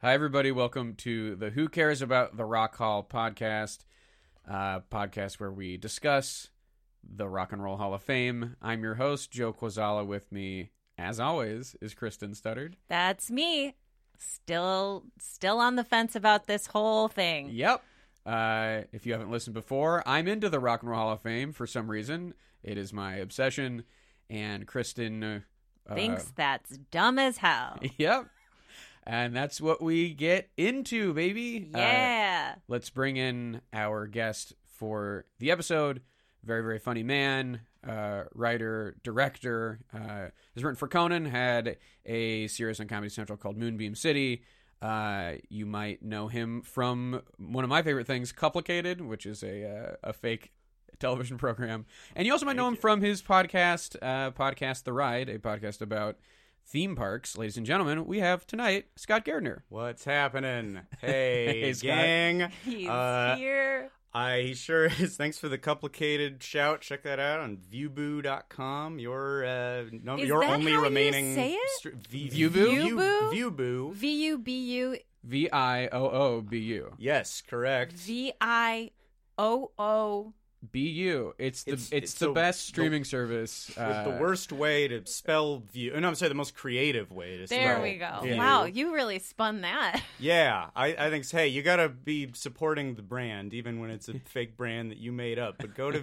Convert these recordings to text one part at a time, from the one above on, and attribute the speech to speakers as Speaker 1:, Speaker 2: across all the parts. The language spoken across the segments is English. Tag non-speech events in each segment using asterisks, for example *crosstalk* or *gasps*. Speaker 1: Hi, everybody. Welcome to the Who Cares About the Rock Hall podcast, uh, podcast where we discuss the Rock and Roll Hall of Fame. I'm your host, Joe Quazala. With me, as always, is Kristen Studdard.
Speaker 2: That's me. Still still on the fence about this whole thing.
Speaker 1: Yep. Uh, if you haven't listened before, I'm into the Rock and Roll Hall of Fame for some reason. It is my obsession. And Kristen. Uh,
Speaker 2: Thinks that's dumb as
Speaker 3: *laughs*
Speaker 2: hell.
Speaker 1: *laughs* Yep. And that's what we get into, baby. Uh,
Speaker 2: Yeah.
Speaker 1: let's bring in our guest for the episode. Very, very funny man, uh, writer, director. Uh, has written for Conan, had a series on Comedy Central called Moonbeam City. Uh, you might know him from one of my favorite things, Complicated, which is a uh, a fake television program, and you also might know him from his podcast, uh, podcast The Ride, a podcast about theme parks. Ladies and gentlemen, we have tonight Scott Gardner.
Speaker 2: *laughs*
Speaker 3: What's happening? Hey,
Speaker 1: Hey, Scott.
Speaker 3: gang.
Speaker 2: He's
Speaker 3: Uh,
Speaker 2: here.
Speaker 3: I he sure is. *laughs* Thanks for the complicated shout. Check that out on viewboo.com. Your uh, no,
Speaker 2: Is
Speaker 3: your
Speaker 2: that
Speaker 3: only
Speaker 2: how you
Speaker 3: remaining
Speaker 2: say it?
Speaker 3: str- v-
Speaker 1: Viewboo?
Speaker 3: View-
Speaker 2: Viewboo?
Speaker 3: Viewboo.
Speaker 2: V U B U
Speaker 1: V I O O B U.
Speaker 3: Yes, correct.
Speaker 2: V I O O.
Speaker 1: BU. It's the it's,
Speaker 3: It's- it's
Speaker 1: the
Speaker 3: the-
Speaker 1: best
Speaker 3: the-
Speaker 1: streaming service.
Speaker 3: *laughs* With the
Speaker 1: uh,
Speaker 3: worst way to spell view. No, I'm sorry, the most creative way to
Speaker 2: There
Speaker 3: spell
Speaker 2: we go.
Speaker 3: view.
Speaker 2: Wow, you really spun that. *laughs*
Speaker 3: Yeah, I, I think, hey, you got to be supporting the brand, even
Speaker 1: *laughs*
Speaker 3: when it's a fake brand that you made up. But go to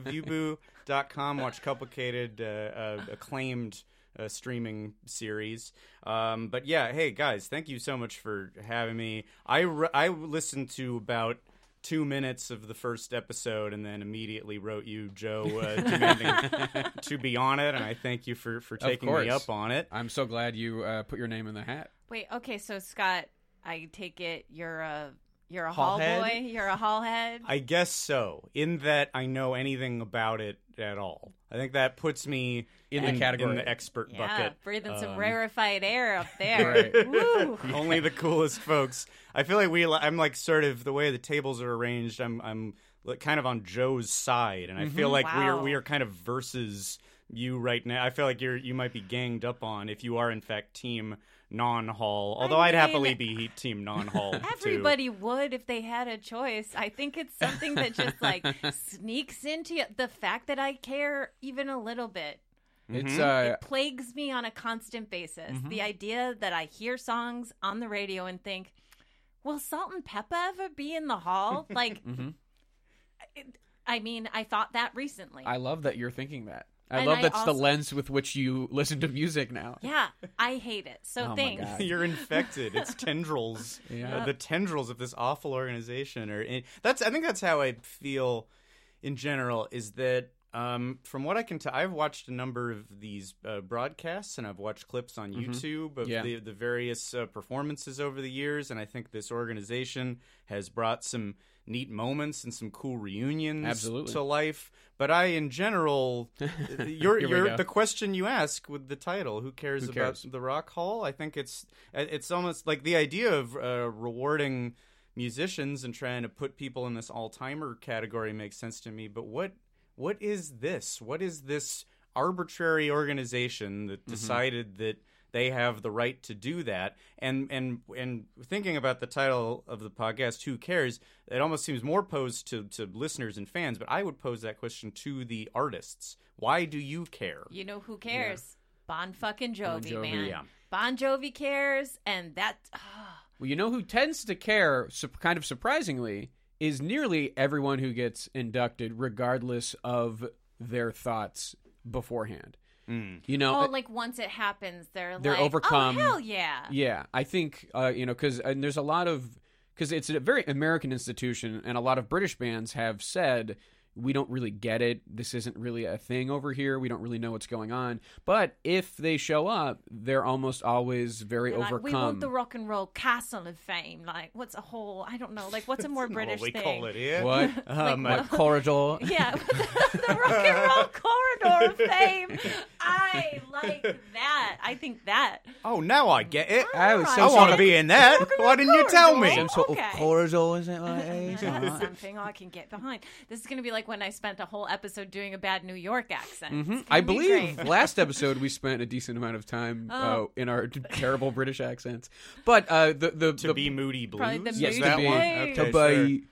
Speaker 3: viewboo.com, watch complicated, uh, uh, acclaimed uh, streaming series. Um, but yeah, hey, guys, thank you so much for having me. I, re- I listened to about two minutes of the first episode and then immediately wrote you, Joe,
Speaker 1: *laughs*
Speaker 3: uh, demanding to be on it. And I thank you for, for
Speaker 1: Of
Speaker 3: taking me
Speaker 1: course.
Speaker 3: up on it.
Speaker 1: I'm so glad you uh, put your name in the hat.
Speaker 2: Wait, okay, so Scott, I take it you're a you're a
Speaker 3: Hall
Speaker 2: hall,
Speaker 3: head?
Speaker 2: boy, you're a hall head.
Speaker 3: I guess so, in that I know anything about it at all. I think that puts me
Speaker 1: In the category.
Speaker 3: in the expert
Speaker 2: yeah,
Speaker 3: bucket.
Speaker 2: breathing some
Speaker 3: Um, *laughs*
Speaker 2: rarefied air up there.
Speaker 1: Right.
Speaker 2: Woo.
Speaker 3: Only the coolest folks. I feel like we. I'm like sort of the way the tables are arranged. I'm I'm like kind of on Joe's side, and I feel like
Speaker 2: Mm-hmm. Wow.
Speaker 3: we're we are kind of versus you right now. I feel like you're you might be ganged up on if you are in fact team non-Hall. Although I'd
Speaker 2: mean-
Speaker 3: happily be
Speaker 2: *laughs*
Speaker 3: team non-Hall. Too.
Speaker 2: Everybody would if they had a choice. I think it's something
Speaker 1: *laughs*
Speaker 2: that just like sneaks into you. The fact that I care even a little bit
Speaker 3: Mm-hmm.
Speaker 1: It's uh,
Speaker 2: it plagues me on a constant basis.
Speaker 1: Mm-hmm.
Speaker 2: The idea that I hear songs on the radio and think, will Salt and Peppa ever be in
Speaker 1: *laughs*
Speaker 2: the hall? Like,
Speaker 1: Mm-hmm.
Speaker 2: it- I mean, I thought that recently.
Speaker 1: I love that you're thinking that. I
Speaker 2: And
Speaker 1: love
Speaker 2: I
Speaker 1: that's the
Speaker 2: also-
Speaker 1: lens with which you listen to music now.
Speaker 2: yeah, I hate it. So
Speaker 1: Oh my
Speaker 2: thanks.
Speaker 1: God.
Speaker 3: *laughs* You're infected. It's tendrils.
Speaker 1: Yeah.
Speaker 3: Uh, the tendrils of this awful organization are in. That's I think that's how I feel in general is that Um, from what I can tell, I've watched a number of these uh, broadcasts and I've watched clips on YouTube of
Speaker 1: Mm-hmm. Yeah.
Speaker 3: the, the various uh, performances over the years. And I think this organization has brought some neat moments and some cool reunions
Speaker 1: Absolutely.
Speaker 3: to life. But I,
Speaker 1: *laughs*
Speaker 3: in general, your,
Speaker 1: Here we
Speaker 3: your,
Speaker 1: go.
Speaker 3: the question you ask with the title, Who Cares
Speaker 1: Who
Speaker 3: About
Speaker 1: cares?
Speaker 3: the Rock Hall? I think it's it's almost like the idea of uh, rewarding musicians and trying to put people in this all timer category makes sense to me. But what what is this? What is this arbitrary organization that decided that they have the right to do that? And and and thinking about the title of the podcast, who cares? It almost seems more posed to to listeners and fans. But I would pose that question to the artists: Why do you care?
Speaker 2: You know who cares? Bon fucking Jovi,
Speaker 1: Jovi,
Speaker 2: man.
Speaker 1: yeah.
Speaker 2: Bon Jovi cares, and that. ah.
Speaker 1: Well, you know who tends to care, su- kind of surprisingly, is nearly everyone who gets inducted, regardless of their thoughts beforehand.
Speaker 3: Mm.
Speaker 1: You know,
Speaker 2: oh, like once it happens, they're
Speaker 1: They're
Speaker 2: like,
Speaker 1: overcome.
Speaker 2: Oh hell yeah!
Speaker 1: yeah, I think uh, you know because and there's a lot of because it's a very American institution, and a lot of British bands have said we don't really get it. This isn't really a thing over here. We don't really know what's going on. But if they show up, they're almost always very
Speaker 2: They're
Speaker 1: overcome.
Speaker 2: Like, we want the rock and roll castle of fame. Like, what's a whole? I don't know. Like, what's a more British
Speaker 3: we
Speaker 2: thing?
Speaker 3: call it here.
Speaker 1: what?
Speaker 3: *laughs* Um,
Speaker 1: What corridor?
Speaker 2: *laughs*
Speaker 1: *laughs*
Speaker 2: Yeah, *laughs* the rock and roll corridor of fame. I like that. I think that.
Speaker 3: Oh, now I get it.
Speaker 2: I was so
Speaker 3: I want to
Speaker 2: sorry.
Speaker 3: be in that. Why didn't you tell me?
Speaker 2: Some sort of Okay.
Speaker 1: corridor,
Speaker 2: *laughs*
Speaker 1: is it like?
Speaker 2: That's something I can get behind. This is going to be like when I spent a whole episode doing a bad New York accent. It's
Speaker 1: *laughs* I
Speaker 2: gonna be
Speaker 1: believe
Speaker 2: great. Oh.
Speaker 1: last episode we spent a decent amount of time uh, in our *laughs* terrible British accents, but uh, the the
Speaker 3: to
Speaker 1: the,
Speaker 3: be Moody Blues.
Speaker 2: Probably the
Speaker 1: yes,
Speaker 2: Moody
Speaker 1: to
Speaker 3: that
Speaker 1: be,
Speaker 3: one.
Speaker 2: Blues.
Speaker 3: Okay,
Speaker 1: to
Speaker 3: sure.
Speaker 1: be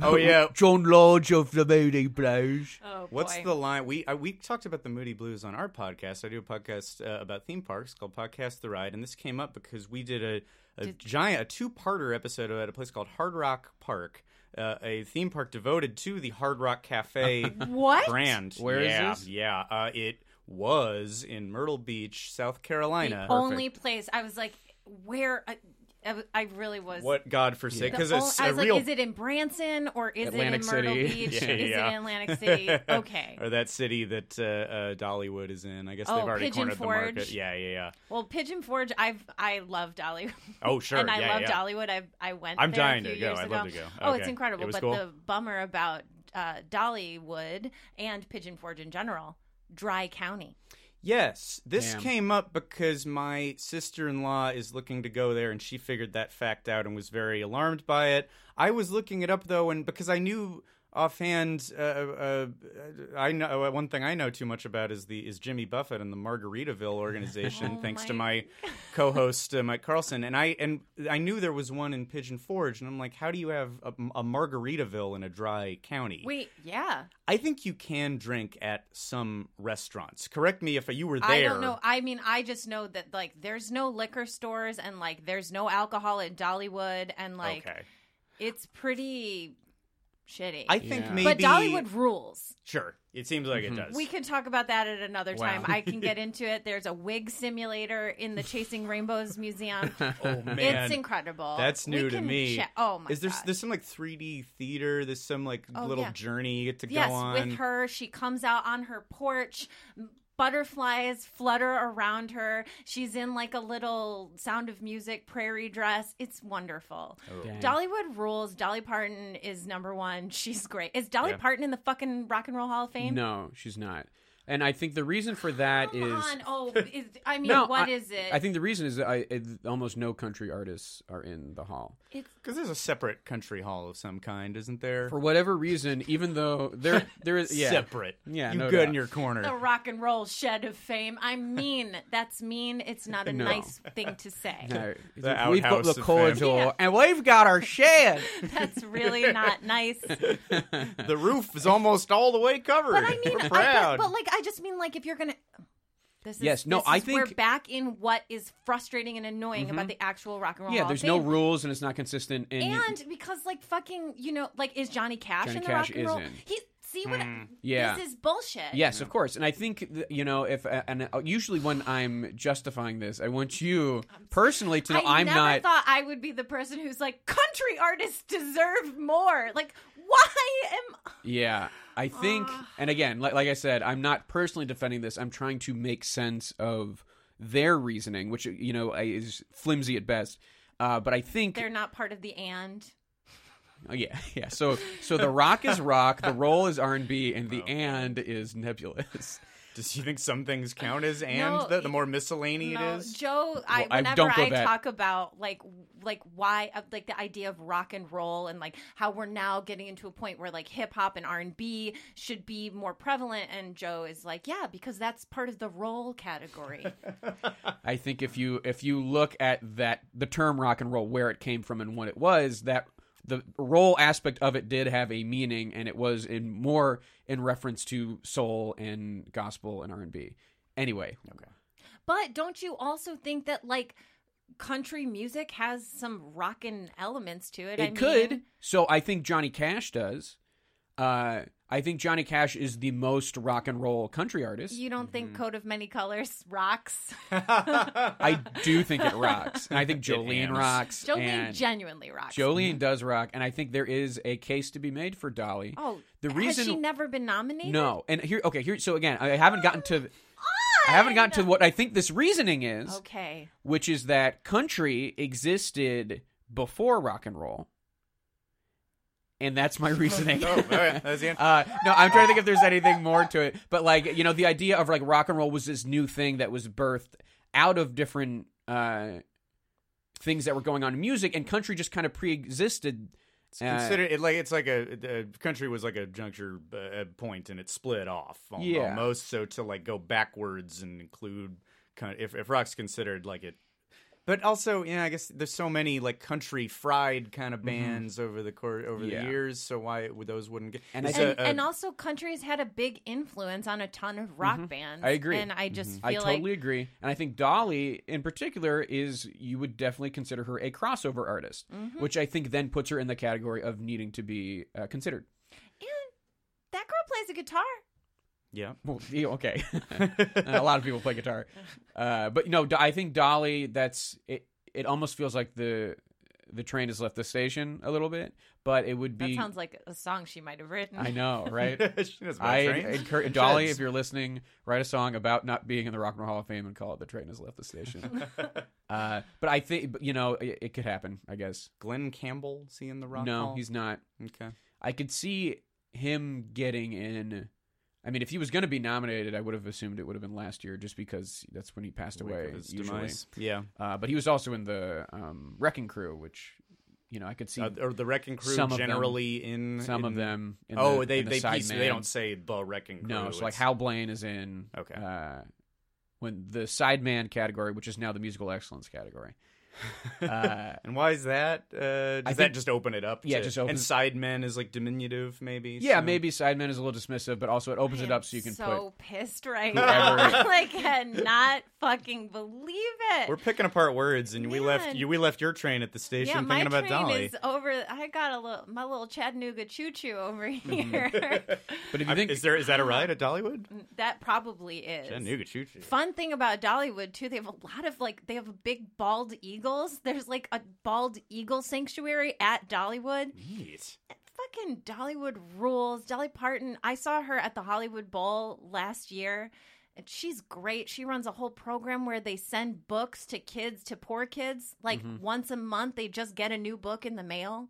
Speaker 3: Oh yeah.
Speaker 1: John Lodge of the Moody Blues.
Speaker 2: Oh,
Speaker 3: What's
Speaker 2: boy.
Speaker 3: the line? We uh, we talked about the Moody Blues on our podcast. I do a podcast uh, about theme parks called Podcast the Ride, and this came up because we did a, a giant a two parter episode at a place called Hard Rock Park, uh, a theme park devoted to the Hard
Speaker 1: *laughs*
Speaker 3: Rock Cafe
Speaker 2: What?
Speaker 3: brand.
Speaker 1: Where is
Speaker 3: yeah,
Speaker 1: this?
Speaker 3: Yeah, uh, it was in Myrtle Beach, South Carolina.
Speaker 2: the only place I was like, where? I, I w- I really was.
Speaker 3: what God forsake?
Speaker 2: the
Speaker 3: Because
Speaker 2: only-
Speaker 3: it's
Speaker 2: I
Speaker 3: a
Speaker 2: was like,
Speaker 3: real
Speaker 2: is it in Branson or is
Speaker 1: Atlantic
Speaker 2: it in Myrtle
Speaker 1: City.
Speaker 2: Beach?
Speaker 3: *laughs* Yeah,
Speaker 2: Is
Speaker 3: yeah.
Speaker 2: it in
Speaker 3: *laughs*
Speaker 2: Atlantic City? Okay.
Speaker 3: or that city that uh, uh, Dollywood is in. I guess
Speaker 2: Oh,
Speaker 3: they've already
Speaker 2: Pigeon
Speaker 3: cornered the market.
Speaker 2: Forge.
Speaker 3: Yeah, yeah, yeah.
Speaker 2: Well, Pigeon Forge, I've I love Dollywood.
Speaker 3: Oh, sure.
Speaker 2: and I
Speaker 3: yeah,
Speaker 2: love
Speaker 3: yeah.
Speaker 2: Dollywood. I I went.
Speaker 3: I'm
Speaker 2: there
Speaker 3: dying
Speaker 2: a
Speaker 3: to
Speaker 2: few
Speaker 3: go.
Speaker 2: years
Speaker 3: I'd
Speaker 2: ago.
Speaker 3: love to go.
Speaker 2: Oh, it's
Speaker 3: Okay. It
Speaker 2: incredible.
Speaker 3: was
Speaker 2: but
Speaker 3: cool?
Speaker 2: the bummer about uh, Dollywood and Pigeon Forge in general, Dry County.
Speaker 3: Yes, this
Speaker 1: Damn.
Speaker 3: came up because my sister-in-law is looking to go there, and she figured that fact out and was very alarmed by it. I was looking it up though, and because I knew offhand, uh, uh, I know uh, one thing I know too much about is the is Jimmy Buffett and the Margaritaville organization,
Speaker 2: *laughs* Oh
Speaker 3: thanks to
Speaker 2: my-
Speaker 3: my co-host uh, Mike Carlson, and I and I knew there was one in Pigeon Forge, and I'm like, how do you have a, a Margaritaville in a dry county?
Speaker 2: Wait, yeah.
Speaker 3: I think you can drink at some restaurants. Correct me if you were there.
Speaker 2: I don't know. I mean, I just know that like there's no liquor stores and like there's no alcohol in Dollywood and like
Speaker 3: okay.
Speaker 2: it's pretty shitty.
Speaker 3: I think
Speaker 1: Yeah.
Speaker 3: maybe.
Speaker 2: But Dollywood rules.
Speaker 3: Sure. It seems like it does.
Speaker 2: We could talk about that at another
Speaker 1: Wow.
Speaker 2: time. I can get into it. There's a wig simulator in the Chasing Rainbows Museum.
Speaker 3: oh, *laughs* man.
Speaker 2: It's incredible.
Speaker 3: That's
Speaker 2: We
Speaker 3: new to
Speaker 2: can
Speaker 3: me.
Speaker 2: che- oh my
Speaker 3: Is there
Speaker 2: God.
Speaker 3: there's some like 3D theater? There's some like
Speaker 2: Oh,
Speaker 3: little
Speaker 2: yeah.
Speaker 3: journey you get to
Speaker 2: yes,
Speaker 3: go on.
Speaker 2: with her, she comes out on her porch. Butterflies flutter around her. She's in like a little Sound of Music prairie dress. It's wonderful.
Speaker 3: Oh,
Speaker 2: Dollywood rules. Dolly Parton is number one. She's great. Is Dolly Parton in the fucking Rock and Roll Hall of Fame?
Speaker 1: No, she's not. And I think the reason for that
Speaker 2: Come
Speaker 1: is.
Speaker 2: on. Oh, is, I mean,
Speaker 1: No,
Speaker 2: what
Speaker 1: I-
Speaker 2: is it?
Speaker 1: I think the reason is that I, it, almost no country artists are in the hall.
Speaker 2: it's
Speaker 3: Because there's a separate country hall of some kind, isn't there?
Speaker 1: For whatever reason, even though
Speaker 2: *laughs*
Speaker 1: there there is yeah.
Speaker 3: Separate.
Speaker 1: Yeah,
Speaker 3: You
Speaker 1: no
Speaker 3: good
Speaker 1: doubt.
Speaker 3: in your corner.
Speaker 2: the rock and roll shed of fame. I mean, that's mean. It's not a
Speaker 1: No.
Speaker 2: nice thing to say.
Speaker 1: No,
Speaker 3: The
Speaker 1: Uh, we've got
Speaker 3: outhouse
Speaker 1: the
Speaker 3: of fame.
Speaker 1: corridor, and we've got our
Speaker 2: *laughs*
Speaker 1: shed.
Speaker 2: *laughs* That's really
Speaker 1: *laughs*
Speaker 2: not nice. But
Speaker 3: *laughs* the roof is almost all the way covered.
Speaker 2: I mean,
Speaker 3: We're
Speaker 2: I-
Speaker 3: proud.
Speaker 2: but, but like, I just mean like if you're gonna. This is,
Speaker 1: Yes, no,
Speaker 2: this
Speaker 1: I
Speaker 2: is- we're
Speaker 1: think- Mm-hmm.
Speaker 2: back in what is frustrating and annoying about the actual rock and roll.
Speaker 1: Yeah,
Speaker 2: Hall of
Speaker 1: there's no
Speaker 2: Fame.
Speaker 1: rules and it's not consistent. And, you-
Speaker 2: And because like fucking, you know, like is Johnny Cash
Speaker 1: Johnny
Speaker 2: in the
Speaker 1: Cash
Speaker 2: rock and roll?
Speaker 1: is in.
Speaker 2: He see what?
Speaker 1: Yeah.
Speaker 2: this is bullshit.
Speaker 1: yes, of course. And I think th- you know if uh, and usually when I'm justifying this, I want you personally to know
Speaker 2: I
Speaker 1: am
Speaker 2: never
Speaker 1: not.
Speaker 2: thought I would be the person who's like country artists deserve more. Like, why am
Speaker 1: yeah, I think, and again, like, like I said, I'm not personally defending this. I'm trying to make sense of their reasoning, which you know I- is flimsy at best. Uh, but I think
Speaker 2: They're not part of the and.
Speaker 1: Oh, yeah, *laughs* yeah. So, so the rock is rock, the roll is R and B, and the and is nebulous. *laughs*
Speaker 3: Does you think some things count as and
Speaker 2: No,
Speaker 3: the, the more miscellany
Speaker 2: No,
Speaker 3: it is?
Speaker 2: Joe, I
Speaker 1: Well, I
Speaker 2: whenever
Speaker 1: don't
Speaker 2: I,
Speaker 1: go back.
Speaker 2: talk about like like why of, like the idea of rock and roll and like how we're now getting into a point where like hip hop and R and B should be more prevalent, and Joe is like, yeah, because that's part of the roll
Speaker 1: *laughs*
Speaker 2: category.
Speaker 1: I think if you if you look at that the term rock and roll where it came from and what it was that the role aspect of it did have a meaning and it was in more in reference to soul and gospel and R&B. Anyway, okay.
Speaker 2: but don't you also think that like country music has some rockin' elements to
Speaker 1: it
Speaker 2: it? I
Speaker 1: could.
Speaker 2: mean,
Speaker 1: So I think Johnny Cash does. Uh I think Johnny Cash is the most rock and roll country artist.
Speaker 2: You don't think
Speaker 1: Mm-hmm.
Speaker 2: "Coat of Many Colors"
Speaker 1: *laughs*
Speaker 2: rocks?
Speaker 1: I do think *laughs* it rocks. And I think
Speaker 3: ams.
Speaker 1: Jolene rocks.
Speaker 2: Jolene
Speaker 1: and
Speaker 2: genuinely rocks.
Speaker 1: Jolene does rock, and I think there is a case to be made for Dolly.
Speaker 2: Oh,
Speaker 1: the
Speaker 2: has she
Speaker 1: reason
Speaker 2: never been nominated?
Speaker 1: no, and here okay here. So again, I haven't gotten to I haven't gotten to what I think this reasoning is,
Speaker 2: Okay.
Speaker 1: which is that country existed before rock and roll, and that's my
Speaker 2: *laughs*
Speaker 1: reasoning.
Speaker 3: *laughs* Oh, all right, that's the
Speaker 1: *laughs*
Speaker 3: end.
Speaker 1: Uh, no, I'm trying to think if there's anything more to it. But like, you know, the idea of like rock and roll was this new thing that was birthed out of different uh, things that were going on in music, and country just kind of pre-existed.
Speaker 3: It's considered it like it's like a, a country was like a juncture uh, uh, point and it split off al-
Speaker 1: Yeah.
Speaker 3: almost so to like go backwards and include kind if if rock's considered like it but also yeah I guess there's so many like country fried kind of bands over the course over
Speaker 1: Mm-hmm. Yeah.
Speaker 3: the years so why would those wouldn't get
Speaker 1: And I
Speaker 3: It's
Speaker 1: think-
Speaker 2: and, and also countries had a big influence on a ton of rock bands.
Speaker 1: Mm-hmm. I agree. Mm-hmm.
Speaker 2: and I just
Speaker 1: I
Speaker 2: feel
Speaker 1: totally
Speaker 2: like
Speaker 1: agree, and I think Dolly in particular is you would definitely consider her a crossover artist,
Speaker 2: Mm-hmm.
Speaker 1: which I think then puts her in the category of needing to be uh, considered.
Speaker 2: and that girl plays a guitar.
Speaker 3: yeah *laughs*
Speaker 1: Well, *laughs* yeah,
Speaker 2: *laughs*
Speaker 1: okay. a lot of people play guitar, uh, but no, Do- I think Dolly. That's it. It almost feels like the the train has left the station a little bit, but it would
Speaker 2: That
Speaker 1: be.
Speaker 2: sounds like a song she might have written. *laughs*
Speaker 1: I know, right?
Speaker 3: She knows about
Speaker 1: I
Speaker 3: trains.
Speaker 1: encourage Dolly,
Speaker 3: Sheds.
Speaker 1: if you're listening, write a song about not being in the Rock and Roll Hall of Fame and call it "The Train Has Left the
Speaker 3: *laughs*
Speaker 1: Station." uh, but I think but, you know it, it could happen. I guess.
Speaker 3: Glenn Campbell seeing the rock
Speaker 1: no,
Speaker 3: Hall?
Speaker 1: he's not.
Speaker 3: okay
Speaker 1: I could see him getting in. I mean, if he was going to be nominated, I would have assumed it would have been last year, just because that's when he passed
Speaker 3: Wake
Speaker 1: away.
Speaker 3: of his
Speaker 1: usually.
Speaker 3: demise. yeah
Speaker 1: Uh, but he was also in the um, Wrecking Crew, which you know I could see
Speaker 3: Uh, or the wrecking crew
Speaker 1: some of them-
Speaker 3: generally in
Speaker 1: some of
Speaker 3: in-
Speaker 1: them. In
Speaker 3: oh
Speaker 1: the,
Speaker 3: they
Speaker 1: in the
Speaker 3: they
Speaker 1: side
Speaker 3: piece,
Speaker 1: man.
Speaker 3: they don't say the wrecking crew
Speaker 1: No, so like
Speaker 3: it's-
Speaker 1: Hal Blaine is in.
Speaker 3: Okay.
Speaker 1: Uh, when the sideman category, which is now the musical excellence category. Uh,
Speaker 3: And why is that? Uh, does
Speaker 1: I
Speaker 3: that
Speaker 1: think-
Speaker 3: just open it up?
Speaker 1: Yeah,
Speaker 3: to-
Speaker 1: just opens-
Speaker 3: And sidemen is like diminutive, maybe.
Speaker 1: yeah,
Speaker 3: so-
Speaker 1: maybe sideman is a little dismissive, but also it opens it
Speaker 2: I'm
Speaker 1: up so you can put
Speaker 2: so pissed right
Speaker 1: whoever-
Speaker 2: now. *laughs*
Speaker 1: *laughs*
Speaker 2: like, cannot fucking believe it.
Speaker 3: We're picking apart words, and we left
Speaker 2: Man.
Speaker 3: you. We left your train at the station
Speaker 2: yeah, my
Speaker 3: thinking about
Speaker 2: train
Speaker 3: Dolly.
Speaker 2: is over. I got a little my little Chattanooga choo choo over
Speaker 1: Mm-hmm.
Speaker 2: here.
Speaker 1: *laughs* But if you
Speaker 3: I-
Speaker 1: think
Speaker 3: is there is that a ride at Dollywood?
Speaker 2: that probably is.
Speaker 3: Chattanooga choo choo.
Speaker 2: Fun thing about Dollywood too, they have a lot of like they have big bald eagles. There's like a bald eagle sanctuary at Dollywood.
Speaker 3: Neat.
Speaker 2: Fucking Dollywood rules. Dolly Parton, I saw her at the Hollywood Bowl last year. And she's great. She runs a whole program where they send books to kids, to poor kids. Like
Speaker 1: Mm-hmm.
Speaker 2: once a month, they just get a new book in the mail.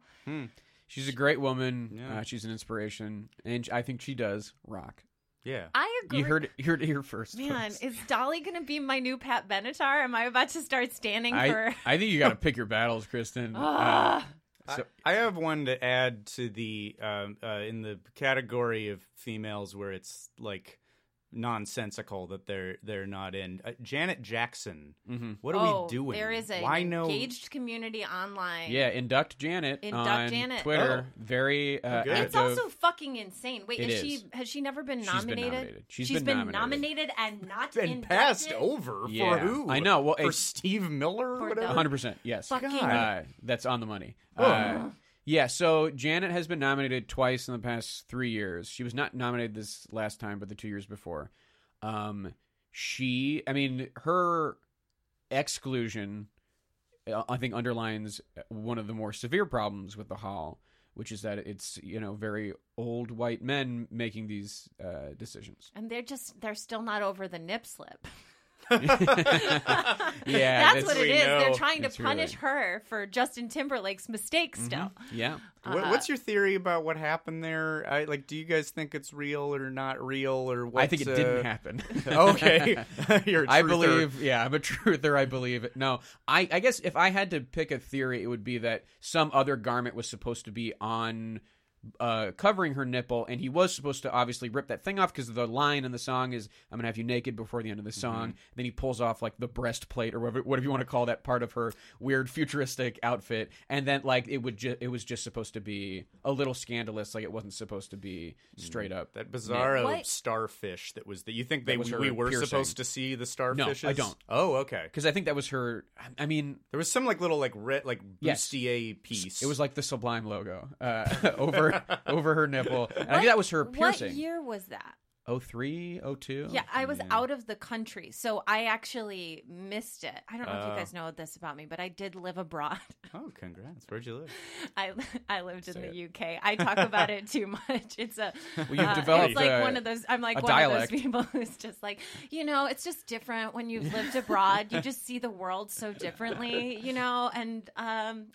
Speaker 1: She's a great woman.
Speaker 3: Yeah.
Speaker 1: Uh, she's an inspiration, and I think she does rock.
Speaker 3: Yeah.
Speaker 2: I agree.
Speaker 1: You heard it, you heard it here first.
Speaker 2: Man,
Speaker 1: folks.
Speaker 2: is Dolly going to be my new Pat Benatar? Am I about to start standing for? Oh, Ah.
Speaker 1: I, I think
Speaker 2: *laughs*
Speaker 1: you got to pick your battles, Kristen. Uh, so-
Speaker 3: I have one to add to the um, uh, in the category of females where it's like nonsensical that they're they're not in uh, Janet Jackson.
Speaker 1: Mm-hmm.
Speaker 3: What are
Speaker 2: oh,
Speaker 3: we doing?
Speaker 2: There is a
Speaker 3: why no
Speaker 2: engaged community online.
Speaker 1: yeah, induct Janet
Speaker 2: Induct
Speaker 1: on
Speaker 2: Janet.
Speaker 1: Twitter.
Speaker 3: Oh.
Speaker 1: Very uh,
Speaker 3: good.
Speaker 2: It's
Speaker 1: active.
Speaker 2: also fucking insane. Wait,
Speaker 1: It
Speaker 2: is,
Speaker 1: is.
Speaker 2: she has she never been
Speaker 1: She's been
Speaker 2: nominated?
Speaker 1: nominated. She's
Speaker 2: She's
Speaker 1: been
Speaker 2: been
Speaker 1: nominated.
Speaker 2: nominated
Speaker 1: *laughs*
Speaker 2: and not
Speaker 3: been passed
Speaker 2: inducted?
Speaker 3: over
Speaker 1: Yeah.
Speaker 3: for who?
Speaker 1: I know, well,
Speaker 3: for
Speaker 1: it's-
Speaker 3: Steve Miller, or
Speaker 2: For
Speaker 3: whatever.
Speaker 2: the-
Speaker 1: 100%. Yes.
Speaker 2: Fucking-
Speaker 1: Uh, that's on the money. Uh, yeah, so Janet has been nominated twice in the past three years. She was not nominated this last time, but the two years before. Um, she, I mean, her exclusion, uh, I think, underlines one of the more severe problems with the Hall, which is that it's you know very old white men making these uh,
Speaker 2: *laughs*
Speaker 1: decisions.
Speaker 2: And they're just they're still not over the nip slip.
Speaker 1: *laughs* Yeah,
Speaker 2: that's, what it
Speaker 3: we
Speaker 2: is. They're
Speaker 3: know.
Speaker 2: trying
Speaker 1: That's
Speaker 2: to
Speaker 1: really- Mm-hmm.
Speaker 2: punish her for Justin Timberlake's mistakes still.
Speaker 1: Yeah,
Speaker 3: What, what's your theory about what happened there? I, like, do you guys think it's real or not real, or what?
Speaker 1: I think it didn't happen.
Speaker 3: uh, *laughs*
Speaker 1: *laughs*
Speaker 3: okay, *laughs* you're. a
Speaker 1: I
Speaker 3: truther.
Speaker 1: believe, yeah, I'm a *laughs* truther. I believe it. No, I, I guess if I had to pick a theory, it would be that some other garment was supposed to be on, uh, covering her nipple, and he was supposed to obviously rip that thing off because the line in the song is "I'm gonna have you naked before the end of
Speaker 3: Mm-hmm.
Speaker 1: the song." Then he pulls off like the breastplate or whatever, whatever you want to call that part of her weird futuristic outfit, and then like it would ju- it was just supposed to be a little scandalous, like it wasn't supposed to be straight up.
Speaker 3: Mm, that bizarro
Speaker 2: What?
Speaker 3: starfish that was that you think they
Speaker 1: was her
Speaker 3: we were
Speaker 1: piercing.
Speaker 3: supposed to see the starfishes?
Speaker 1: don't.
Speaker 3: Oh, okay.
Speaker 1: because I think that was her. I- I mean,
Speaker 3: There was some like little like red like
Speaker 1: Yes.
Speaker 3: bustier piece.
Speaker 1: It was like the Sublime logo uh, *laughs*
Speaker 3: *laughs*
Speaker 1: over over her nipple. And I think that was her
Speaker 2: What
Speaker 1: piercing.
Speaker 2: year was that?
Speaker 1: Oh three, oh two.
Speaker 2: Yeah, I was out of the country, so I actually missed it. I don't know
Speaker 1: Oh.
Speaker 2: if you guys know this about me, but I did live abroad.
Speaker 3: oh, congrats! Where'd you live?
Speaker 2: I *laughs* I lived in the UK. I talk about it too *laughs* much. It's a
Speaker 1: Well, you've
Speaker 2: uh,
Speaker 1: developed
Speaker 2: it's like
Speaker 1: a-
Speaker 2: one of those. I'm
Speaker 1: a
Speaker 2: like one
Speaker 1: dialect.
Speaker 2: of those people *laughs* who's just like you know, it's just different when you've lived abroad. You just see the world so differently, you know, and. um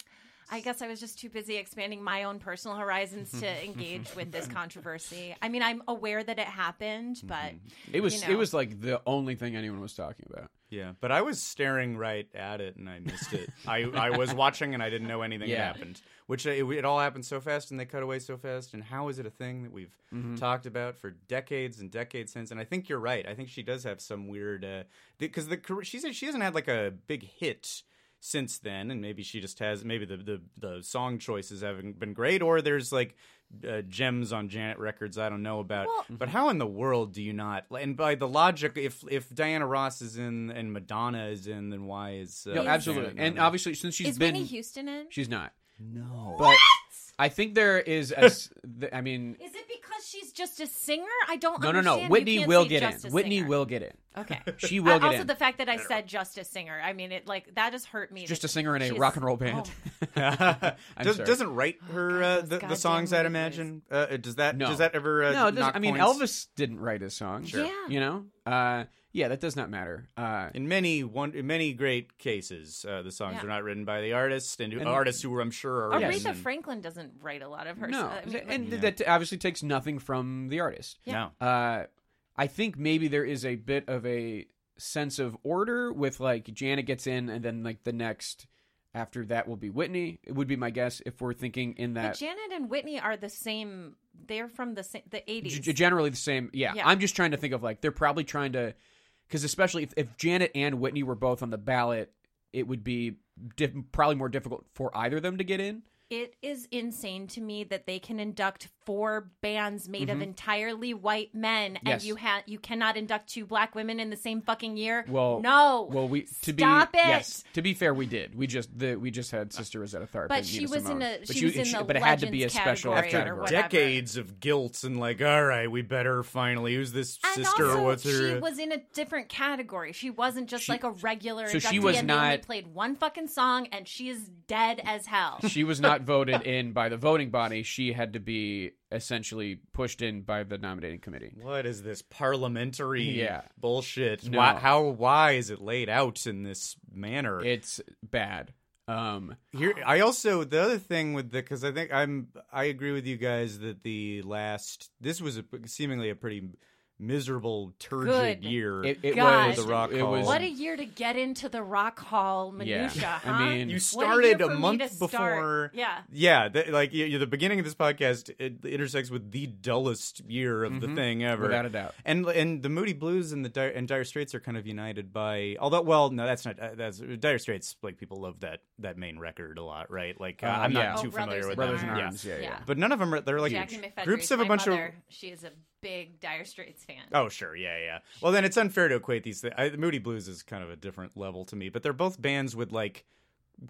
Speaker 2: I guess I was just too busy expanding my own personal horizons
Speaker 1: *laughs*
Speaker 2: to engage with this controversy. I mean, I'm aware that it happened, but
Speaker 1: Mm-hmm. It was
Speaker 2: you know.
Speaker 1: it was like the only thing anyone was talking about.
Speaker 3: Yeah, but I was staring right at it and I missed it. I, I was watching and I didn't know anything
Speaker 1: Yeah.
Speaker 3: happened. Which uh, it, it all happened so fast and they cut away so fast. And how is it a thing that we've
Speaker 1: Mm-hmm.
Speaker 3: talked about for decades and decades since? And I think you're right. I think she does have some weird because the the she said she hasn't had like a big hit since then, and maybe she just has maybe the the, the song choices haven't been great, or there's like. Uh, gems on Janet Records, I don't know about, but how in the world do you not? And by the logic, if if Diana Ross is in and Madonna is in, then why is uh,
Speaker 1: No, absolutely.
Speaker 3: Janet not
Speaker 1: And
Speaker 3: in?
Speaker 1: obviously since she's
Speaker 2: is
Speaker 1: been
Speaker 2: Whitney Houston in?
Speaker 1: she's not. No. But I think there is as th- I mean
Speaker 2: Is it because she's just a singer? I don't.
Speaker 1: no, no,
Speaker 2: understand.
Speaker 1: no.
Speaker 2: You
Speaker 1: Whitney
Speaker 2: can't
Speaker 1: will
Speaker 2: say
Speaker 1: get
Speaker 2: just
Speaker 1: in.
Speaker 2: a
Speaker 1: Whitney
Speaker 2: singer.
Speaker 1: will get in.
Speaker 2: Okay.
Speaker 1: *laughs* She will
Speaker 2: Uh,
Speaker 1: get
Speaker 2: also,
Speaker 1: in.
Speaker 2: the fact that I said just a singer. I mean, it like that has hurt me.
Speaker 1: Just
Speaker 2: that
Speaker 1: a singer in a
Speaker 2: she's-
Speaker 1: rock and roll band.
Speaker 2: *laughs*
Speaker 1: *laughs*
Speaker 2: Oh,
Speaker 3: *laughs* does,
Speaker 1: sorry.
Speaker 3: doesn't write
Speaker 2: God,
Speaker 3: her uh,
Speaker 2: those
Speaker 3: the, the
Speaker 2: goddamn
Speaker 3: songs. I'd
Speaker 2: Whitney
Speaker 3: imagine. Uh, does that
Speaker 1: No.
Speaker 3: does that ever uh,
Speaker 1: no, it doesn't,
Speaker 3: knock
Speaker 1: I mean
Speaker 3: points?
Speaker 1: Elvis didn't write his song.
Speaker 2: Sure. Yeah.
Speaker 1: You know? Uh yeah, that does not matter. Uh
Speaker 3: In many one, in many great cases, uh, the songs
Speaker 2: Yeah.
Speaker 3: are not written by the artists and, artists who I'm sure are.
Speaker 2: Aretha
Speaker 3: written in-
Speaker 2: Franklin doesn't write a lot of her.
Speaker 1: no.
Speaker 2: I mean, like-
Speaker 1: and that obviously takes nothing from the artist.
Speaker 3: No.
Speaker 1: uh, I think maybe there is a bit of a sense of order with like Janet gets in, and then like the next after that will be Whitney. It would be my guess if we're thinking in
Speaker 2: but
Speaker 1: that
Speaker 2: Janet and Whitney are the same. They're from the sa- the eighties.
Speaker 1: g- generally the same. Yeah.
Speaker 2: Yeah.
Speaker 1: I'm just trying to think of like they're probably trying to because especially if, if Janet and Whitney were both on the ballot, it would be diff- probably more difficult for either of them to get in.
Speaker 2: It is insane to me that they can induct four bands made of entirely white men,
Speaker 1: Mm-hmm. Yes.
Speaker 2: and you ha- you cannot induct two black women in the same fucking year.
Speaker 1: Well,
Speaker 2: no.
Speaker 1: Well, we to be
Speaker 2: Stop it.
Speaker 1: yes. To be fair, we did. We just the we just had Sister Rosetta Tharpe.
Speaker 2: But
Speaker 1: and
Speaker 2: she
Speaker 1: Nina
Speaker 2: was in
Speaker 1: Simone.
Speaker 2: a-
Speaker 1: But
Speaker 2: she was in the
Speaker 1: but it had to be a
Speaker 2: Legends
Speaker 1: special
Speaker 2: category
Speaker 1: category.
Speaker 2: or whatever.
Speaker 3: decades of guilt and like, all right, we better finally who's this
Speaker 2: And
Speaker 3: sister
Speaker 2: also,
Speaker 3: or what's her?
Speaker 2: she was in a different category. She wasn't just
Speaker 1: She-
Speaker 2: like a regular.
Speaker 1: so she
Speaker 2: inductee,
Speaker 1: was
Speaker 2: and they only
Speaker 1: not-
Speaker 2: played one fucking song, and she is dead as hell.
Speaker 1: she was not voted in by the voting body. She had to be essentially pushed in by the nominating committee.
Speaker 3: what is this parliamentary
Speaker 1: Yeah.
Speaker 3: bullshit?
Speaker 1: No.
Speaker 3: Why, how why is it laid out in this manner?
Speaker 1: It's bad. Um,
Speaker 3: Here, I also the other thing with the because I think I'm I agree with you guys that the last this was a, seemingly a pretty miserable turgid
Speaker 2: Good
Speaker 3: year.
Speaker 1: it, it
Speaker 2: God.
Speaker 1: was
Speaker 2: The
Speaker 3: Rock
Speaker 1: it
Speaker 3: Hall.
Speaker 1: was
Speaker 2: *laughs* what a year to get into the rock hall minutia,
Speaker 1: Yeah. I
Speaker 2: huh?
Speaker 1: mean-
Speaker 3: you
Speaker 1: You
Speaker 2: What a
Speaker 3: started
Speaker 2: year
Speaker 3: a,
Speaker 2: for me
Speaker 3: month
Speaker 2: to
Speaker 3: before.
Speaker 2: start. Yeah.
Speaker 3: yeah. That, like you, you- the beginning of this podcast it intersects with the dullest year of the thing ever,
Speaker 1: Mm-hmm. Without a doubt.
Speaker 3: And and the Moody Blues and the dire, and Dire Straits are kind of united by although well no that's not uh, that's Dire Straits like people love that that main record a lot right like uh,
Speaker 1: Uh,
Speaker 3: I'm not
Speaker 1: yeah.
Speaker 3: too
Speaker 2: Oh,
Speaker 3: familiar
Speaker 2: Brothers
Speaker 3: with
Speaker 2: in
Speaker 1: Brothers
Speaker 3: that.
Speaker 1: in
Speaker 2: Arms.
Speaker 1: Arms. Yeah, yeah.
Speaker 2: Yeah.
Speaker 3: But none of them are. They're like
Speaker 2: Jackie
Speaker 3: huge.
Speaker 2: McFedries,
Speaker 3: groups of a
Speaker 2: my
Speaker 3: bunch
Speaker 2: mother, She is a big Dire Straits fan.
Speaker 3: of. Oh sure, yeah, yeah. Well, then it's unfair to equate these. Th- I, the Moody Blues is kind of a different level to me, but they're both bands with like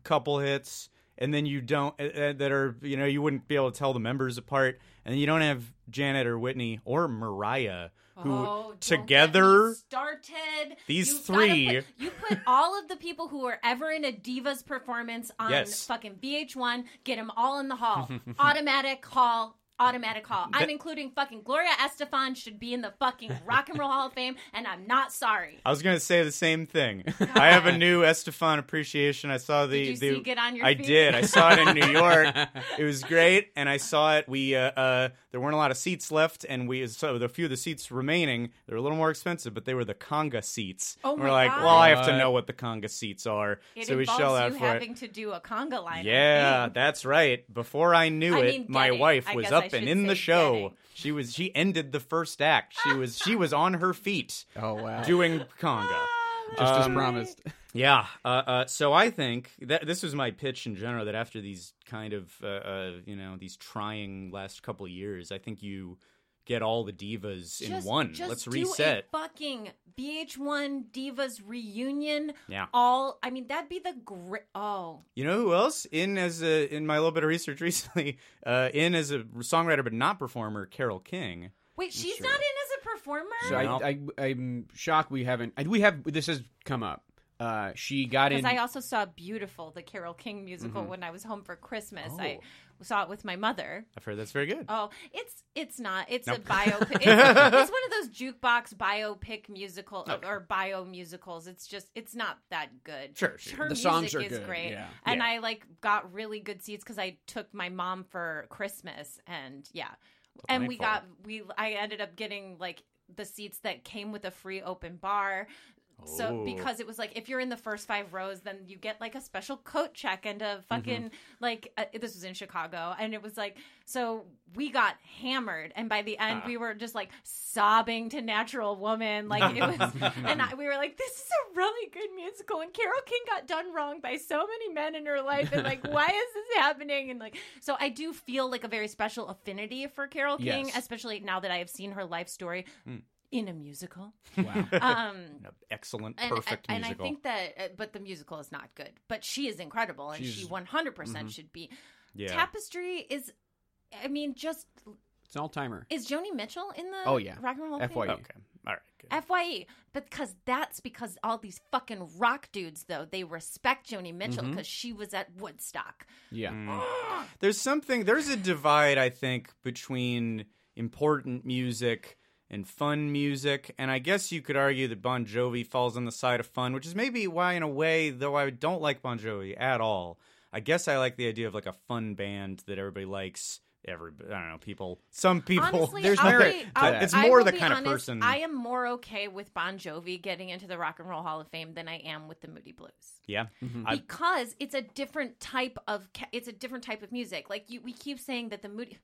Speaker 3: couple hits, and then you don't uh, uh, that are you know you wouldn't be able to tell the members apart, and you don't have Janet or Whitney or Mariah who
Speaker 2: Oh, don't get me
Speaker 3: together.
Speaker 2: started
Speaker 3: These
Speaker 2: You gotta
Speaker 3: three-
Speaker 2: put- you put all of the people who were ever in a divas performance on
Speaker 3: Yes.
Speaker 2: fucking VH1. Get them all in the
Speaker 3: *laughs*
Speaker 2: hall. automatic hall. Automatic hall. I'm
Speaker 3: That-
Speaker 2: including fucking Gloria Estefan should be in the fucking Rock and Roll Hall of Fame, and I'm not sorry.
Speaker 3: I was gonna say the same thing. I
Speaker 2: *laughs*
Speaker 3: have a new Estefan appreciation. I saw the.
Speaker 2: Did you
Speaker 3: the,
Speaker 2: see Get On Your
Speaker 3: I
Speaker 2: Feet?
Speaker 3: did. I saw it in New
Speaker 2: *laughs*
Speaker 3: York. It was great, and I saw it. We uh, uh, there weren't a lot of seats left, and we so the few of the seats remaining they're a little more expensive, but they were the conga seats.
Speaker 2: Oh
Speaker 3: And we're
Speaker 2: my
Speaker 3: like,
Speaker 2: God.
Speaker 3: well, I have to know what the conga seats are,
Speaker 2: It
Speaker 3: so we
Speaker 2: involves
Speaker 3: shell out
Speaker 2: you
Speaker 3: for
Speaker 2: having
Speaker 3: it.
Speaker 2: to do a conga line.
Speaker 3: Yeah, that's right. Before I knew
Speaker 2: I
Speaker 3: it,
Speaker 2: mean,
Speaker 3: my
Speaker 2: getting.
Speaker 3: wife
Speaker 2: I
Speaker 3: was
Speaker 2: guess I
Speaker 3: up
Speaker 2: should
Speaker 3: and in the
Speaker 2: say
Speaker 3: show.
Speaker 2: getting.
Speaker 3: She was she ended the first act. She was she was on her feet
Speaker 1: *laughs* Oh wow. Um,
Speaker 3: doing conga.
Speaker 1: Just as promised.
Speaker 3: Yeah. Uh, uh, so I think that this was my pitch in general that after these kind of, uh, uh, you know, these trying last couple of years, I think you get all the divas in
Speaker 2: Just-
Speaker 3: one.
Speaker 2: just
Speaker 3: Let's
Speaker 2: do a
Speaker 3: reset.
Speaker 2: fucking VH1 Divas reunion.
Speaker 3: Yeah.
Speaker 2: All I mean, that'd be the great. Oh,
Speaker 3: You know who else in as a, in my little bit of research *laughs* recently, uh, in as a songwriter but not performer, Carol King.
Speaker 2: wait, she's not in as a performer.
Speaker 1: So I, I, I'm shocked we haven't. I- We have this has come up. Uh, she got in. Mm-hmm.
Speaker 2: Because I also saw Beautiful, the Carol King musical, when I was home for Christmas. I
Speaker 1: Oh.
Speaker 2: saw it with my mother.
Speaker 3: I've heard that's very good.
Speaker 2: Oh, it's it's not. It's a
Speaker 1: *laughs*
Speaker 2: biopic. It's, it's one of those jukebox biopic musical uh, or bio musicals. It's just it's not that good.
Speaker 3: Sure, sure.
Speaker 2: Her
Speaker 1: The
Speaker 2: music
Speaker 1: songs are
Speaker 2: is
Speaker 1: good,
Speaker 2: great,
Speaker 1: yeah.
Speaker 2: and
Speaker 3: Yeah.
Speaker 2: I like got really good seats because I took my mom for Christmas, and yeah, and we got we I ended up getting like the seats that came with a free open bar. So
Speaker 3: Oh.
Speaker 2: because it was like if you're in the first five rows, then you get like a special coat check and a fucking like uh, this was in Chicago, and it was like so we got hammered, and by the end we were just like sobbing to Natural Woman, like it was, and I, we were like this is a really good musical, and Carol King got done wrong by so many men in her life, and like why is this happening, and like so I do feel like a very special affinity for Carol King,
Speaker 1: Yes. Mm.
Speaker 2: especially now that I have seen her life story in a musical. *laughs*
Speaker 1: wow.
Speaker 2: Um.
Speaker 3: Excellent,
Speaker 2: and,
Speaker 3: perfect
Speaker 2: and
Speaker 3: musical.
Speaker 2: I think that, uh, but the musical is not good. But she is incredible, and she
Speaker 1: She's- mm-hmm.
Speaker 2: 100 percent should be.
Speaker 3: yeah.
Speaker 2: Tapestry is, I mean, just
Speaker 1: It's an all timer.
Speaker 2: is Joni Mitchell in the?
Speaker 1: Oh, yeah.
Speaker 2: Rock and Roll Hall of Fame?
Speaker 1: FYE.
Speaker 3: okay. All right. Good.
Speaker 2: Fye, E. because that's because all these fucking rock dudes though they respect Joni Mitchell
Speaker 1: Mm-hmm.
Speaker 2: because she was at Woodstock.
Speaker 1: Yeah.
Speaker 3: there's something there's a divide i think between important music and fun music and i guess you could argue that bon jovi falls on the side of fun which is maybe why in a way though i don't like bon jovi at all i guess i like the idea of like a fun band that everybody likes every i don't know people some people
Speaker 2: Honestly,
Speaker 1: there's
Speaker 2: I'll
Speaker 1: merit
Speaker 2: be-
Speaker 1: to
Speaker 2: I'll-
Speaker 1: that.
Speaker 3: it's
Speaker 2: I
Speaker 3: more
Speaker 2: will
Speaker 3: the
Speaker 2: be
Speaker 3: kind of
Speaker 2: honest,
Speaker 3: person
Speaker 2: I am more okay with Bon Jovi getting into the Rock and Roll Hall of Fame than I am with the Moody Blues.
Speaker 3: yeah mm-hmm. I,
Speaker 2: because it's a different type of ca- it's a different type of music. Like you, we keep saying that the moody,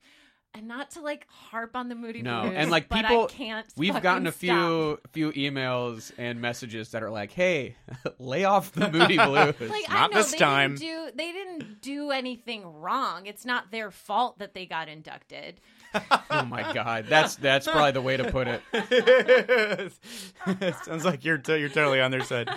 Speaker 2: and not to like harp on the moody.
Speaker 1: No,
Speaker 2: Blues,
Speaker 1: and like
Speaker 2: but
Speaker 1: people,
Speaker 2: I can't.
Speaker 1: we've
Speaker 2: fucking
Speaker 1: gotten a
Speaker 2: stop.
Speaker 1: few few emails and messages that are like, "Hey, *laughs* lay off the moody
Speaker 2: *laughs*
Speaker 1: blues."
Speaker 2: Like
Speaker 3: Not
Speaker 2: I know
Speaker 3: this
Speaker 2: they
Speaker 3: time.
Speaker 2: Didn't do, they didn't do anything wrong. It's not their fault that they got inducted.
Speaker 1: oh my god, that's that's probably the way to put
Speaker 2: *laughs*
Speaker 1: it.
Speaker 3: *laughs* sounds like you're to- you're totally on their side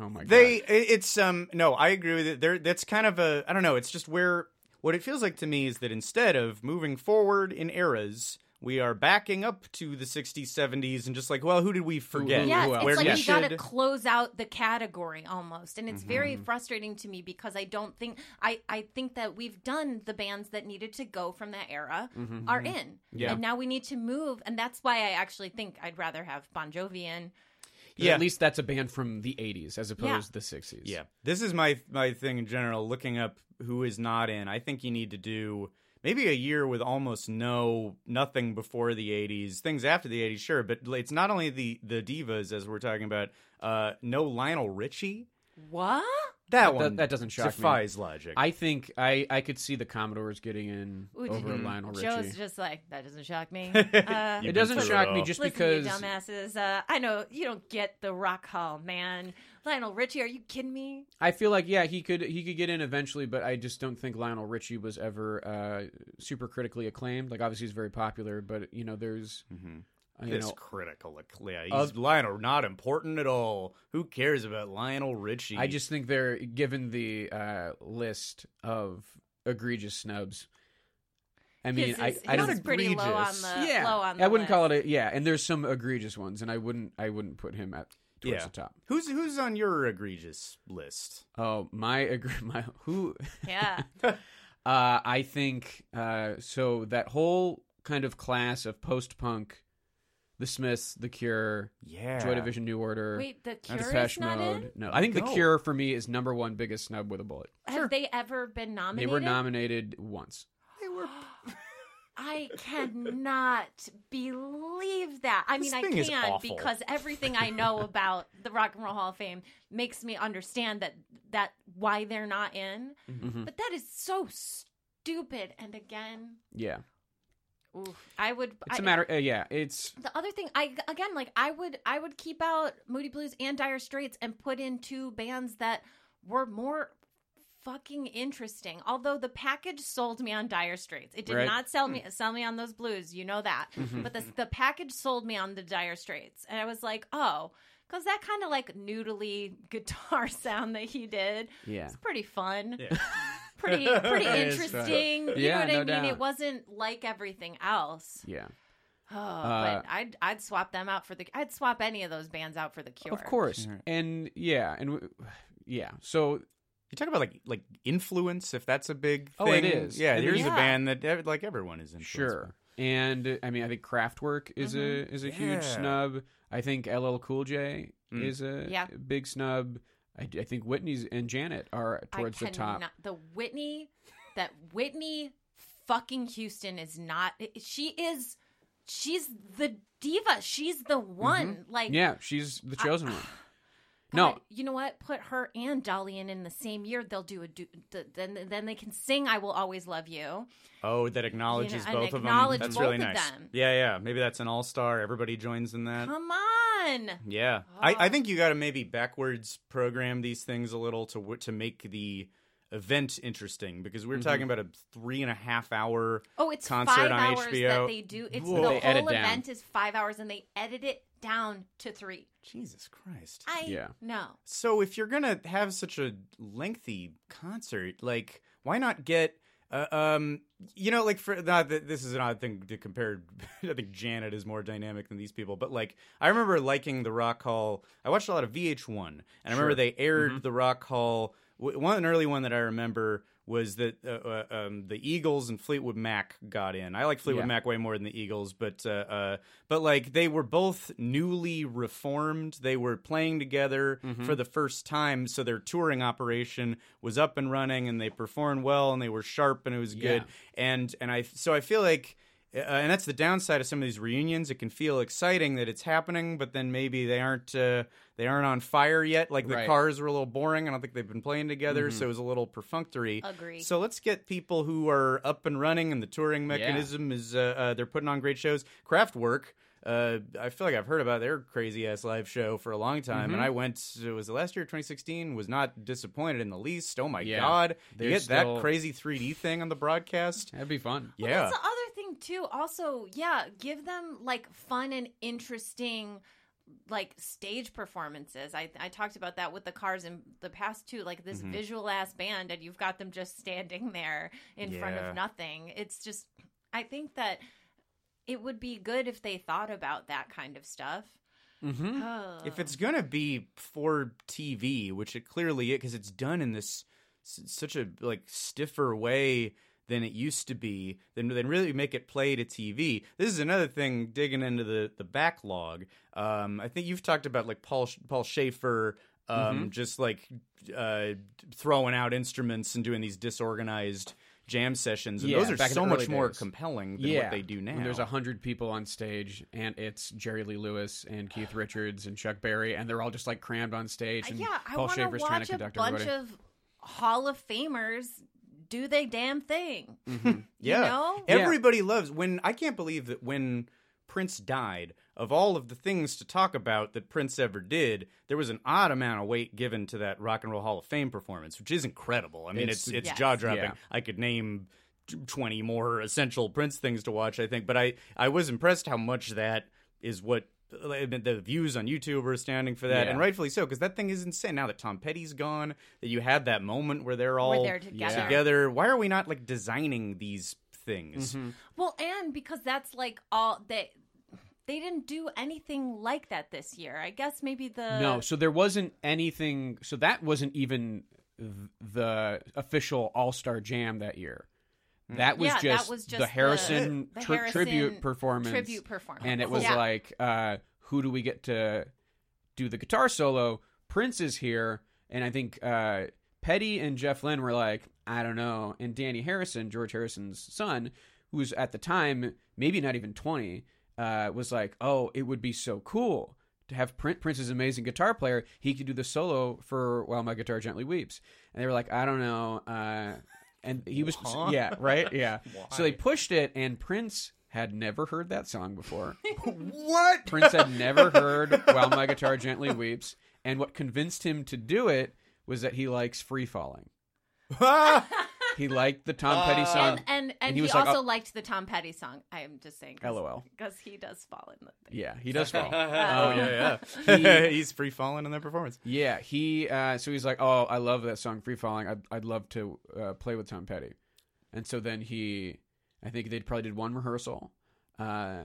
Speaker 1: Oh my god,
Speaker 3: They it- it's um no, I agree with it. There that's kind of a I don't know, it's just where what it feels like to me is that instead of moving forward in eras, we are backing up to the 60s, 70s and just like, well, who did we forget?
Speaker 1: who
Speaker 2: Yes,
Speaker 1: else?
Speaker 2: it's
Speaker 1: Where
Speaker 2: like
Speaker 1: we
Speaker 2: you got to close out the category almost, and it's very
Speaker 1: Mm-hmm.
Speaker 2: frustrating to me because I don't think I I think that we've done the bands that needed to go from that era are in,
Speaker 1: Mm-hmm, Yeah.
Speaker 2: and now we need to move, and that's why I actually think I'd rather have Bon Jovi in.
Speaker 3: yeah.
Speaker 1: at least that's a band from the '80s as opposed to the '60s.
Speaker 3: Yeah. This is my my thing in general, looking up who is not in. I think you need to do maybe a year with almost no nothing before the 80s. Things after the 80s, sure, but it's not only the the divas as we're talking about, uh no Lionel Richie.
Speaker 2: What?
Speaker 3: That,
Speaker 1: that-
Speaker 3: one
Speaker 1: that doesn't shock me.
Speaker 3: defies logic.
Speaker 1: I think I I could see the Commodores getting in
Speaker 2: Ooh,
Speaker 1: over
Speaker 2: did-
Speaker 1: Lionel
Speaker 2: Joe's
Speaker 1: Richie.
Speaker 2: just like that doesn't
Speaker 1: *laughs*
Speaker 2: shock me. Uh,
Speaker 1: It doesn't
Speaker 3: You've been
Speaker 1: shock
Speaker 3: through it
Speaker 1: me
Speaker 3: all.
Speaker 1: just
Speaker 2: Listen,
Speaker 1: because
Speaker 2: you dumbasses. Uh, I know you don't get the rock hall, man. Lionel Richie, are you kidding me?
Speaker 1: I feel like yeah he could he could get in eventually, but I just don't think Lionel Richie was ever uh, super critically acclaimed. Like obviously he's very popular, but you know there's you
Speaker 3: Mm-hmm. It's
Speaker 1: know,
Speaker 3: critical. Like, yeah, he's
Speaker 1: Of-
Speaker 3: Lionel, not important at all. Who cares about Lionel Richie?
Speaker 1: I just think they're given the uh, list of egregious snubs. I mean,
Speaker 2: His
Speaker 1: I,
Speaker 2: is-
Speaker 1: I
Speaker 2: his
Speaker 1: don't
Speaker 2: is pretty low on
Speaker 3: egregious.
Speaker 2: the
Speaker 1: yeah,
Speaker 2: low on the
Speaker 1: I wouldn't
Speaker 2: list.
Speaker 1: call it a yeah. And there's some egregious ones, and I wouldn't I wouldn't put him at towards
Speaker 3: Yeah.
Speaker 1: the top.
Speaker 3: who's who's on your egregious list?
Speaker 1: Oh my, egre- *laughs* my who? *laughs*
Speaker 2: Yeah.
Speaker 1: Uh, I think uh, so. That whole kind of class of post punk, The Smiths, The Cure,
Speaker 3: Yeah,
Speaker 1: Joy Division, New Order,
Speaker 2: Wait, the Cure is
Speaker 1: Depeche
Speaker 2: not
Speaker 1: Mode.
Speaker 2: in.
Speaker 1: No, I think
Speaker 3: No.
Speaker 1: The Cure for me is number one biggest snub with a bullet.
Speaker 2: Have they ever been nominated?
Speaker 1: They were nominated once. *sighs*
Speaker 3: They were.
Speaker 2: I cannot believe that. I
Speaker 3: This
Speaker 2: mean, I
Speaker 3: thing is
Speaker 2: can
Speaker 3: awful.
Speaker 2: because everything I
Speaker 3: *laughs*
Speaker 2: know about the Rock and Roll Hall of Fame makes me understand that that why they're not in.
Speaker 3: Mm-hmm.
Speaker 2: But that is so stupid. And again,
Speaker 1: Yeah,
Speaker 2: oof, I would.
Speaker 1: it's a
Speaker 2: I-
Speaker 1: matter. Uh, yeah, it's
Speaker 2: The other thing, I again, like I would, I would keep out Moody Blues and Dire Straits and put in two bands that were more fucking interesting. Although the package sold me on Dire Straits, it did
Speaker 1: Right. Hmm. Mm-hmm.
Speaker 2: not sell me sell me on those blues. You know that, but the the package sold me on the Dire Straits, and I was like, oh, because that kind of like noodly guitar *laughs* sound that he did,
Speaker 1: Yeah.
Speaker 2: it's pretty fun. *laughs*
Speaker 1: *laughs*
Speaker 2: Pretty, pretty
Speaker 1: is fun.
Speaker 2: interesting. You
Speaker 1: Yeah,
Speaker 2: know what I
Speaker 1: no
Speaker 2: mean?
Speaker 1: doubt.
Speaker 2: It wasn't like everything else.
Speaker 1: yeah.
Speaker 2: Oh,
Speaker 1: Uh,
Speaker 2: but I'd I'd swap them out for the I'd swap any of those bands out for the Cure.
Speaker 1: Of course, and yeah, and w- yeah. So
Speaker 3: You talk about like like influence, if that's a big.
Speaker 1: Oh, it
Speaker 3: thing.
Speaker 1: is.
Speaker 3: Yeah,
Speaker 1: And
Speaker 3: here's
Speaker 2: then-
Speaker 3: a
Speaker 2: Yeah.
Speaker 3: band that ev- like everyone is influenced.
Speaker 1: Sure. And uh, I mean, I think Kraftwerk is
Speaker 2: Mm-hmm.
Speaker 1: a is a huge
Speaker 3: Yeah.
Speaker 1: snub. I think LL Cool J is a
Speaker 2: Yeah.
Speaker 1: big snub. I, I think Whitney's and Janet are
Speaker 2: I
Speaker 1: towards the top.
Speaker 2: cannot- The Whitney, that Whitney fucking Houston is not. She is. She's the diva. She's the one. Like
Speaker 1: Mm-hmm. Yeah, she's the
Speaker 2: *sighs*
Speaker 1: chosen one.
Speaker 2: God,
Speaker 1: No,
Speaker 2: you know what? Put her and Dolly in in the same year. They'll do a do. th- Then then they can sing "I Will Always Love You."
Speaker 3: Oh, that acknowledges
Speaker 2: and
Speaker 3: both of them.
Speaker 2: acknowledge
Speaker 3: That's
Speaker 2: both
Speaker 3: really
Speaker 2: of
Speaker 3: nice.
Speaker 2: them.
Speaker 3: Yeah, yeah. Maybe that's an all star. Everybody joins in that.
Speaker 2: Come on.
Speaker 3: Yeah, I, I think you got to maybe backwards program these things a little to w- to make the event interesting because we're talking about a three and a half hour.
Speaker 2: Oh, it's
Speaker 3: concert
Speaker 2: five
Speaker 3: on
Speaker 2: hours
Speaker 3: HBO.
Speaker 2: that they do. It's
Speaker 3: Whoa.
Speaker 2: the
Speaker 1: They edit
Speaker 2: whole
Speaker 1: down.
Speaker 2: event is five hours, and they edit it down to three.
Speaker 3: Jesus Christ!
Speaker 2: I
Speaker 1: Yeah.
Speaker 2: know.
Speaker 3: So if you're gonna have such a lengthy concert, like why not get, uh, um, you know, like for not that this is an odd thing to compare. *laughs* I think Janet is more dynamic than these people, but like I remember liking the Rock Hall. I watched a lot of VH1, and I remember they aired the Rock Hall. w- One an early one that I remember was that uh, uh, um, the Eagles and Fleetwood Mac got in. I like Fleetwood
Speaker 1: Yeah.
Speaker 3: Mac way more than the Eagles, but uh, uh, but like they were both newly reformed. They were playing together for the first time, so their touring operation was up and running, and they performed well, and they were sharp, and it was good. And and I so I feel like. Uh, and that's the downside of some of these reunions. It can feel exciting that it's happening, but then maybe they aren't uh, they aren't on fire yet. Like the
Speaker 1: Right. Mm-hmm.
Speaker 3: cars were a little boring. I don't think they've been playing together, so it was a little perfunctory.
Speaker 2: Agree.
Speaker 3: So let's get people who are up and running, and the touring mechanism is uh, uh, they're putting on great shows. Kraftwerk. Uh, I feel like I've heard about their crazy ass live show for a long time,
Speaker 1: Mm-hmm.
Speaker 3: and I went. It was the last year, 2016. Was not disappointed in the least. Oh my
Speaker 1: Yeah.
Speaker 3: god! You
Speaker 1: They're
Speaker 3: get
Speaker 1: still-
Speaker 3: that crazy 3D thing on the broadcast.
Speaker 1: that'd be fun.
Speaker 2: Well,
Speaker 3: yeah,
Speaker 2: That's the other thing too. Also, yeah, give them like fun and interesting like stage performances. I I talked about that with the cars in the past too, like this
Speaker 1: Mm-hmm.
Speaker 2: visual ass band and you've got them just standing there in front
Speaker 3: Yeah.
Speaker 2: of nothing. It's just I think that it would be good if they thought about that kind of stuff.
Speaker 1: Mm-hmm.
Speaker 2: Oh.
Speaker 3: if it's gonna be for TV, which it clearly is, because it's done in this s- such a like stiffer way than it used to be, then then really make it play to TV. This is another thing digging into the the backlog. Um, I think you've talked about like Paul Sch- Paul Schaefer. Um,
Speaker 1: Mm-hmm.
Speaker 3: just like uh, throwing out instruments and doing these disorganized jam sessions, and
Speaker 1: Yeah,
Speaker 3: those are
Speaker 1: back in
Speaker 3: so
Speaker 1: the
Speaker 3: much
Speaker 1: early
Speaker 3: more
Speaker 1: days.
Speaker 3: compelling than what they do now.
Speaker 1: When there's a hundred people on stage, and it's Jerry Lee Lewis and
Speaker 3: Ah.
Speaker 1: Keith Richards and Chuck Berry, and they're all just like crammed on stage. And
Speaker 2: Uh, yeah, I
Speaker 1: Paul
Speaker 2: want to
Speaker 1: Schaefer's trying
Speaker 2: watch
Speaker 1: to
Speaker 2: a
Speaker 1: conduct
Speaker 2: bunch
Speaker 1: everybody.
Speaker 2: of Hall of Famers do they damn thing. You
Speaker 3: Yeah.
Speaker 2: know?
Speaker 3: Everybody loves when I can't believe that when Prince died, of all of the things to talk about that Prince ever did, there was an odd amount of weight given to that Rock and Roll Hall of Fame performance, which is incredible. I mean,
Speaker 1: It's-
Speaker 3: it's it's
Speaker 2: Yes.
Speaker 3: jaw dropping.
Speaker 1: Yeah.
Speaker 3: I could name t- 20 more essential Prince things to watch, I think, but I I was impressed how much that is what the views on YouTube are astounding for that,
Speaker 1: Yeah.
Speaker 3: and rightfully so, because that thing is insane. Now that Tom Petty's gone, that you had that moment where they're all
Speaker 2: they're together.
Speaker 3: together. Why are we not like designing these things?
Speaker 1: Mm-hmm.
Speaker 2: Well, and because that's like all they they didn't do anything like that this year. I guess maybe the
Speaker 1: no, so there wasn't anything. So that wasn't even th- the official All Star Jam that year.
Speaker 3: Hmm.
Speaker 1: That was,
Speaker 2: Yeah, that
Speaker 1: just,
Speaker 2: was
Speaker 1: the
Speaker 2: just
Speaker 1: Harrison,
Speaker 2: the- the
Speaker 1: tri-
Speaker 2: Harrison
Speaker 1: tribute performance.
Speaker 2: tribute performance.
Speaker 1: and it was
Speaker 2: Yeah.
Speaker 1: like, uh, who do we get to do the guitar solo? Prince is here, and I think uh, Petty and Jeff Lynne were like, I don't know. And Danny Harrison, George Harrison's son, who's at the time maybe not even twenty, uh, was like, oh, it would be so cool to have Prince. Prince is an amazing guitar player. He could do the solo for while my guitar gently weeps. And they were like, I don't know. Uh, and he was yeah right yeah. So they pushed it, and Prince had never heard that song before.
Speaker 3: *laughs* What?
Speaker 1: *laughs* Prince had never heard While My Guitar Gently Weeps, and what convinced him to do it was that he likes free falling.
Speaker 3: Oh,
Speaker 1: He liked the Tom Petty song.
Speaker 2: and and, and
Speaker 1: he
Speaker 2: he,
Speaker 1: was like,
Speaker 2: also
Speaker 1: oh-
Speaker 2: liked the Tom Petty song. I am just saying,
Speaker 1: LOL.
Speaker 2: because he does fall in the thing.
Speaker 1: yeah, he does fall.
Speaker 3: oh yeah,
Speaker 1: Um,
Speaker 3: *laughs* yeah. He's free falling in that performance.
Speaker 1: yeah, he. Uh, so he's like, "Oh, I love that song, Free Falling. I'd, I'd love to uh, play with Tom Petty." And so then he, I think they probably did one rehearsal, uh,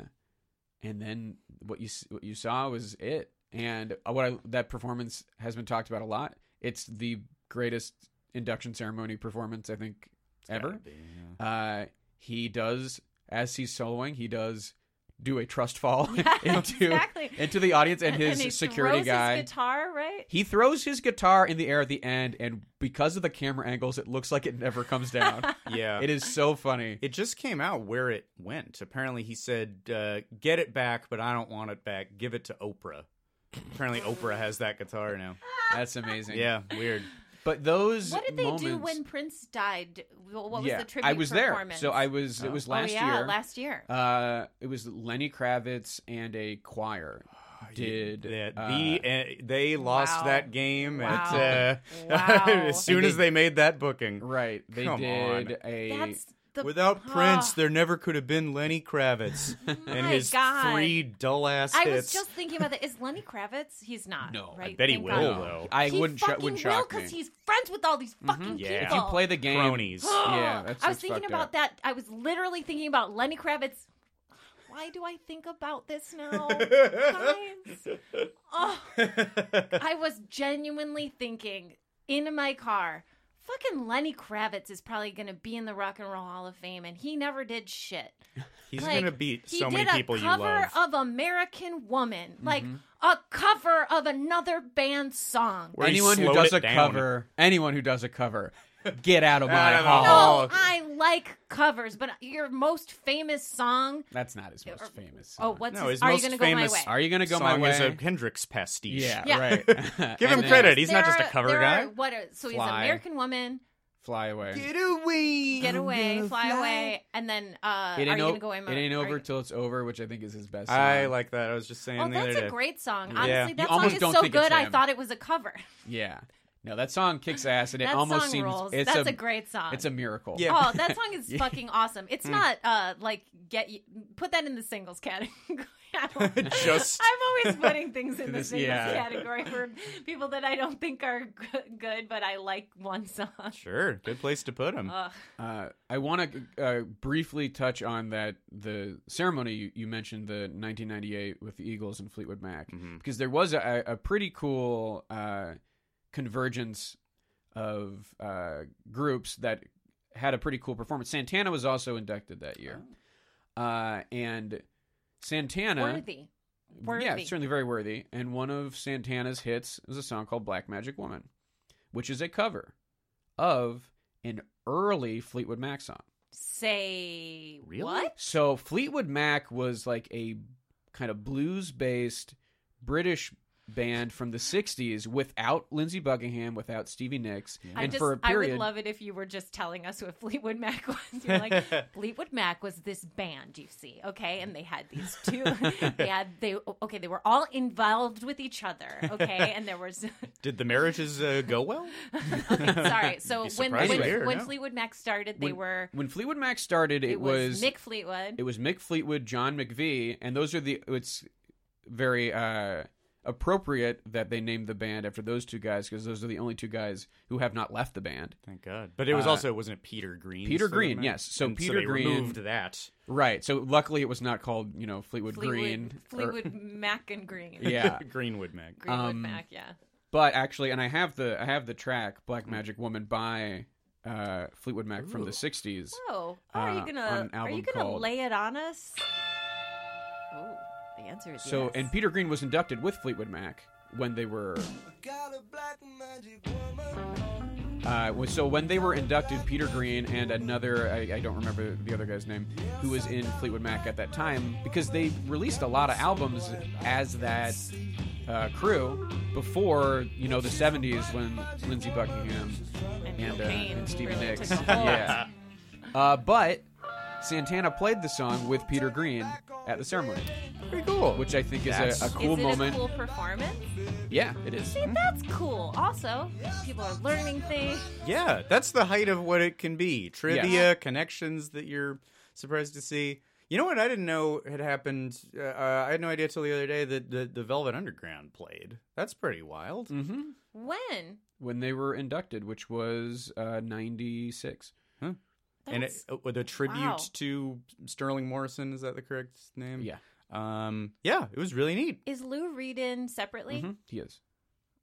Speaker 1: and then what you s- what you saw was it. And uh, what I, that performance has been talked about a lot. It's the greatest induction ceremony performance I think ever. Uh, he does as he's soloing, he does do a trust
Speaker 2: *laughs*
Speaker 1: fall *laughs* into
Speaker 2: exactly.
Speaker 1: into the audience and, his
Speaker 2: *laughs* and he
Speaker 1: security
Speaker 2: throws
Speaker 1: guy.
Speaker 2: his guitar, right?
Speaker 1: He throws his guitar in the air at the end, and because of the camera angles, it looks like it never comes down.
Speaker 3: *laughs* Yeah,
Speaker 1: it is so funny.
Speaker 3: It just came out where it went. Apparently, he said, uh, "Get it back, but I don't want it back. Give it to Oprah." Apparently, Oprah has that guitar now.
Speaker 1: That's amazing.
Speaker 3: Yeah, weird.
Speaker 1: But those.
Speaker 2: What did they do
Speaker 1: moments-
Speaker 2: when Prince died? What was
Speaker 1: yeah,
Speaker 2: the tribute
Speaker 1: I was there.
Speaker 2: performance?
Speaker 1: So I was. It was last
Speaker 2: oh, yeah,
Speaker 1: year.
Speaker 2: last year.
Speaker 1: Uh, it was Lenny Kravitz and a choir did
Speaker 3: The,
Speaker 1: Oh, uh,
Speaker 3: the, uh, they lost
Speaker 2: wow.
Speaker 3: that game
Speaker 2: Wow.
Speaker 3: at, uh, *laughs*
Speaker 2: Wow.
Speaker 3: as soon
Speaker 1: And
Speaker 3: as they made that booking.
Speaker 1: right. They
Speaker 3: Come
Speaker 1: did
Speaker 3: on.
Speaker 1: a.
Speaker 2: That's the
Speaker 3: Without
Speaker 2: Ah.
Speaker 3: Prince, there never could have been Lenny
Speaker 2: *laughs*
Speaker 3: Kravitz and
Speaker 2: My
Speaker 3: his
Speaker 2: God.
Speaker 3: three dull ass
Speaker 2: I was
Speaker 3: hits.
Speaker 2: just thinking about that. Is Lenny Kravitz? He's not.
Speaker 1: No, I
Speaker 2: right?
Speaker 3: bet he
Speaker 2: Thank
Speaker 3: will,
Speaker 2: God.
Speaker 3: though.
Speaker 1: Oh, I
Speaker 2: he
Speaker 1: wouldn't. Sh-
Speaker 2: fucking
Speaker 1: wouldn't
Speaker 2: will
Speaker 1: shock me. Mm-hmm.
Speaker 2: because he's friends with all these fucking
Speaker 3: Yeah. If
Speaker 2: people.
Speaker 3: you
Speaker 1: Play the game.
Speaker 2: *gasps*
Speaker 3: cronies.
Speaker 1: Yeah, that's
Speaker 2: I was
Speaker 1: what's
Speaker 2: thinking
Speaker 1: fucked
Speaker 2: about
Speaker 1: up.
Speaker 2: that. I was literally thinking about Lenny Kravitz. Why do I think about this
Speaker 3: *laughs*
Speaker 2: now, guys? Oh, I was genuinely thinking in my car. Fucking Lenny Kravitz is probably going to be in the Rock and Roll Hall of Fame, and he never did shit.
Speaker 3: He's
Speaker 2: Like,
Speaker 3: gonna beat
Speaker 2: he
Speaker 3: so
Speaker 2: did
Speaker 3: many
Speaker 2: a
Speaker 3: people you
Speaker 2: cover
Speaker 3: love.
Speaker 2: of
Speaker 3: Mm-hmm.
Speaker 2: American Woman, like a cover of another band's song.
Speaker 3: Where he
Speaker 1: anyone who
Speaker 3: slowed
Speaker 1: does
Speaker 3: it
Speaker 1: a
Speaker 3: down.
Speaker 1: cover, anyone who does a cover, get out of my
Speaker 3: Out of the
Speaker 1: hall.
Speaker 3: hall.
Speaker 2: No, Oh, I like covers, but your most famous song.
Speaker 1: That's not his most famous.
Speaker 2: Oh,
Speaker 1: Song.
Speaker 2: what's
Speaker 3: No,
Speaker 2: his,
Speaker 3: his
Speaker 2: Are You
Speaker 3: most
Speaker 2: Gonna Go My
Speaker 3: famous-
Speaker 2: Way?
Speaker 1: Are you gonna go my
Speaker 3: Song
Speaker 1: way?
Speaker 3: is a Hendrix pastiche.
Speaker 1: yeah,
Speaker 3: *laughs*
Speaker 2: Yeah.
Speaker 1: right.
Speaker 3: Give
Speaker 1: And
Speaker 3: him
Speaker 1: then
Speaker 3: credit. He's not
Speaker 2: There
Speaker 3: just a
Speaker 2: are-
Speaker 3: cover
Speaker 2: there
Speaker 3: guy.
Speaker 2: Are, what are, so he's an
Speaker 1: Fly.
Speaker 2: American Woman.
Speaker 1: Fly away.
Speaker 3: away.
Speaker 2: Get away, fly, away, and then uh,
Speaker 1: It
Speaker 2: are
Speaker 1: ain't,
Speaker 2: you
Speaker 1: o-
Speaker 2: gonna go in my
Speaker 1: it ain't
Speaker 2: Are
Speaker 1: over
Speaker 2: You-
Speaker 1: till it's over, which I think is his best.
Speaker 3: I
Speaker 1: song.
Speaker 3: like that. I was just saying
Speaker 2: Oh,
Speaker 3: the
Speaker 2: that's
Speaker 3: other
Speaker 2: a
Speaker 3: day.
Speaker 2: great *laughs* song.
Speaker 3: Yeah.
Speaker 2: Honestly,
Speaker 3: You
Speaker 2: that song
Speaker 1: almost
Speaker 2: is
Speaker 1: don't
Speaker 2: so
Speaker 1: think it's
Speaker 2: good. I
Speaker 1: him.
Speaker 2: thought it was a cover.
Speaker 1: Yeah. No, that song kicks ass, and it
Speaker 2: That
Speaker 1: almost
Speaker 2: song
Speaker 1: seems
Speaker 2: rules.
Speaker 1: it's
Speaker 2: That's a great song.
Speaker 1: It's a *laughs* Hmm. miracle.
Speaker 3: Yeah.
Speaker 2: Oh, that song is fucking awesome. It's not uh like get you put that in the singles category. *laughs*
Speaker 1: *laughs*
Speaker 2: I don't-
Speaker 3: Just-
Speaker 2: I'm always putting things in the
Speaker 1: This-
Speaker 2: singles
Speaker 1: yeah.
Speaker 2: category for people that I don't think are g- good, but I like one song.
Speaker 3: Sure, good place to put him.
Speaker 1: Uh, I want to uh, briefly touch on that the ceremony you, you mentioned, the 1998 with the Eagles and Fleetwood Mac,
Speaker 3: Mm-hmm.
Speaker 1: because there was a, a pretty cool uh, convergence of uh, groups that had a pretty cool performance. Santana was also inducted that year, uh, and Santana
Speaker 2: Oh. Worthy. Worthy.
Speaker 1: yeah, certainly very worthy. And one of Santana's hits is a song called Black Magic Woman, which is a cover of an early Fleetwood Mac song.
Speaker 2: Say what?
Speaker 1: So Fleetwood Mac was like a kind of blues based British band from the 60s without Lindsey Buckingham, without Stevie Nicks.
Speaker 2: I
Speaker 1: And
Speaker 2: just
Speaker 1: for a
Speaker 2: I
Speaker 1: period,
Speaker 2: would love it if you were just telling us what *laughs* Fleetwood Mac was.
Speaker 1: *laughs*
Speaker 2: You're like Fleetwood Mac was this band, you see, okay? And they had
Speaker 1: *laughs*
Speaker 2: these two. they had they okay. They were all involved with each other, okay? And
Speaker 1: *laughs*
Speaker 2: there was *laughs*
Speaker 3: Did the marriages uh, go well?
Speaker 2: okay, sorry. So when
Speaker 3: surprised
Speaker 2: when,
Speaker 1: to
Speaker 3: hear,
Speaker 2: when
Speaker 3: no.
Speaker 2: Fleetwood Mac started, they
Speaker 1: when,
Speaker 2: were
Speaker 1: when Fleetwood Mac started, it,
Speaker 2: it was,
Speaker 1: was
Speaker 2: Nick Fleetwood.
Speaker 1: It was Mick Fleetwood, John McVie, and those are the it's very uh, appropriate that they named the band after those two guys because those are the only two guys who have not left the band.
Speaker 3: Thank God. But it was also wasn't it Peter Green?
Speaker 1: Uh, Peter Green, yes. So Peter
Speaker 3: they
Speaker 1: Green-
Speaker 3: removed that.
Speaker 1: Right. So luckily, it was not called you know Fleetwood,
Speaker 2: Fleetwood,
Speaker 1: Green. or-
Speaker 2: Fleetwood Mac and Green.
Speaker 1: *laughs* yeah.
Speaker 3: *laughs* Greenwood Mac.
Speaker 2: Greenwood
Speaker 1: Um,
Speaker 2: Mac, yeah.
Speaker 1: but actually, and I have the I have the track
Speaker 2: Mm.
Speaker 1: "Black Magic Woman" by uh, Fleetwood Mac from the '60s.
Speaker 2: Oh, are
Speaker 1: uh,
Speaker 2: you
Speaker 1: on
Speaker 2: gonna
Speaker 1: an
Speaker 2: are you
Speaker 1: album
Speaker 2: gonna
Speaker 1: called-
Speaker 2: lay it on us? Oh, the answer is
Speaker 1: So
Speaker 2: yes.
Speaker 1: and Peter Green was inducted with Fleetwood Mac when they were. Uh, was- so when they were inducted, Peter Green and another I, I don't remember the other guy's name who was in Fleetwood Mac at that time because they released a lot of albums as that uh, crew before you know the 70s when Lindsey Buckingham
Speaker 2: and,
Speaker 1: and, uh,
Speaker 2: cocaine
Speaker 1: and Stevie
Speaker 2: really
Speaker 1: Nicks
Speaker 2: took a hold.
Speaker 1: yeah uh, but Santana played the song with Peter Green at the ceremony
Speaker 3: Pretty cool.
Speaker 1: which I think is
Speaker 3: That's-
Speaker 1: a, a cool
Speaker 2: is it
Speaker 1: moment
Speaker 2: a cool performance?
Speaker 1: yeah, it is.
Speaker 2: See, that's cool. Also, people are learning things.
Speaker 3: Yeah, that's the height of what it can be. Trivia,
Speaker 1: Yes.
Speaker 3: connections that you're surprised to see. You know what I didn't know had happened? Uh, I had no idea till the other day that the, the Velvet Underground played. That's pretty wild.
Speaker 1: Mm.
Speaker 2: When?
Speaker 1: Mm-hmm. When they were inducted, which was uh, 96.
Speaker 3: And it,
Speaker 2: That's-
Speaker 3: uh, with a tribute
Speaker 2: wow.
Speaker 3: to Sterling Morrison, is that the correct name?
Speaker 1: Yeah,
Speaker 3: Um, yeah, it was really neat.
Speaker 2: Is Lou Reed in separately?
Speaker 1: Mhm. he is.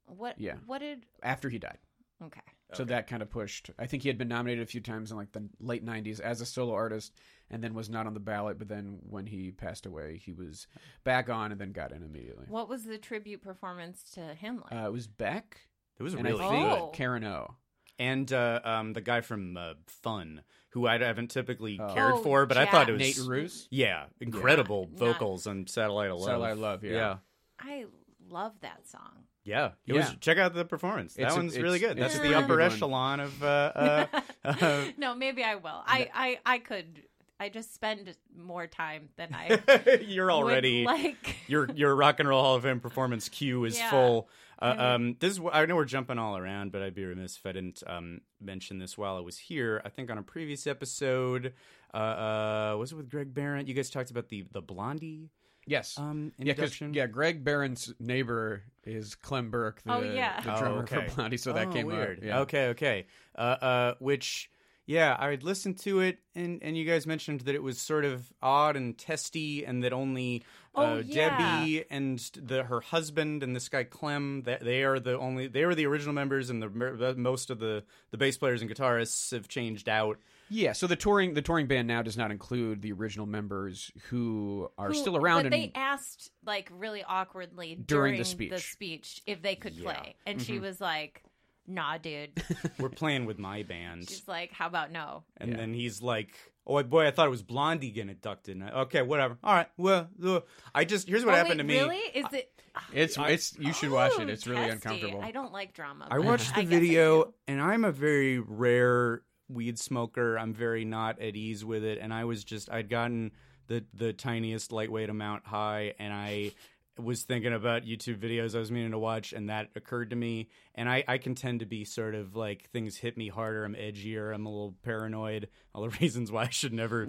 Speaker 2: What?
Speaker 1: Mm-hmm. Yeah.
Speaker 2: What did?
Speaker 1: After he died.
Speaker 2: Okay.
Speaker 1: So that kind of pushed. I think he had been nominated a few times in like the late 90s as a solo artist and then was not on the ballot. But then when he passed away, he was back on and then got in immediately.
Speaker 2: What was the tribute performance to him like?
Speaker 1: Uh, it was Beck
Speaker 3: It was
Speaker 1: and
Speaker 3: really
Speaker 1: I think
Speaker 3: good.
Speaker 2: Oh.
Speaker 1: Karen O.
Speaker 3: And uh, um, the guy from uh, Fun, who I haven't typically
Speaker 1: Oh.
Speaker 3: cared
Speaker 2: Oh,
Speaker 3: for, but I thought
Speaker 2: Jack.
Speaker 3: it was
Speaker 1: Nate Roos.
Speaker 3: Yeah, incredible
Speaker 2: Not-
Speaker 3: vocals on Satellite of Love.
Speaker 1: Satellite of Love, yeah.
Speaker 3: yeah.
Speaker 2: I love
Speaker 1: *laughs*
Speaker 2: that song.
Speaker 3: Yeah, it
Speaker 1: Yeah.
Speaker 3: was. Check out the performance. That
Speaker 1: It's a-
Speaker 3: one's really
Speaker 1: it's-
Speaker 3: good.
Speaker 1: it's
Speaker 3: That's
Speaker 2: a
Speaker 3: the
Speaker 2: really
Speaker 3: upper
Speaker 1: good one.
Speaker 3: echelon of. Uh, uh, uh,
Speaker 2: *laughs* no, maybe I will. I, I, I could. I just spend more time than
Speaker 1: *laughs*
Speaker 2: I
Speaker 3: *laughs* you're already
Speaker 2: would like.
Speaker 3: your your rock and roll Hall of Fame performance queue is
Speaker 2: Yeah.
Speaker 3: full. Uh, um, this is wh- I know we're jumping all around, but I'd be remiss if I didn't um, mention this while I was here. I think on a previous episode, uh, uh, was it with Greg Barrett? You guys talked about the the Blondie.
Speaker 1: Yes.
Speaker 3: Um,
Speaker 1: yeah, 'cause-
Speaker 3: induction?
Speaker 1: yeah, Greg Barron's neighbor is Clem Burke, the,
Speaker 2: Oh, yeah.
Speaker 1: the
Speaker 3: Oh,
Speaker 1: drummer
Speaker 3: okay.
Speaker 1: for Blondie. So that
Speaker 3: Oh,
Speaker 1: came up.
Speaker 3: weird.
Speaker 1: Yeah.
Speaker 3: Okay, okay. Uh, uh, which, yeah, I had listened to it, and and you guys mentioned that it was sort of odd and testy, and that only
Speaker 2: Oh,
Speaker 3: uh,
Speaker 2: yeah.
Speaker 3: Debbie and the her husband and this guy Clem that they are the only they were the original members, and the, mer- the most of the the bass players and guitarists have changed
Speaker 1: *laughs*
Speaker 3: out.
Speaker 1: Yeah, so the touring the touring band now does not include the original members who are
Speaker 2: who-
Speaker 1: still around
Speaker 2: But
Speaker 1: and
Speaker 2: they asked like really awkwardly
Speaker 1: During
Speaker 2: during,
Speaker 1: the
Speaker 2: the
Speaker 1: speech. Mm-hmm.
Speaker 2: speech if they could play, and she was like, "Nah, dude."
Speaker 1: *laughs*
Speaker 3: We're playing with my band,
Speaker 2: She's like, "How about no?"
Speaker 3: and then he's like. Oh boy, I thought it was Blondie getting abducted. And I- Okay, whatever. All right. Well, uh, I just here's what
Speaker 2: Oh,
Speaker 3: happened
Speaker 2: wait,
Speaker 3: to me.
Speaker 2: Really? Is it?
Speaker 1: *sighs* it's it's you should watch it.
Speaker 2: Ooh,
Speaker 1: It's really
Speaker 2: Oh, testy.
Speaker 1: uncomfortable.
Speaker 2: I don't like drama.
Speaker 3: I
Speaker 2: but
Speaker 3: watched
Speaker 2: I *laughs*
Speaker 3: the
Speaker 2: guess
Speaker 1: *laughs*
Speaker 2: I do.
Speaker 3: video, and I'm a very rare weed smoker. I'm very not at ease with it, and I was just I'd gotten the the tiniest lightweight amount high, and I was thinking about YouTube videos I was meaning to watch, and that occurred to me. And I I can tend to be sort of like things hit me harder. I'm edgier. I'm a little paranoid. All the *laughs* reasons why I should never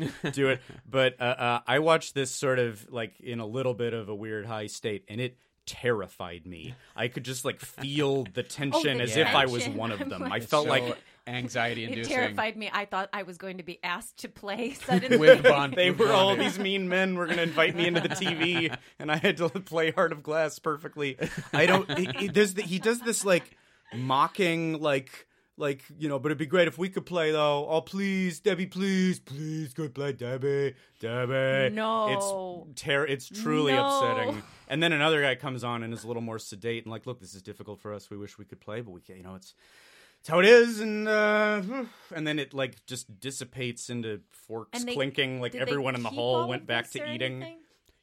Speaker 2: *laughs*
Speaker 3: do it. But uh, uh, I watched this sort of like in a little bit of a weird high state, and it terrified me. I could just like feel
Speaker 2: *laughs*
Speaker 3: the tension
Speaker 2: Oh, the
Speaker 3: as if I was
Speaker 2: tension.
Speaker 3: one of them. I
Speaker 1: It's
Speaker 3: felt
Speaker 1: so
Speaker 3: like
Speaker 1: anxiety
Speaker 2: *laughs* It
Speaker 1: inducing.
Speaker 2: terrified me. I thought I was going to be asked to
Speaker 1: *laughs*
Speaker 2: play suddenly.
Speaker 1: With
Speaker 3: *laughs*
Speaker 1: Bond,
Speaker 3: they
Speaker 1: with
Speaker 3: were all
Speaker 1: Blondie.
Speaker 3: these mean men were going to invite me into the
Speaker 1: *laughs*
Speaker 3: TV, and I had to play Heart of Glass perfectly. I don't. It, it- there's the, he does this like mocking like. Like you know, but it'd be great if we could play though. Oh please, Debbie, please, please, could play Debbie, Debbie.
Speaker 2: No.
Speaker 3: it's ter- It's truly
Speaker 2: No.
Speaker 3: upsetting. And then another guy comes on and is a little more sedate and like, look, this is difficult for us. We wish we could play, but we can't. You know, it's it's how it is, and uh, and then it like just dissipates into forks
Speaker 2: And they-
Speaker 3: clinking. Like
Speaker 2: did they
Speaker 3: everyone in the
Speaker 2: keep
Speaker 3: hall
Speaker 2: all
Speaker 3: went
Speaker 2: of
Speaker 3: back
Speaker 2: this
Speaker 3: to
Speaker 2: or
Speaker 3: eating.
Speaker 2: anything?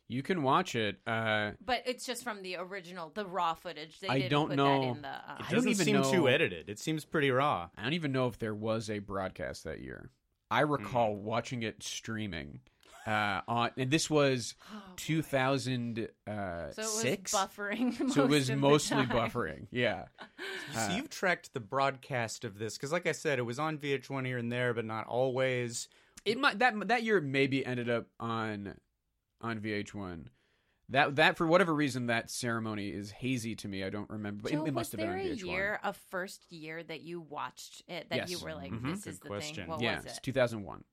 Speaker 1: You can watch it. Uh,
Speaker 2: But it's just from the original, the raw footage. They
Speaker 1: I
Speaker 2: didn't
Speaker 1: don't
Speaker 2: put
Speaker 1: know.
Speaker 2: That in the, uh,
Speaker 3: It
Speaker 1: I don't
Speaker 3: doesn't
Speaker 1: even
Speaker 3: seem
Speaker 1: know-
Speaker 3: too edited. It seems pretty raw.
Speaker 1: I don't even know if there was a broadcast that year. I recall
Speaker 2: Mm.
Speaker 1: watching it streaming. Uh, on and this
Speaker 2: *gasps*
Speaker 1: was 2006.
Speaker 2: Oh, so it was buffering. *laughs* Most
Speaker 1: So it was
Speaker 2: of the
Speaker 1: mostly
Speaker 2: time.
Speaker 1: buffering.
Speaker 2: *laughs*
Speaker 1: Yeah.
Speaker 3: so you've tracked the broadcast of this because, like I said, it was on VH1 here and there, but not always.
Speaker 1: It might that that year maybe ended up on on VH1. That that for whatever reason that ceremony is hazy to me. I don't remember. But it-
Speaker 2: Joe,
Speaker 1: it, must have
Speaker 2: was
Speaker 1: been
Speaker 2: there
Speaker 1: on
Speaker 2: a
Speaker 1: VH1.
Speaker 2: year, a first year that you watched it that you
Speaker 1: Yes.
Speaker 2: were like,
Speaker 1: Mhm.
Speaker 2: "This
Speaker 3: Good
Speaker 2: is the
Speaker 3: question.
Speaker 2: thing." What
Speaker 1: yeah,
Speaker 2: was
Speaker 1: it's
Speaker 2: it?
Speaker 1: 2001,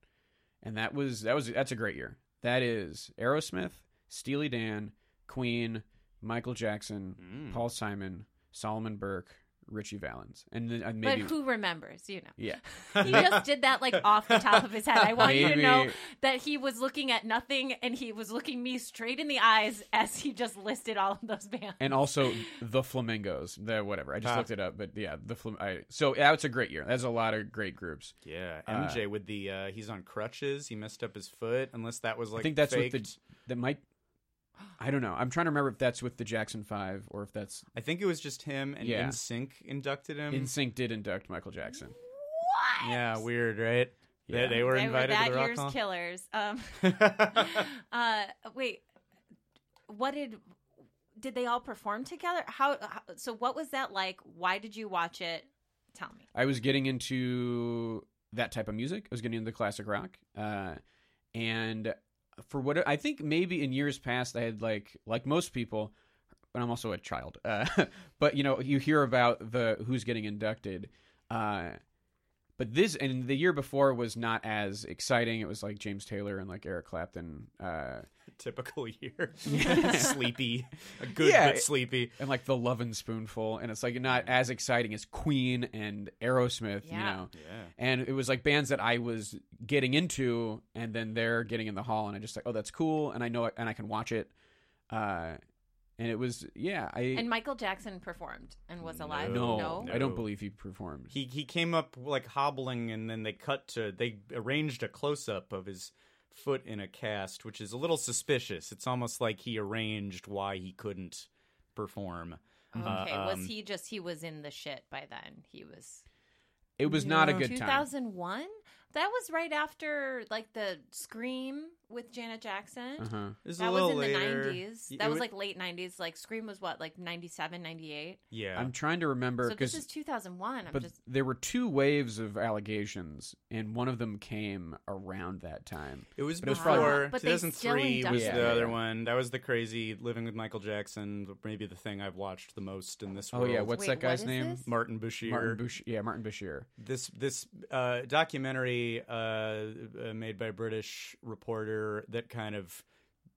Speaker 1: and that was that was that's a great year. That is Aerosmith, Steely Dan, Queen, Michael Jackson, Paul Simon, Solomon Burke, Richie Valens, and then uh, maybe
Speaker 2: But who remembers? You know.
Speaker 1: yeah.
Speaker 2: he just did
Speaker 1: *laughs*
Speaker 2: that like off the top of his head. I want you to know
Speaker 1: Maybe-
Speaker 2: that he was looking at nothing and he was looking me straight in the eyes as he just listed all of those bands.
Speaker 1: and also the flamingos the whatever i just looked it up but yeah the flam- I, so yeah, it's a great year that's a lot of great groups
Speaker 3: Yeah, MJ with the uh, he's on crutches. He messed up his foot. Unless that was like
Speaker 1: i think that's
Speaker 3: faked.
Speaker 1: with the that might i don't know i'm trying to remember if that's with the jackson five or if that's
Speaker 3: I think it was just him and
Speaker 1: Yeah.
Speaker 3: NSYNC inducted him.
Speaker 1: insync did induct michael jackson
Speaker 3: Yeah, weird, right? They-
Speaker 1: Yeah.
Speaker 3: They, were
Speaker 2: They were
Speaker 3: invited
Speaker 2: that
Speaker 3: to the rock
Speaker 2: year's
Speaker 3: hall.
Speaker 2: killers.
Speaker 3: *laughs*
Speaker 2: Um, *laughs* uh, wait, what did did they all perform together? How, how? So what was that like? Why did you watch it? Tell me.
Speaker 1: i was getting into that type of music i was getting into classic rock uh, and for what i think maybe in years past i had like like most people but i'm also a child uh, *laughs* but you know you hear about the who's getting inducted uh, but this and the year before was not as exciting. It was like James Taylor and like Eric Clapton, uh,
Speaker 3: Typical *laughs* year. sleepy. A good
Speaker 1: Yeah,
Speaker 3: bit
Speaker 1: it-
Speaker 3: sleepy.
Speaker 1: and like the Love and Spoonful, and it's like not as exciting as Queen and Aerosmith, you
Speaker 2: Yeah.
Speaker 1: know.
Speaker 3: Yeah.
Speaker 1: And it was like bands that I was getting into, and then they're getting in the hall, and I just like, oh, that's cool, and I know, it, and I can watch it. Uh, and it was, yeah, I
Speaker 2: And Michael Jackson performed and was alive.
Speaker 1: no,
Speaker 2: no.
Speaker 1: I
Speaker 3: No.
Speaker 1: don't believe he performed.
Speaker 3: He he came up like hobbling, and then they cut to they arranged a close up of his foot in a cast, which is a little suspicious. It's almost like he arranged why he couldn't perform. Uh,
Speaker 2: Okay, was
Speaker 3: um,
Speaker 2: he just he was in the shit by then? He was
Speaker 1: it was not a good time.
Speaker 2: 2001? That was right after like the Scream with Janet Jackson.
Speaker 1: Uh-huh.
Speaker 3: It was a
Speaker 2: That was
Speaker 3: little
Speaker 2: in
Speaker 3: later.
Speaker 2: the 90s.
Speaker 3: Y-
Speaker 2: That
Speaker 3: it
Speaker 2: was
Speaker 3: wa-
Speaker 2: like late 90s. Like Scream was what like 97, 98.
Speaker 3: yeah.
Speaker 1: I'm trying to remember
Speaker 2: So this
Speaker 1: because
Speaker 2: is 2001. I'm
Speaker 1: but
Speaker 2: just
Speaker 1: there were two waves of allegations, and one of them came around that time.
Speaker 3: It was
Speaker 1: But it was
Speaker 3: before
Speaker 1: probably-
Speaker 2: Wow. But they still
Speaker 3: 2003 was
Speaker 1: inducted
Speaker 3: the
Speaker 1: him.
Speaker 3: other
Speaker 1: Yeah.
Speaker 3: one. That was the crazy living with Michael Jackson, maybe the thing I've watched the most in this
Speaker 1: Oh
Speaker 3: world.
Speaker 1: yeah, what's
Speaker 2: Wait,
Speaker 1: that
Speaker 2: what
Speaker 1: guy's
Speaker 2: is
Speaker 1: name?
Speaker 2: this?
Speaker 3: Martin Bashir?
Speaker 1: Martin Bashir. Yeah, Martin Bashir.
Speaker 3: this this uh, documentary uh, uh, made by a British reporter that kind of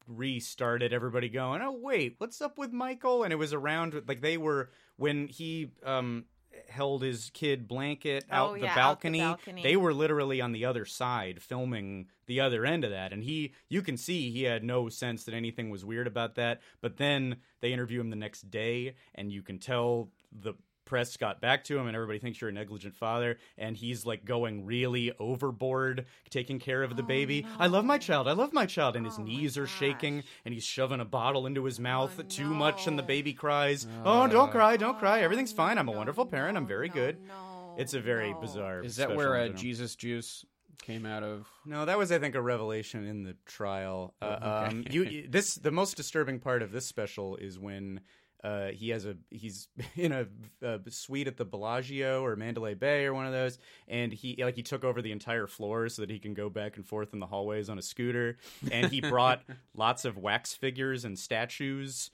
Speaker 3: restarted everybody going, oh wait, what's up with Michael? And it was around like they were when he um, held his kid blanket out,
Speaker 2: Oh,
Speaker 3: the
Speaker 2: yeah, out the
Speaker 3: balcony,
Speaker 2: balcony.
Speaker 3: They were literally on the other side filming the other end of that, and he you can see he had no sense that anything was weird about that. But then they interview him the next day, and you can tell the press got back to him and everybody thinks you're a negligent father and he's like going really overboard taking care
Speaker 2: Oh,
Speaker 3: of the baby i love my child i love my child and his knees are shaking and he's shoving a bottle into
Speaker 2: Oh,
Speaker 3: his mouth too much and the baby
Speaker 1: Uh,
Speaker 3: cries oh don't cry don't cry everything's fine i'm a wonderful parent i'm very good
Speaker 2: no,
Speaker 3: it's a very
Speaker 2: no.
Speaker 3: bizarre
Speaker 1: Is that
Speaker 3: special
Speaker 1: where
Speaker 3: in
Speaker 1: uh,
Speaker 3: general.
Speaker 1: Jesus Juice came out of?
Speaker 3: No, that was, I think, a revelation in the trial. Uh, um, you, you- this the most disturbing part of this special is when uh, he has a he's *laughs* in a, uh suite at the Bellagio or Mandalay Bay or one of those, and he like he took over the entire floor so that he can go back and forth in the hallways on a scooter, and he brought lots of wax figures and statues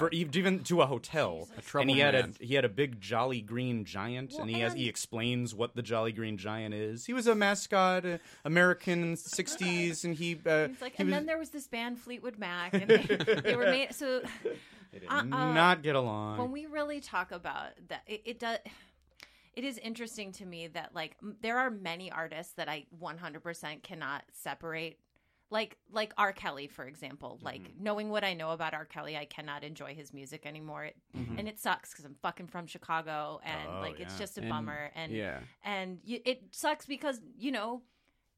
Speaker 3: for ev- even to a hotel. and he
Speaker 1: trouble
Speaker 3: had
Speaker 1: man.
Speaker 3: a he had a big jolly green giant, and he has he explains what the jolly green giant is. He was a mascot, uh, American in the '60s, and he uh,
Speaker 2: It's like,
Speaker 3: he
Speaker 2: and
Speaker 3: was,
Speaker 2: then there was this band
Speaker 1: *laughs*
Speaker 2: Fleetwood Mac, and they, they were made
Speaker 3: *laughs*
Speaker 2: so. uh, uh,
Speaker 3: not get along.
Speaker 2: when we really talk about that it, it does *sighs* it is interesting to me that like m- there are many artists that i 100% cannot separate like like r kelly for example
Speaker 1: Mm-hmm.
Speaker 2: like knowing what i know about r kelly i cannot enjoy his music anymore it,
Speaker 1: Mm-hmm.
Speaker 2: and it sucks because i'm fucking from chicago and
Speaker 3: Oh,
Speaker 2: like it's
Speaker 3: yeah.
Speaker 2: just a bummer and
Speaker 1: yeah.
Speaker 2: and you, it sucks because you know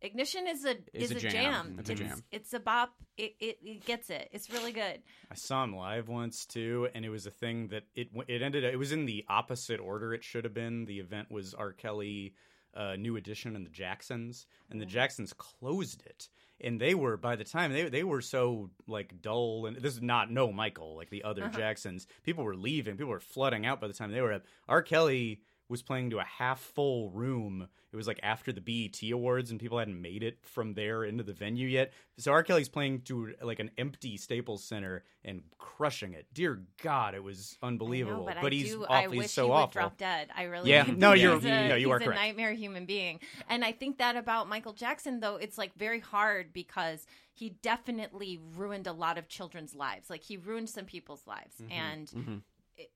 Speaker 2: ignition is a is,
Speaker 1: Is a
Speaker 2: a,
Speaker 1: jam.
Speaker 2: jam,
Speaker 1: It's a jam.
Speaker 2: it's a bop it, it it gets it it's really good
Speaker 3: I saw him live once too, and it was a thing that it it ended. It was in the opposite order it should have been. The event was R. Kelly, uh, New Edition, and the Jacksons, and the Jacksons closed it. And they were by the time they they were so like dull and this is not no Michael like the other Jacksons people were leaving people were flooding out by the time they were up. R. Kelly was playing to a half full room. It was like after the BET Awards, and people hadn't made it from there into the venue yet. So R. Kelly's playing to like an empty Staples Center and crushing it. Dear God, it was unbelievable.
Speaker 2: No, but, I
Speaker 3: he's
Speaker 2: do,
Speaker 3: awful.
Speaker 2: I wish
Speaker 3: he's so
Speaker 2: he would
Speaker 3: awful.
Speaker 2: drop dead. I really
Speaker 3: Yeah.
Speaker 2: do.
Speaker 3: No,
Speaker 2: He's
Speaker 3: you're-
Speaker 2: a,
Speaker 3: no, you are
Speaker 2: he's
Speaker 3: correct.
Speaker 2: a nightmare human being, and I think that about Michael Jackson though. It's like very hard because he definitely ruined a lot of children's lives. Like he ruined some people's lives,
Speaker 3: Mm-hmm.
Speaker 2: and
Speaker 1: Mm-hmm.
Speaker 2: it-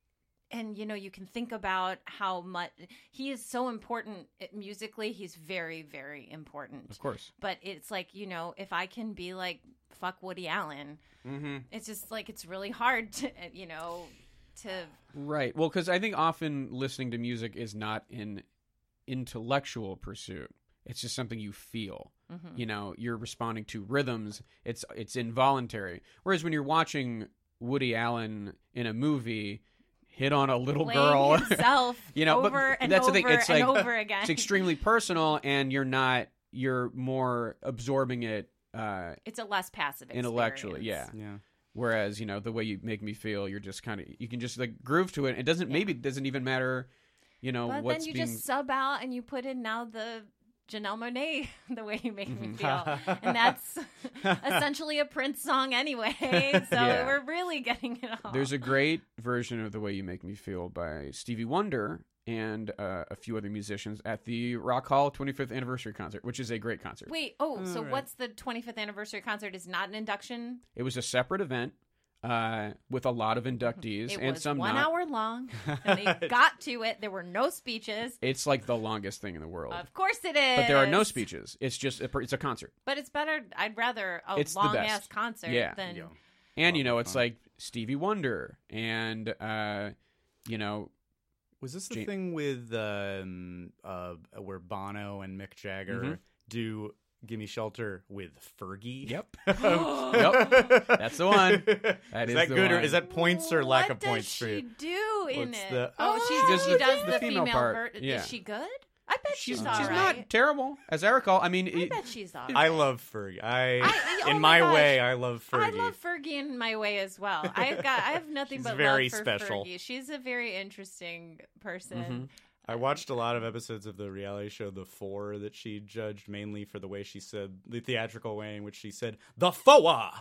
Speaker 2: and you know you can think about how much he is so important eh, musically. He's very very important.
Speaker 1: Of course.
Speaker 2: But it's like, you know, if I can be like, fuck Woody Allen,
Speaker 1: Mm-hmm.
Speaker 2: it's just like, it's really hard to, eh, you know, to
Speaker 1: Right. Well, because I think often listening to music is not an intellectual pursuit. It's just something you feel.
Speaker 2: Mm-hmm.
Speaker 1: You know, you're responding to rhythms. It's it's involuntary. Whereas when you're watching Woody Allen in a movie hit on a little
Speaker 2: blame
Speaker 1: girl, *laughs*
Speaker 2: himself
Speaker 1: you know,
Speaker 2: over
Speaker 1: but
Speaker 2: and
Speaker 1: that's
Speaker 2: over
Speaker 1: the thing. It's
Speaker 2: and
Speaker 1: like uh,
Speaker 2: over again.
Speaker 1: it's extremely personal, and you're not. You're more absorbing it uh,
Speaker 2: It's a less passive
Speaker 1: intellectually. Yeah.
Speaker 2: experience.
Speaker 3: Yeah.
Speaker 1: Whereas you know the way you make me feel, you're just kind of you can just like groove to it. It doesn't maybe it doesn't even matter, you know
Speaker 2: But
Speaker 1: what's
Speaker 2: then you
Speaker 1: being.
Speaker 2: just sub out and you put in now the Janelle Monet, *laughs* the way you make
Speaker 1: Mm-hmm.
Speaker 2: me feel.
Speaker 1: *laughs*
Speaker 2: and that's *laughs* essentially a Prince song anyway. *laughs* So
Speaker 1: Yeah.
Speaker 2: we're really getting it all.
Speaker 1: There's a great version of the way you make me feel by Stevie Wonder and uh, a few other musicians at the Rock Hall 25th anniversary concert, which is a great concert.
Speaker 2: Wait, oh, so what's the 25th anniversary concert? Is not an induction
Speaker 1: It was a separate event uh, with a lot of inductees
Speaker 2: *laughs* It
Speaker 1: and
Speaker 2: was
Speaker 1: some
Speaker 2: one
Speaker 1: not.
Speaker 2: hour long, and
Speaker 1: *laughs*
Speaker 2: they got to it. There were no speeches.
Speaker 1: It's like the longest thing in the world.
Speaker 2: Of course it is.
Speaker 1: But there are no speeches. It's just a, it's a concert.
Speaker 2: But it's better. I'd rather a
Speaker 1: It's the
Speaker 2: long
Speaker 1: best.
Speaker 2: ass concert
Speaker 1: Yeah.
Speaker 2: than
Speaker 3: Yeah.
Speaker 1: And you
Speaker 3: Well,
Speaker 1: know, it's
Speaker 3: fun.
Speaker 1: like Stevie Wonder and uh, you know,
Speaker 3: Was this the
Speaker 1: Jane-
Speaker 3: thing with um, uh, where Bono and Mick Jagger
Speaker 1: Mhm.
Speaker 3: do "Gimme Shelter" with Fergie?
Speaker 1: *laughs*
Speaker 2: *gasps*
Speaker 3: *laughs*
Speaker 1: Yep.
Speaker 3: yep,
Speaker 1: That's the one. That
Speaker 3: That is
Speaker 1: is
Speaker 3: that
Speaker 1: the
Speaker 3: good or
Speaker 1: one.
Speaker 3: is that points or lack
Speaker 2: What
Speaker 3: of points
Speaker 2: does
Speaker 3: for
Speaker 2: she
Speaker 3: you?
Speaker 2: do in
Speaker 3: What's
Speaker 2: it?
Speaker 3: the-
Speaker 2: oh, she,
Speaker 1: She
Speaker 2: does,
Speaker 1: does
Speaker 2: she
Speaker 1: the-
Speaker 2: does the,
Speaker 1: the
Speaker 2: female,
Speaker 1: female part.
Speaker 2: ver-
Speaker 1: Yeah.
Speaker 2: Is she good? I bet she's,
Speaker 1: she's,
Speaker 2: all
Speaker 1: she's
Speaker 2: right.
Speaker 1: not terrible, as I recall. I mean,
Speaker 2: I
Speaker 1: it-
Speaker 2: bet she's all right.
Speaker 3: I love Fergie. I,
Speaker 2: I- oh
Speaker 3: in
Speaker 2: my
Speaker 3: my,
Speaker 2: gosh.
Speaker 3: way, I love *laughs* Fergie.
Speaker 2: I love Fergie in my way as well. I've got I
Speaker 3: *laughs*
Speaker 2: have nothing
Speaker 3: She's
Speaker 2: but
Speaker 3: very
Speaker 2: love for
Speaker 3: special.
Speaker 2: Fergie. She's a very interesting person.
Speaker 1: Mm-hmm.
Speaker 3: I watched a lot of episodes of the reality show The Four that she judged mainly for the way she said the theatrical way in which she said the foa.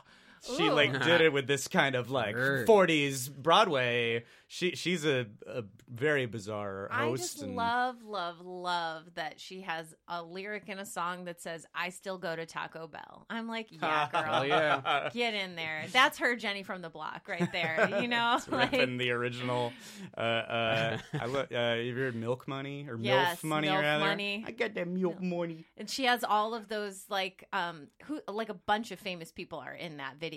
Speaker 3: She
Speaker 2: Ooh.
Speaker 3: like did it with this kind of like
Speaker 1: Word.
Speaker 3: 40s Broadway. She she's a, a very bizarre
Speaker 2: I
Speaker 3: host.
Speaker 2: just
Speaker 3: and *laughs*
Speaker 2: love, love, love that she has a lyric in a song that says, I still go to Taco Bell. I'm like,
Speaker 3: *laughs*
Speaker 2: yeah, girl.
Speaker 1: Hell yeah.
Speaker 2: Get in there. That's her Jenny from the block right there.
Speaker 3: *laughs*
Speaker 2: You know? like,
Speaker 3: ripping the original. Uh, *laughs* uh, I lo- uh, you heard Milk Money or
Speaker 2: Yes,
Speaker 3: Milf Money
Speaker 2: Milf
Speaker 3: rather?
Speaker 2: Money.
Speaker 3: I got that Milk Money.
Speaker 2: and she has all of those like um who like a bunch of famous people are in that video.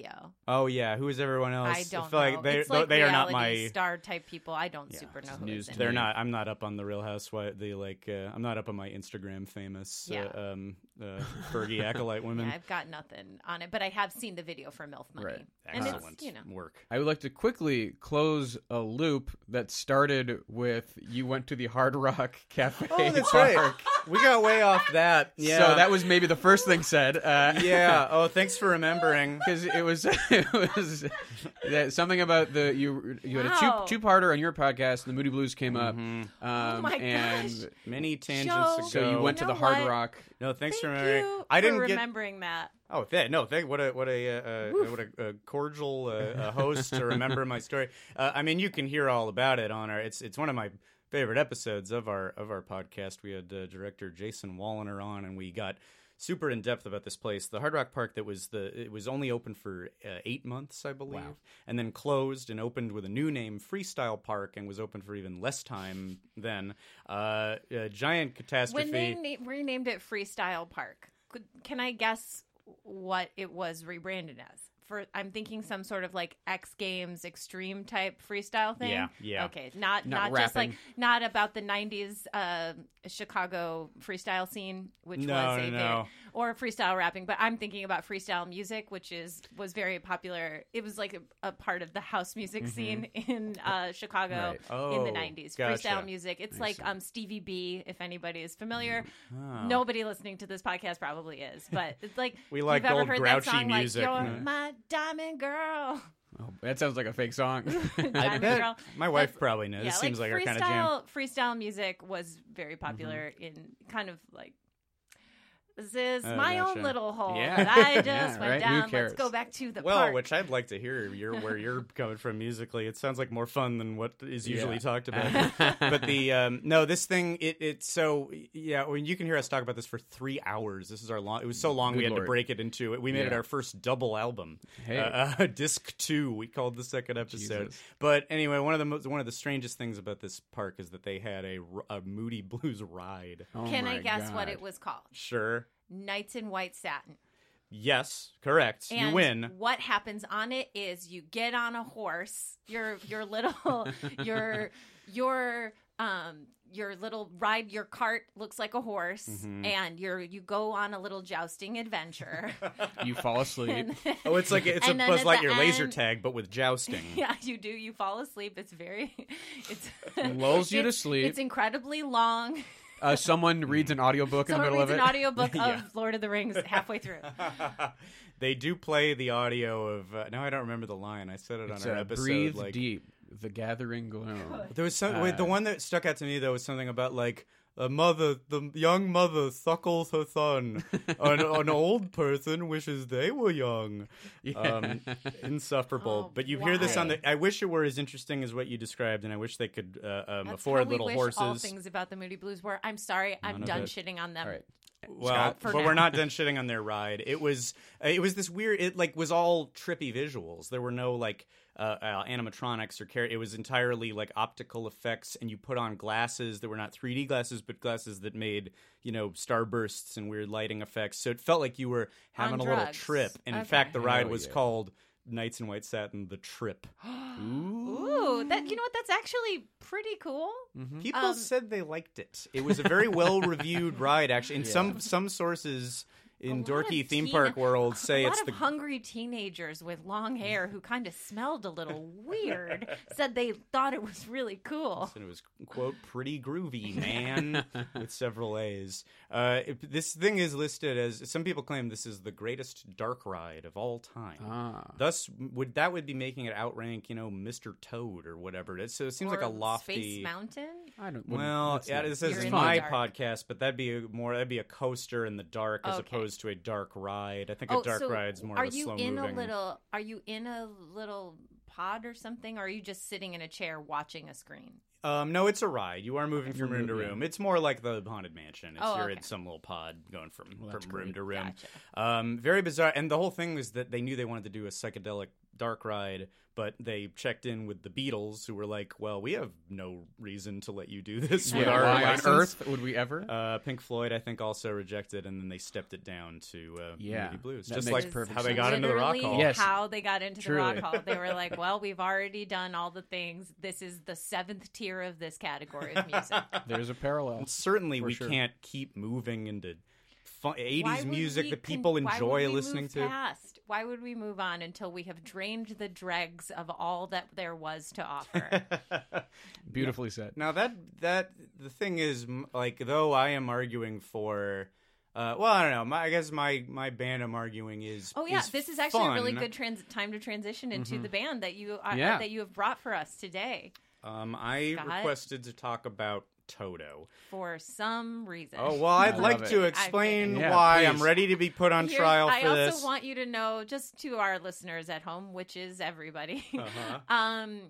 Speaker 3: Oh yeah, who is everyone else?
Speaker 2: I don't
Speaker 3: feel
Speaker 2: know.
Speaker 3: like they
Speaker 2: it's like
Speaker 3: they are not
Speaker 2: reality
Speaker 3: my
Speaker 2: star type people. I don't super know
Speaker 1: just
Speaker 2: who is
Speaker 1: news
Speaker 2: in
Speaker 1: to
Speaker 2: it.
Speaker 3: They're
Speaker 1: me.
Speaker 3: not. I'm not up on the Real Housewife. They like. Uh, I'm not up on my Instagram famous
Speaker 2: Yeah.
Speaker 3: uh, um, uh,
Speaker 2: *laughs*
Speaker 3: Fergie acolyte women.
Speaker 2: Yeah, I've got nothing on it, but I have seen the video for MILF Money.
Speaker 1: Right.
Speaker 2: And it's
Speaker 3: Excellent Um,
Speaker 2: you know
Speaker 3: *laughs* work.
Speaker 1: I would like to quickly close a loop that started with you went to the Hard Rock Cafe. Park.
Speaker 3: Oh, We got way off that.
Speaker 1: So that was maybe the first thing said. Uh,
Speaker 3: *laughs* yeah. Oh, thanks for remembering.
Speaker 1: Because it was *laughs* it was that something about the you you had
Speaker 2: Wow. Oh
Speaker 1: a two two parter on your podcast and the Moody Blues came up. Um,
Speaker 2: my
Speaker 1: and
Speaker 2: gosh.
Speaker 3: Many tangents
Speaker 2: Joe.
Speaker 3: ago.
Speaker 1: so you went
Speaker 2: You
Speaker 1: to
Speaker 2: know
Speaker 1: the Hard
Speaker 2: what?
Speaker 1: Rock.
Speaker 3: No, thanks for
Speaker 2: Thank
Speaker 3: remembering.
Speaker 2: you
Speaker 3: I
Speaker 2: for
Speaker 3: didn't get.
Speaker 2: remembering that.
Speaker 3: Oh, th- no, thank. What a what a uh, uh, what a, uh cordial uh, uh, host to remember my story. Uh, I mean, you can hear all about it on our. It's it's one of my favorite episodes of our of our podcast. We had uh, director Jason Walliner on, and we got super in depth about this place, the Hard Rock Park. That was the it was only open for uh, eight months, I believe, and then closed and opened with a new name, Freestyle Park, and was open for even less time then. Uh, a giant catastrophe.
Speaker 2: When they na- renamed it Freestyle Park, could, can I guess what it was rebranded as? For I'm thinking some sort of like X Games extreme type freestyle thing.
Speaker 3: Yeah, yeah.
Speaker 2: Okay, not
Speaker 1: Not
Speaker 2: not, just like
Speaker 1: rapping.
Speaker 2: not about the '90s uh, Chicago freestyle scene, which
Speaker 3: No,
Speaker 2: was a
Speaker 3: no, no.
Speaker 2: big, or freestyle rapping. But I'm thinking about freestyle music, which is was very popular. It was like a, a part of the house music
Speaker 3: Mm-hmm.
Speaker 2: scene in uh, Chicago
Speaker 1: Right.
Speaker 2: in the
Speaker 3: Oh,
Speaker 2: 90s.
Speaker 3: gotcha.
Speaker 2: Freestyle music. It's like um, Stevie B, if anybody is familiar. Nobody listening to this podcast
Speaker 3: *laughs*
Speaker 2: probably is, but it's like
Speaker 3: Mm. Oh. We like
Speaker 2: you've ever
Speaker 3: old
Speaker 2: heard
Speaker 3: grouchy
Speaker 2: that song,
Speaker 3: music. Mm.
Speaker 2: Like, You're
Speaker 3: Yeah.
Speaker 2: my diamond girl. *laughs*
Speaker 1: Oh, that sounds like a fake song.
Speaker 2: Diamond
Speaker 3: bet
Speaker 2: Girl.
Speaker 3: my wife
Speaker 2: That's-
Speaker 3: probably knows.
Speaker 2: yeah,
Speaker 3: this seems like,
Speaker 2: like
Speaker 3: our
Speaker 2: freestyle,
Speaker 3: kind of jam. Mm-hmm.
Speaker 2: freestyle music was very popular in kind of like this is
Speaker 3: Oh,
Speaker 2: my
Speaker 3: gotcha.
Speaker 2: own little hole
Speaker 1: Yeah.
Speaker 2: that
Speaker 3: *laughs*
Speaker 2: I just
Speaker 1: Yeah,
Speaker 2: went
Speaker 1: right? Who
Speaker 2: down.
Speaker 1: cares?
Speaker 2: Let's go back to the
Speaker 3: Well,
Speaker 2: park.
Speaker 3: which I'd like to hear your, where
Speaker 2: *laughs*
Speaker 3: you're coming from musically. It sounds like more fun than what is usually
Speaker 1: Yeah. *laughs*
Speaker 3: talked about. but the um, no, this thing it it's so yeah. When you can hear us talk about this for three hours, this is our long. It was so long we
Speaker 1: Good
Speaker 3: had
Speaker 1: lord.
Speaker 3: to break it into it. We made it
Speaker 1: Yeah.
Speaker 3: our first double album,
Speaker 1: Hey.
Speaker 3: uh, *laughs* uh, disc two. We called the second episode.
Speaker 1: Jesus.
Speaker 3: But anyway, one of the most, one of the strangest things about this park is that they had a, r- a Moody *laughs* Blues ride.
Speaker 1: Oh
Speaker 2: Can I
Speaker 1: my
Speaker 2: guess what
Speaker 1: God.
Speaker 2: it was called?
Speaker 3: Sure.
Speaker 2: Nights in White Satin.
Speaker 3: Yes, correct.
Speaker 2: And
Speaker 3: you win.
Speaker 2: *laughs* What happens on it is you get on a horse. Your
Speaker 1: *laughs*
Speaker 2: your little your your um your little ride your cart looks like a horse,
Speaker 1: Mm-hmm.
Speaker 2: and you're you go on a little
Speaker 1: *laughs*
Speaker 2: jousting adventure.
Speaker 1: You fall
Speaker 2: *laughs*
Speaker 1: asleep.
Speaker 3: Oh, it's like it's a
Speaker 2: And then
Speaker 3: Buzz
Speaker 2: at the
Speaker 3: Lightyear laser
Speaker 2: end-
Speaker 3: tag, but with jousting.
Speaker 2: yeah, you do. You fall asleep. It's very it's
Speaker 1: Lulls you to
Speaker 2: it's-
Speaker 1: sleep.
Speaker 2: It's incredibly long.
Speaker 1: Uh, someone reads an audiobook in the
Speaker 2: Someone
Speaker 1: middle
Speaker 2: reads
Speaker 1: of
Speaker 2: an
Speaker 1: it. *laughs*
Speaker 2: audiobook
Speaker 3: Yeah.
Speaker 2: of Lord of the Rings halfway through.
Speaker 3: *laughs* they do play the audio of. Uh, now I don't remember the line. I said it
Speaker 1: It's,
Speaker 3: on
Speaker 1: uh,
Speaker 3: our episode.
Speaker 1: breathe
Speaker 3: like,
Speaker 1: deep. Uh, The gathering gloom.
Speaker 2: *laughs*
Speaker 3: There was some. wait, the one that stuck out to me though was something about like a mother, the young mother suckles
Speaker 1: *laughs*
Speaker 3: her son. an, an old person wishes they were young. Um, insufferable.
Speaker 2: Oh,
Speaker 3: but you hear this on
Speaker 2: why?
Speaker 3: the. I wish it were as interesting as what you described, and I wish they could uh, um,
Speaker 2: That's how
Speaker 3: afford
Speaker 2: we
Speaker 3: little
Speaker 2: wish
Speaker 3: horses.
Speaker 2: All things about the Moody Blues were. I'm sorry. I'm
Speaker 3: None of
Speaker 2: done
Speaker 3: it.
Speaker 2: shitting on them.
Speaker 1: All right.
Speaker 3: Well,
Speaker 1: Scott?
Speaker 2: For
Speaker 3: but
Speaker 2: now.
Speaker 3: we're not done shitting on their ride. It was uh, it was this weird. It like was all trippy visuals. There were no like uh, uh, animatronics or care. It was entirely like optical effects, and you put on glasses that were not 3D glasses, but glasses that made you know starbursts and weird lighting effects. So it felt like you were having
Speaker 2: On
Speaker 3: a little
Speaker 2: drugs.
Speaker 3: trip. And in
Speaker 2: Okay.
Speaker 3: fact, the ride
Speaker 1: Hell
Speaker 3: was
Speaker 1: yeah.
Speaker 3: called Knights in White Satin: The Trip.
Speaker 2: Ooh, that you
Speaker 1: Mm.
Speaker 2: know what? That's actually pretty cool.
Speaker 3: People
Speaker 2: Um,
Speaker 3: said they liked it. It was a very well reviewed
Speaker 1: *laughs*
Speaker 3: ride, actually. In some some sources. In
Speaker 2: A lot of
Speaker 3: dorky theme
Speaker 2: teen-
Speaker 3: park world,
Speaker 2: *laughs* a
Speaker 3: say
Speaker 2: lot
Speaker 3: it's
Speaker 2: of
Speaker 3: the
Speaker 2: hungry teenagers with long hair who kind of smelled a
Speaker 3: *laughs*
Speaker 2: little weird said they thought it was really cool.
Speaker 3: and it was quote pretty groovy man with several a's uh, it- this thing is listed as some people claim this is the greatest dark ride of all time
Speaker 1: Ah.
Speaker 3: thus would that would be making it outrank you know mr toad or whatever it is so it seems like a
Speaker 2: Or
Speaker 3: lofty
Speaker 2: Space Mountain.
Speaker 1: I don't. wouldn't-
Speaker 3: well,
Speaker 1: that's
Speaker 3: yeah,
Speaker 1: not-
Speaker 3: this is
Speaker 2: You're in the
Speaker 3: my
Speaker 2: dark.
Speaker 3: podcast, but that'd be a more that'd be a coaster in the dark as
Speaker 2: Okay.
Speaker 3: opposed to a dark ride. I think a
Speaker 2: Oh,
Speaker 3: dark
Speaker 2: so
Speaker 3: ride's more
Speaker 2: are
Speaker 3: of a
Speaker 2: you
Speaker 3: slow
Speaker 2: in
Speaker 3: moving.
Speaker 2: a little? Are you in a little pod or something? Or are you just sitting in a chair watching a screen?
Speaker 3: Um, no, it's a ride. You are moving from room to
Speaker 1: moving.
Speaker 3: room. It's more like the haunted mansion. It's,
Speaker 2: Oh,
Speaker 3: You're
Speaker 2: okay.
Speaker 3: in some little pod going from,
Speaker 1: that's
Speaker 3: from room
Speaker 1: great.
Speaker 3: to room. Um, very bizarre. And the whole thing was that they knew they wanted to do a psychedelic dark ride, but they checked in with the Beatles, who were like, "Well, we have no reason to let you do *laughs* this
Speaker 1: Yeah,
Speaker 3: with our
Speaker 1: why
Speaker 3: license."
Speaker 1: on earth would we ever?
Speaker 3: Uh, Pink Floyd, I think, also rejected, and then they stepped it down to uh,
Speaker 1: Yeah,
Speaker 3: Moody Blues,
Speaker 1: that
Speaker 3: just
Speaker 1: makes
Speaker 3: like
Speaker 1: perfect
Speaker 3: how they
Speaker 1: sense.
Speaker 3: got into the rock
Speaker 2: Literally
Speaker 3: hall.
Speaker 1: Yes.
Speaker 2: How they got into the
Speaker 1: Truly.
Speaker 2: rock hall. They were
Speaker 3: *laughs*
Speaker 2: like, well, we've already done all the things. This is the seventh tier of this category of music.
Speaker 1: There's a parallel.
Speaker 3: Certainly,
Speaker 1: For
Speaker 3: we
Speaker 1: sure.
Speaker 3: can't keep moving into fun,
Speaker 2: Why
Speaker 3: 80s
Speaker 2: would
Speaker 3: music
Speaker 2: we
Speaker 3: that
Speaker 2: con-
Speaker 3: people
Speaker 2: why would
Speaker 3: enjoy
Speaker 2: we
Speaker 3: listening
Speaker 2: move
Speaker 3: to.
Speaker 2: Past? Why would we move on until we have drained the dregs of all that there was to
Speaker 3: *laughs*
Speaker 2: offer?
Speaker 1: Beautifully said.
Speaker 3: Now that that the thing is, m- like, though I am arguing for, uh, well, I don't know. My, I guess my my band I'm arguing is.
Speaker 2: oh yeah,
Speaker 3: is
Speaker 2: this is actually a really
Speaker 3: fun. Mm-hmm.
Speaker 2: good trans- time to transition into the band that you are,
Speaker 1: Yeah.
Speaker 2: that you have brought for us today
Speaker 3: Um, I
Speaker 2: Scott?
Speaker 3: requested to talk about
Speaker 2: *laughs*
Speaker 3: Toto.
Speaker 2: for some reason.
Speaker 3: Oh well, I'd like
Speaker 1: love
Speaker 3: to
Speaker 2: it.
Speaker 3: explain
Speaker 1: I- Yeah,
Speaker 3: why
Speaker 1: please.
Speaker 3: I'm ready to be put on
Speaker 2: Here's-
Speaker 3: trial for
Speaker 2: I also
Speaker 3: this.
Speaker 2: want you to know, just to our listeners at home, which is everybody.
Speaker 3: Uh-huh.
Speaker 2: *laughs* um,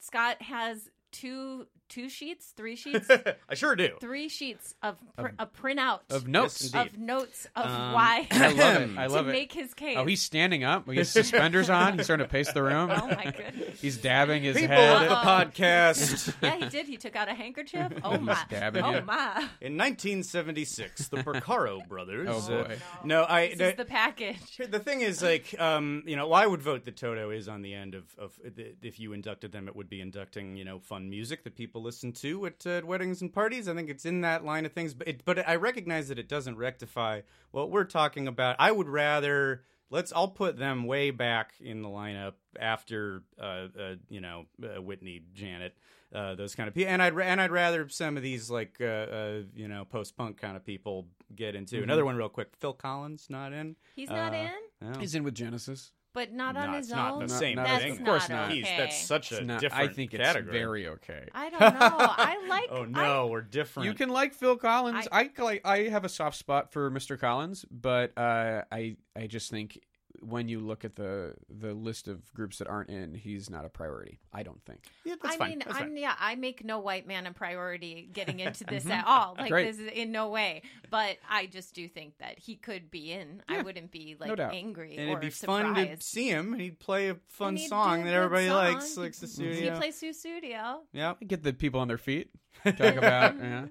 Speaker 2: Scott has two two sheets, three
Speaker 3: *laughs*
Speaker 2: sheets,
Speaker 3: I sure do.
Speaker 2: three sheets of pr- a printout
Speaker 1: Of notes.
Speaker 3: Yes, indeed.
Speaker 2: of notes of
Speaker 3: Um,
Speaker 2: why
Speaker 1: I
Speaker 2: *laughs*
Speaker 1: love it. I love
Speaker 2: to
Speaker 1: it.
Speaker 2: make his case.
Speaker 1: Oh, he's standing up. He has suspenders on. He's starting to pace the room.
Speaker 2: *laughs* oh my goodness.
Speaker 1: He's dabbing his
Speaker 3: People
Speaker 1: head.
Speaker 3: of
Speaker 1: *laughs*
Speaker 3: the podcast.
Speaker 2: Yeah, he did. He took out a
Speaker 3: *laughs*
Speaker 2: handkerchief. Oh my!
Speaker 1: dabbing
Speaker 2: oh
Speaker 1: it.
Speaker 2: my!
Speaker 3: In 1976, the Percaro brothers.
Speaker 1: Oh,
Speaker 3: uh,
Speaker 1: boy.
Speaker 3: no, I.
Speaker 2: This
Speaker 3: no-
Speaker 2: is the package.
Speaker 3: Sure, The thing is, like, um, you know, well, I would vote that Toto is on the end of, of the, if you inducted them, it would be inducting, you know, fun music that people listen to at uh, weddings and parties. I think it's in that line of things, but it, but I recognize that it doesn't rectify what we're talking about. I would rather let's I'll put them way back in the lineup after, uh, uh you know, uh, Whitney, Janet. Uh, those kind of people, and I'd ra- and I'd rather some of these like uh, uh, you know post punk kind of people get into another one real quick. Phil Collins not in.
Speaker 2: He's not
Speaker 3: Uh,
Speaker 2: in.
Speaker 3: no.
Speaker 1: He's in with Genesis.
Speaker 2: but not on
Speaker 3: Nah,
Speaker 2: his
Speaker 3: it's not
Speaker 2: own.
Speaker 3: the same
Speaker 1: Not-
Speaker 2: That's
Speaker 3: thing.
Speaker 1: Of course
Speaker 2: not.
Speaker 1: not.
Speaker 3: Jeez,
Speaker 2: okay.
Speaker 3: that's such
Speaker 1: It's
Speaker 3: a
Speaker 1: not- I
Speaker 3: different
Speaker 1: think
Speaker 3: category.
Speaker 1: it's
Speaker 2: *laughs*
Speaker 1: very okay.
Speaker 2: I don't know. Oh,
Speaker 3: *laughs*
Speaker 2: *laughs* I like.
Speaker 3: oh
Speaker 2: I-
Speaker 3: no, we're different.
Speaker 1: You can like Phil Collins. I, like I have a soft spot for Mr. Collins, but uh, I I just think when you look at the the list of groups that aren't in, he's not a priority. I don't think.
Speaker 3: Yeah, that's
Speaker 2: I
Speaker 3: fine.
Speaker 2: mean,
Speaker 3: that's
Speaker 2: I'm
Speaker 3: fine. Mm-hmm.
Speaker 2: yeah, I make no white man a priority
Speaker 3: *laughs*
Speaker 2: getting into this at all. Like
Speaker 1: Great.
Speaker 2: this is in no way. But I just do think that he could be in. I wouldn't be like
Speaker 1: doubt.
Speaker 2: angry
Speaker 3: and
Speaker 2: or
Speaker 3: it'd be
Speaker 2: surprised.
Speaker 3: fun to see him, and he'd play a fun
Speaker 2: And he'd do
Speaker 3: song
Speaker 2: a
Speaker 3: that
Speaker 2: good
Speaker 3: everybody
Speaker 2: song.
Speaker 3: likes,
Speaker 2: He-
Speaker 3: likes the
Speaker 2: He
Speaker 3: studio.
Speaker 2: plays Sue Studio.
Speaker 3: Yeah,
Speaker 1: I get the people on their feet. Talk about yeah.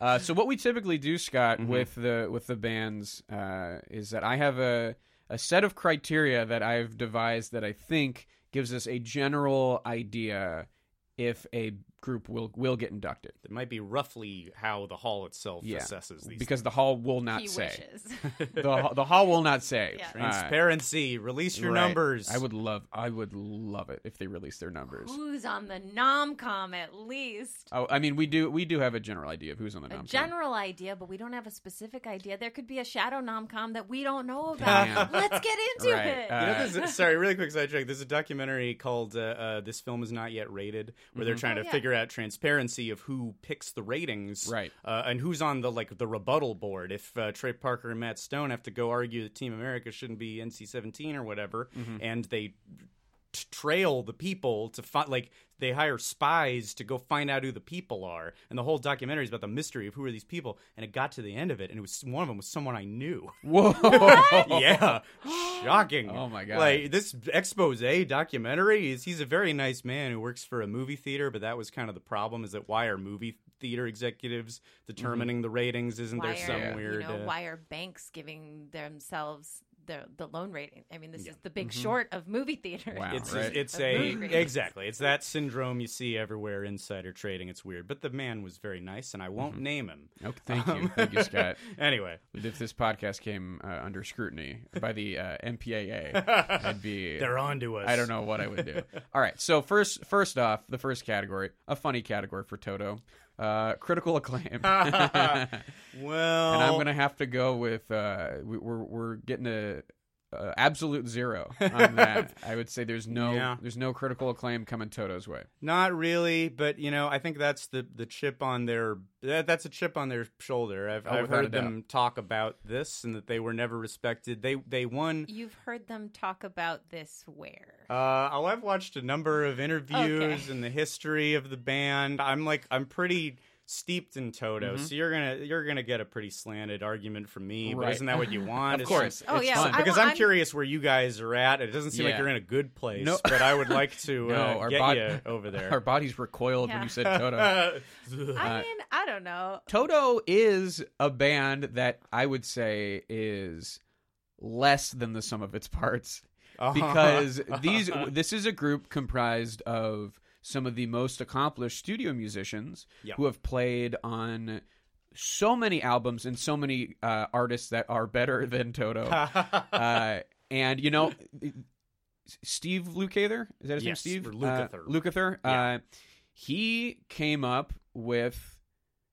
Speaker 1: Uh, so what we typically do, Scott, with the with the bands uh, is that I have a a set of criteria that I've devised that I think gives us a general idea if a group will will get inducted.
Speaker 3: that might be roughly how the hall itself
Speaker 1: Yeah,
Speaker 3: assesses these.
Speaker 1: because the hall will not
Speaker 2: he
Speaker 1: say.
Speaker 2: wishes.
Speaker 1: *laughs*
Speaker 3: *laughs*
Speaker 1: the the hall will not say.
Speaker 2: Yeah.
Speaker 1: Uh,
Speaker 3: transparency, release your
Speaker 1: right.
Speaker 3: numbers.
Speaker 1: I would love I would love it if they released their numbers.
Speaker 2: Who's on the nomcom at least?
Speaker 1: Oh, I mean we do we do have a general idea of who's on the
Speaker 2: A
Speaker 1: nom.
Speaker 2: general idea, but we don't have a specific idea. There could be a shadow nomcom that we don't know about.
Speaker 1: Damn.
Speaker 2: *laughs* Let's get into
Speaker 1: Right,
Speaker 2: it.
Speaker 1: uh,
Speaker 3: You
Speaker 2: *laughs*
Speaker 3: know, there's a- sorry, really quick sidetrack. There's a documentary called uh, uh, "This Film Is Not Yet Rated," where they're trying
Speaker 2: Oh,
Speaker 3: to
Speaker 2: yeah.
Speaker 3: figure out transparency of who picks the ratings,
Speaker 1: Right.
Speaker 3: Uh, and who's on the like the rebuttal board. If uh, Trey Parker and Matt Stone have to go argue that Team America shouldn't be NC-17 or whatever, and they t- trail the people to find like they hire spies to go find out who the people are and the whole documentary is about the mystery of who are these people and it got to the end of it and it was one of them was someone i knew
Speaker 1: Whoa.
Speaker 3: yeah, *laughs* shocking.
Speaker 1: Oh, my God.
Speaker 3: Like this expose documentary is he's a very nice man who works for a movie theater, but that was kind of the problem is that why are movie theater executives
Speaker 1: Mm-hmm.
Speaker 3: determining the ratings? Isn't
Speaker 2: why
Speaker 3: there some
Speaker 2: are,
Speaker 3: weird?
Speaker 2: you know,
Speaker 3: uh,
Speaker 2: why are banks giving themselves the the loan rating? I mean, this is the big short of movie theater.
Speaker 1: Wow.
Speaker 3: Mm-hmm. It's
Speaker 1: right?
Speaker 3: it's
Speaker 2: Of
Speaker 3: a
Speaker 2: movie ratings.
Speaker 3: exactly it's that syndrome you see everywhere insider trading. It's weird, but the man was very nice, and I won't name him. Um,
Speaker 1: Okay, Mm-hmm. thank you. Thank you, Scott.
Speaker 3: *laughs* Anyway,
Speaker 1: *laughs* If this podcast came uh, under scrutiny by the uh,
Speaker 3: *laughs*
Speaker 1: MPAA, I'd be
Speaker 3: they're on to us.
Speaker 1: I don't know what I would do. All right. So first, first off, the first category, a funny category for Toto, uh, critical
Speaker 3: *laughs*
Speaker 1: acclaim. *laughs*
Speaker 3: Well,
Speaker 1: and I'm gonna have to go with uh, we, we're we're getting a. Uh, absolute zero on that. I would say there's no
Speaker 3: Yeah.
Speaker 1: there's no critical acclaim coming Toto's way.
Speaker 3: Not really, but you know, I think that's the the chip on their that, that's a chip on their shoulder. I've,
Speaker 1: Oh,
Speaker 3: I've
Speaker 1: without a
Speaker 3: heard them talk about this and that they were never respected. They they won.
Speaker 2: You've heard them talk about this where?
Speaker 3: Uh, oh, I've watched a number of interviews
Speaker 2: Okay.
Speaker 3: and the history of the band. I'm like I'm pretty steeped in Toto,
Speaker 1: Mm-hmm.
Speaker 3: so you're gonna you're gonna get a pretty slanted argument from me. But
Speaker 1: Right.
Speaker 3: isn't that what
Speaker 1: *laughs*
Speaker 3: you want?
Speaker 1: Of
Speaker 3: It's
Speaker 1: course.
Speaker 3: just-
Speaker 2: Oh,
Speaker 1: it's
Speaker 2: yeah,
Speaker 1: fun.
Speaker 2: I
Speaker 3: because
Speaker 2: wa-
Speaker 3: I'm,
Speaker 2: I'm-
Speaker 3: curious where you guys are at. It doesn't seem like
Speaker 1: Yeah.
Speaker 3: you're in a good place,
Speaker 1: No.
Speaker 3: but I would like to uh,
Speaker 1: *laughs* no, our
Speaker 3: get
Speaker 1: bod-
Speaker 3: you over
Speaker 1: *laughs*
Speaker 3: there.
Speaker 1: Our bodies recoiled when you said Toto.
Speaker 3: *laughs*
Speaker 2: I mean, I don't know.
Speaker 1: Toto is a band that I would say is less than the sum of its
Speaker 3: *laughs*
Speaker 1: parts because these this is a group comprised of some of the most accomplished studio musicians
Speaker 3: Yep.
Speaker 1: who have played on so many albums and so many uh, artists that are better *laughs* than
Speaker 3: *laughs*
Speaker 1: Toto. uh, and you know, Steve Lukather is that his
Speaker 3: Yes,
Speaker 1: name? Steve
Speaker 3: or Lukather.
Speaker 1: Uh, Lukather.
Speaker 3: Yeah.
Speaker 1: Uh, he came up with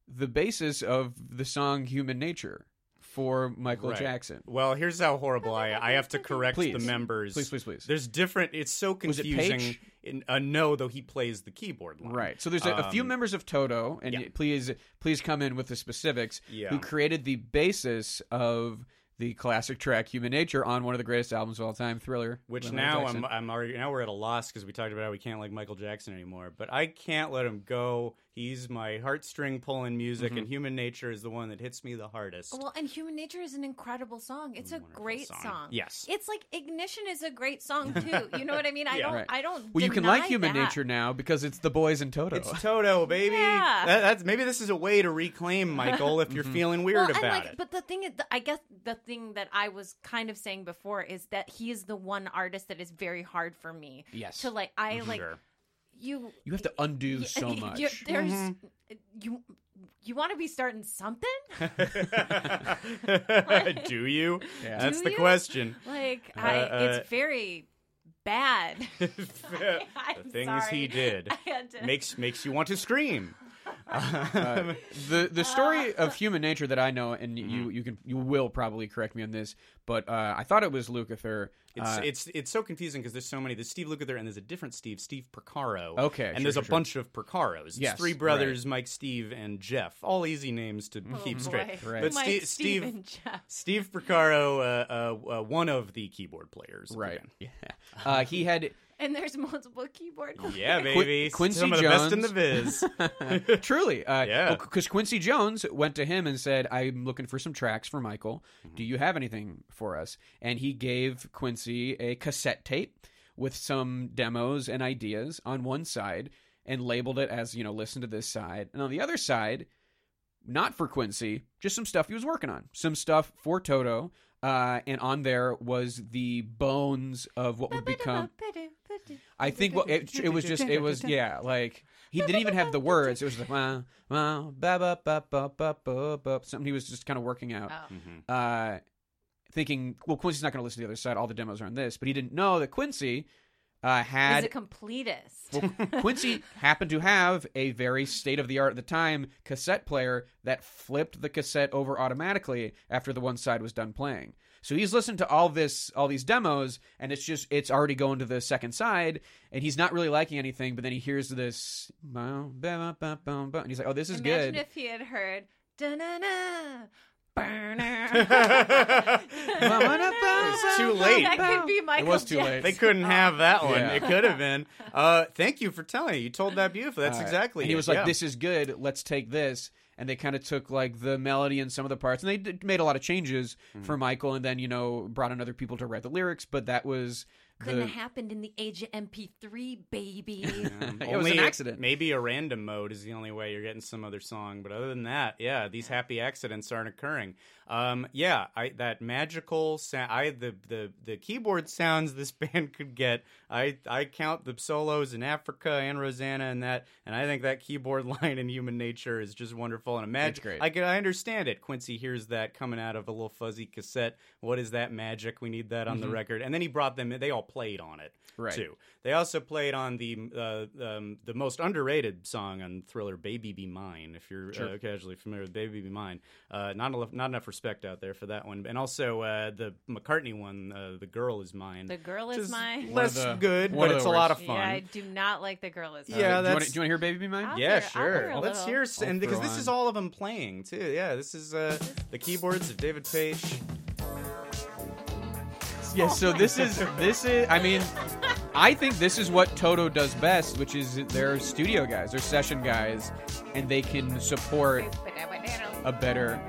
Speaker 1: the basis of the song "Human Nature" for Michael
Speaker 3: Right.
Speaker 1: Jackson.
Speaker 3: Well, here's how horrible I I have to correct
Speaker 1: Please.
Speaker 3: the members.
Speaker 1: Please, please, please.
Speaker 3: There's different. It's so
Speaker 1: Was it
Speaker 3: confusing.
Speaker 1: Page?
Speaker 3: In, uh, no, though he plays the keyboard line.
Speaker 1: Right. So there's a, a few
Speaker 3: Um,
Speaker 1: members of Toto, and
Speaker 3: yeah.
Speaker 1: y- please please come in with the specifics.
Speaker 3: Yeah.
Speaker 1: Who created the basis of the classic track "Human Nature" on one of the greatest albums of all time, Thriller.
Speaker 3: Which
Speaker 1: by Michael
Speaker 3: now I'm
Speaker 1: Jackson.
Speaker 3: I'm already, now we're at a loss because we talked about how we can't like Michael Jackson anymore. But I can't let him go. He's my heartstring pulling music,
Speaker 1: Mm-hmm.
Speaker 3: and Human Nature is the one that hits me the hardest.
Speaker 2: Well, and Human Nature is an incredible song. It's a great song.
Speaker 3: Yes.
Speaker 2: It's like Ignition is a great song too. You know what I mean?
Speaker 1: *laughs*
Speaker 2: I
Speaker 3: Yeah.
Speaker 2: don't
Speaker 1: Right.
Speaker 2: Oh, I don't
Speaker 1: Well, you can
Speaker 2: deny
Speaker 1: like Human
Speaker 2: that.
Speaker 1: Nature now because it's the boys and Toto.
Speaker 3: it's Toto, baby.
Speaker 2: Yeah.
Speaker 3: That- that's maybe this is a way
Speaker 1: *laughs*
Speaker 3: to reclaim Michael if
Speaker 1: Mm-hmm.
Speaker 3: you're feeling weird
Speaker 2: well,
Speaker 3: about
Speaker 2: and like,
Speaker 3: it.
Speaker 2: But the thing is, I guess the thing that I was kind of saying before is that he is the one artist that is very hard for me.
Speaker 1: Yes.
Speaker 2: To like, I like *laughs*
Speaker 3: Sure. *laughs*
Speaker 2: you.
Speaker 1: you have to
Speaker 2: *laughs*
Speaker 1: undo
Speaker 2: y-
Speaker 1: so
Speaker 2: y-
Speaker 1: much.
Speaker 2: you're- There's you. You want to be starting something?
Speaker 1: *laughs*
Speaker 3: Do you? That's
Speaker 2: Do
Speaker 3: the
Speaker 2: you?
Speaker 3: question.
Speaker 2: Like I,
Speaker 3: Uh, uh,
Speaker 2: it's very bad.
Speaker 3: the
Speaker 2: I'm
Speaker 1: *laughs*
Speaker 2: *laughs*
Speaker 3: things
Speaker 2: sorry.
Speaker 3: he did
Speaker 2: *laughs* I had to- *laughs*
Speaker 3: makes makes you want to scream. Um,
Speaker 1: Uh, the the story
Speaker 2: Uh,
Speaker 1: of human nature that I know, and
Speaker 3: Mm-hmm.
Speaker 1: you you can you will probably correct me on this, but uh, I thought it was Lukather.
Speaker 3: It's,
Speaker 1: uh,
Speaker 3: it's it's so confusing because there's so many. There's Steve Lukather and there's a different Steve, Steve Percaro.
Speaker 1: Okay,
Speaker 3: and
Speaker 1: sure,
Speaker 3: there's
Speaker 1: sure,
Speaker 3: a
Speaker 1: sure.
Speaker 3: bunch of Percaros. It's
Speaker 1: Yes,
Speaker 3: three brothers, Mike, Steve, and Jeff. All easy names to keep straight.
Speaker 2: Oh, Boy.
Speaker 3: But
Speaker 2: Mike,
Speaker 3: Ste-
Speaker 2: Steve,
Speaker 3: Steve
Speaker 2: and Jeff.
Speaker 3: Steve Percaro, uh, uh, uh, one of the keyboard players. of the
Speaker 1: right.
Speaker 2: *laughs*
Speaker 3: band.
Speaker 1: Yeah. *laughs* Uh, he had
Speaker 2: And there's multiple keyboard.
Speaker 3: Yeah, baby.
Speaker 1: Quincy
Speaker 3: Some of the best in the
Speaker 1: Jones.
Speaker 3: biz.
Speaker 1: *laughs* Truly, uh,
Speaker 3: Yeah.
Speaker 1: Because Quincy Jones went to him and said, "I'm looking for some tracks for Michael. Do you have anything for us?" And he gave Quincy a cassette tape with some demos and ideas on one side, and labeled it as you know, listen to this side, and on the other side, not for Quincy, just some stuff he was working on, some stuff for Toto. Uh, and on there was the bones of what would
Speaker 2: *laughs*
Speaker 1: become I think well, it, it was just it was yeah like he didn't even have the words. It was like wow wow ba ba ba ba ba ba ba something he was just kind of working out,
Speaker 2: Oh.
Speaker 1: uh, thinking well Quincy's not going to listen to the other side. All the demos are on this, but he didn't know that Quincy uh,
Speaker 2: He's a
Speaker 1: had
Speaker 2: completist.
Speaker 1: *laughs* Quincy happened to have a very state of the art at the time cassette player that flipped the cassette over automatically after the one side was done playing. So he's listened to all this, all these demos, and it's just it's already going to the second side, and he's not really liking anything. But then he hears this, and he's like, "Oh, this is
Speaker 2: Imagine
Speaker 1: good."
Speaker 2: if he had heard. "Da-na-na, burner."
Speaker 1: *laughs*
Speaker 3: *laughs* was too
Speaker 2: *laughs*
Speaker 3: late.
Speaker 2: that could be
Speaker 1: it
Speaker 2: Michael.
Speaker 1: was too
Speaker 2: Jackson.
Speaker 1: late.
Speaker 3: They couldn't have that one.
Speaker 1: Yeah.
Speaker 3: It could have been. Uh, thank you for telling. You told that beautifully. That's
Speaker 1: Uh,
Speaker 3: exactly.
Speaker 1: And he
Speaker 3: it.
Speaker 1: was like,
Speaker 3: Yeah.
Speaker 1: "This is *laughs* good. Let's take this." And they kind of took like the melody and some of the parts, and they did, made a lot of changes for Michael, and then you know brought in other people to write the lyrics. But that was
Speaker 2: Couldn't
Speaker 1: the
Speaker 2: have happened in the age of MP3, baby.
Speaker 3: Um,
Speaker 1: It was an accident.
Speaker 3: Maybe a random mode is the only way you're getting some other song. But other than that, yeah, these happy accidents aren't occurring. Um, yeah, I, that magical sound, I the, the the keyboard sounds this *laughs* band could get. I I count the solos in Africa and Rosanna and that, and I think that keyboard *laughs* line in Human Nature is just wonderful and a magic.
Speaker 1: great.
Speaker 3: I can I understand it. Quincy hears that coming out of a little fuzzy cassette. What is that magic? We need that on the record. And then he brought them. in. They all played on it
Speaker 1: Mm-hmm. Right.
Speaker 3: too. They also played on the uh, um, the most underrated song on Thriller, "Baby Be Mine." If you're uh, casually familiar with "Baby Be Mine," uh, not enough not enough respect out there for that one. And also uh, the McCartney one, uh, "The Girl Is Mine."
Speaker 2: The Girl
Speaker 3: which
Speaker 2: Is Mine. One
Speaker 3: Less
Speaker 1: of the-
Speaker 3: good,
Speaker 1: one
Speaker 3: but
Speaker 1: of
Speaker 3: it's
Speaker 1: the
Speaker 3: a lot of
Speaker 1: worst.
Speaker 3: fun.
Speaker 2: Yeah, I do not like the Girl Is Mine.
Speaker 3: Yeah,
Speaker 1: Uh, do you wanna-
Speaker 3: that's-
Speaker 1: do you want to hear "Baby Be Mine"?
Speaker 2: I'll
Speaker 3: yeah,
Speaker 2: throw- I'll
Speaker 3: sure.
Speaker 2: throw a
Speaker 3: Let's
Speaker 2: little.
Speaker 3: hear, s-
Speaker 1: I'll
Speaker 3: and because
Speaker 1: throw
Speaker 3: this is
Speaker 1: on-
Speaker 3: all of them playing too. Yeah, this is uh, the keyboards of David Page.
Speaker 1: Yeah.
Speaker 2: *laughs*
Speaker 1: So this is this is. I mean, I think this is what Toto does best, which is their studio guys, their session guys, and they can support a better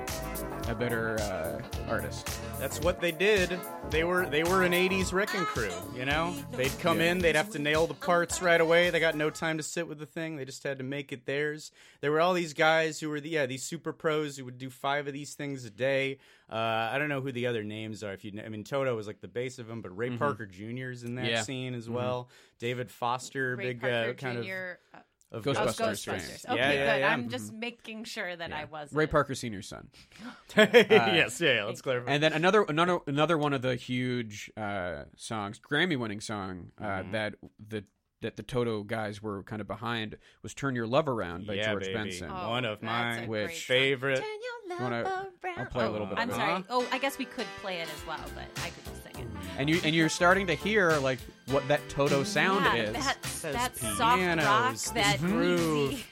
Speaker 1: a better uh, artist.
Speaker 3: That's what they did. They were they were an '80s wrecking crew. You know, they'd come in, they'd have to nail the parts right away. They got no time to sit with the thing. They just had to make it theirs. There were all these guys who were the, yeah these super pros who would do five of these things a day. Uh, I don't know who the other names are. If you, kn- I mean, Toto was like the base of them, but Ray Parker Jr. is in that
Speaker 1: Mm-hmm. Yeah. Mm-hmm.
Speaker 3: scene as well. David Foster,
Speaker 2: Ray
Speaker 3: big
Speaker 2: Parker
Speaker 3: uh, kind
Speaker 2: Jr. uh,
Speaker 3: of, of
Speaker 2: oh,
Speaker 1: Ghostbusters
Speaker 2: Ghostbusters.
Speaker 1: fans.
Speaker 2: Okay,
Speaker 3: Yeah, yeah,
Speaker 2: good.
Speaker 3: yeah.
Speaker 2: I'm just making sure that I wasn't.
Speaker 1: Mm-hmm. Ray Parker Senior's son.
Speaker 3: yes,
Speaker 2: *laughs*
Speaker 3: *laughs* yeah, yeah, let's clarify.
Speaker 1: And then another another another one of the huge uh, songs, Grammy winning song uh,
Speaker 3: Mm-hmm.
Speaker 1: that the that the Toto guys were kind of behind was "Turn Your Love Around" by
Speaker 3: yeah,
Speaker 1: George
Speaker 3: baby.
Speaker 1: Benson.
Speaker 2: Oh,
Speaker 3: One of
Speaker 2: that's a
Speaker 3: my
Speaker 2: great
Speaker 1: song.
Speaker 3: favorite.
Speaker 2: Turn your
Speaker 1: You
Speaker 2: love
Speaker 1: wanna- I'll
Speaker 2: around.
Speaker 1: play a
Speaker 2: Oh,
Speaker 1: little bit of
Speaker 2: I'm
Speaker 1: it.
Speaker 2: sorry. Oh, I guess we could play it as well, but I could just sing it.
Speaker 1: And you and you're starting to hear like what that Toto sound
Speaker 2: yeah,
Speaker 1: is.
Speaker 2: That,
Speaker 3: Those
Speaker 2: that soft rock,
Speaker 3: pianos,
Speaker 2: that
Speaker 1: *laughs*
Speaker 3: this groove.
Speaker 2: easy.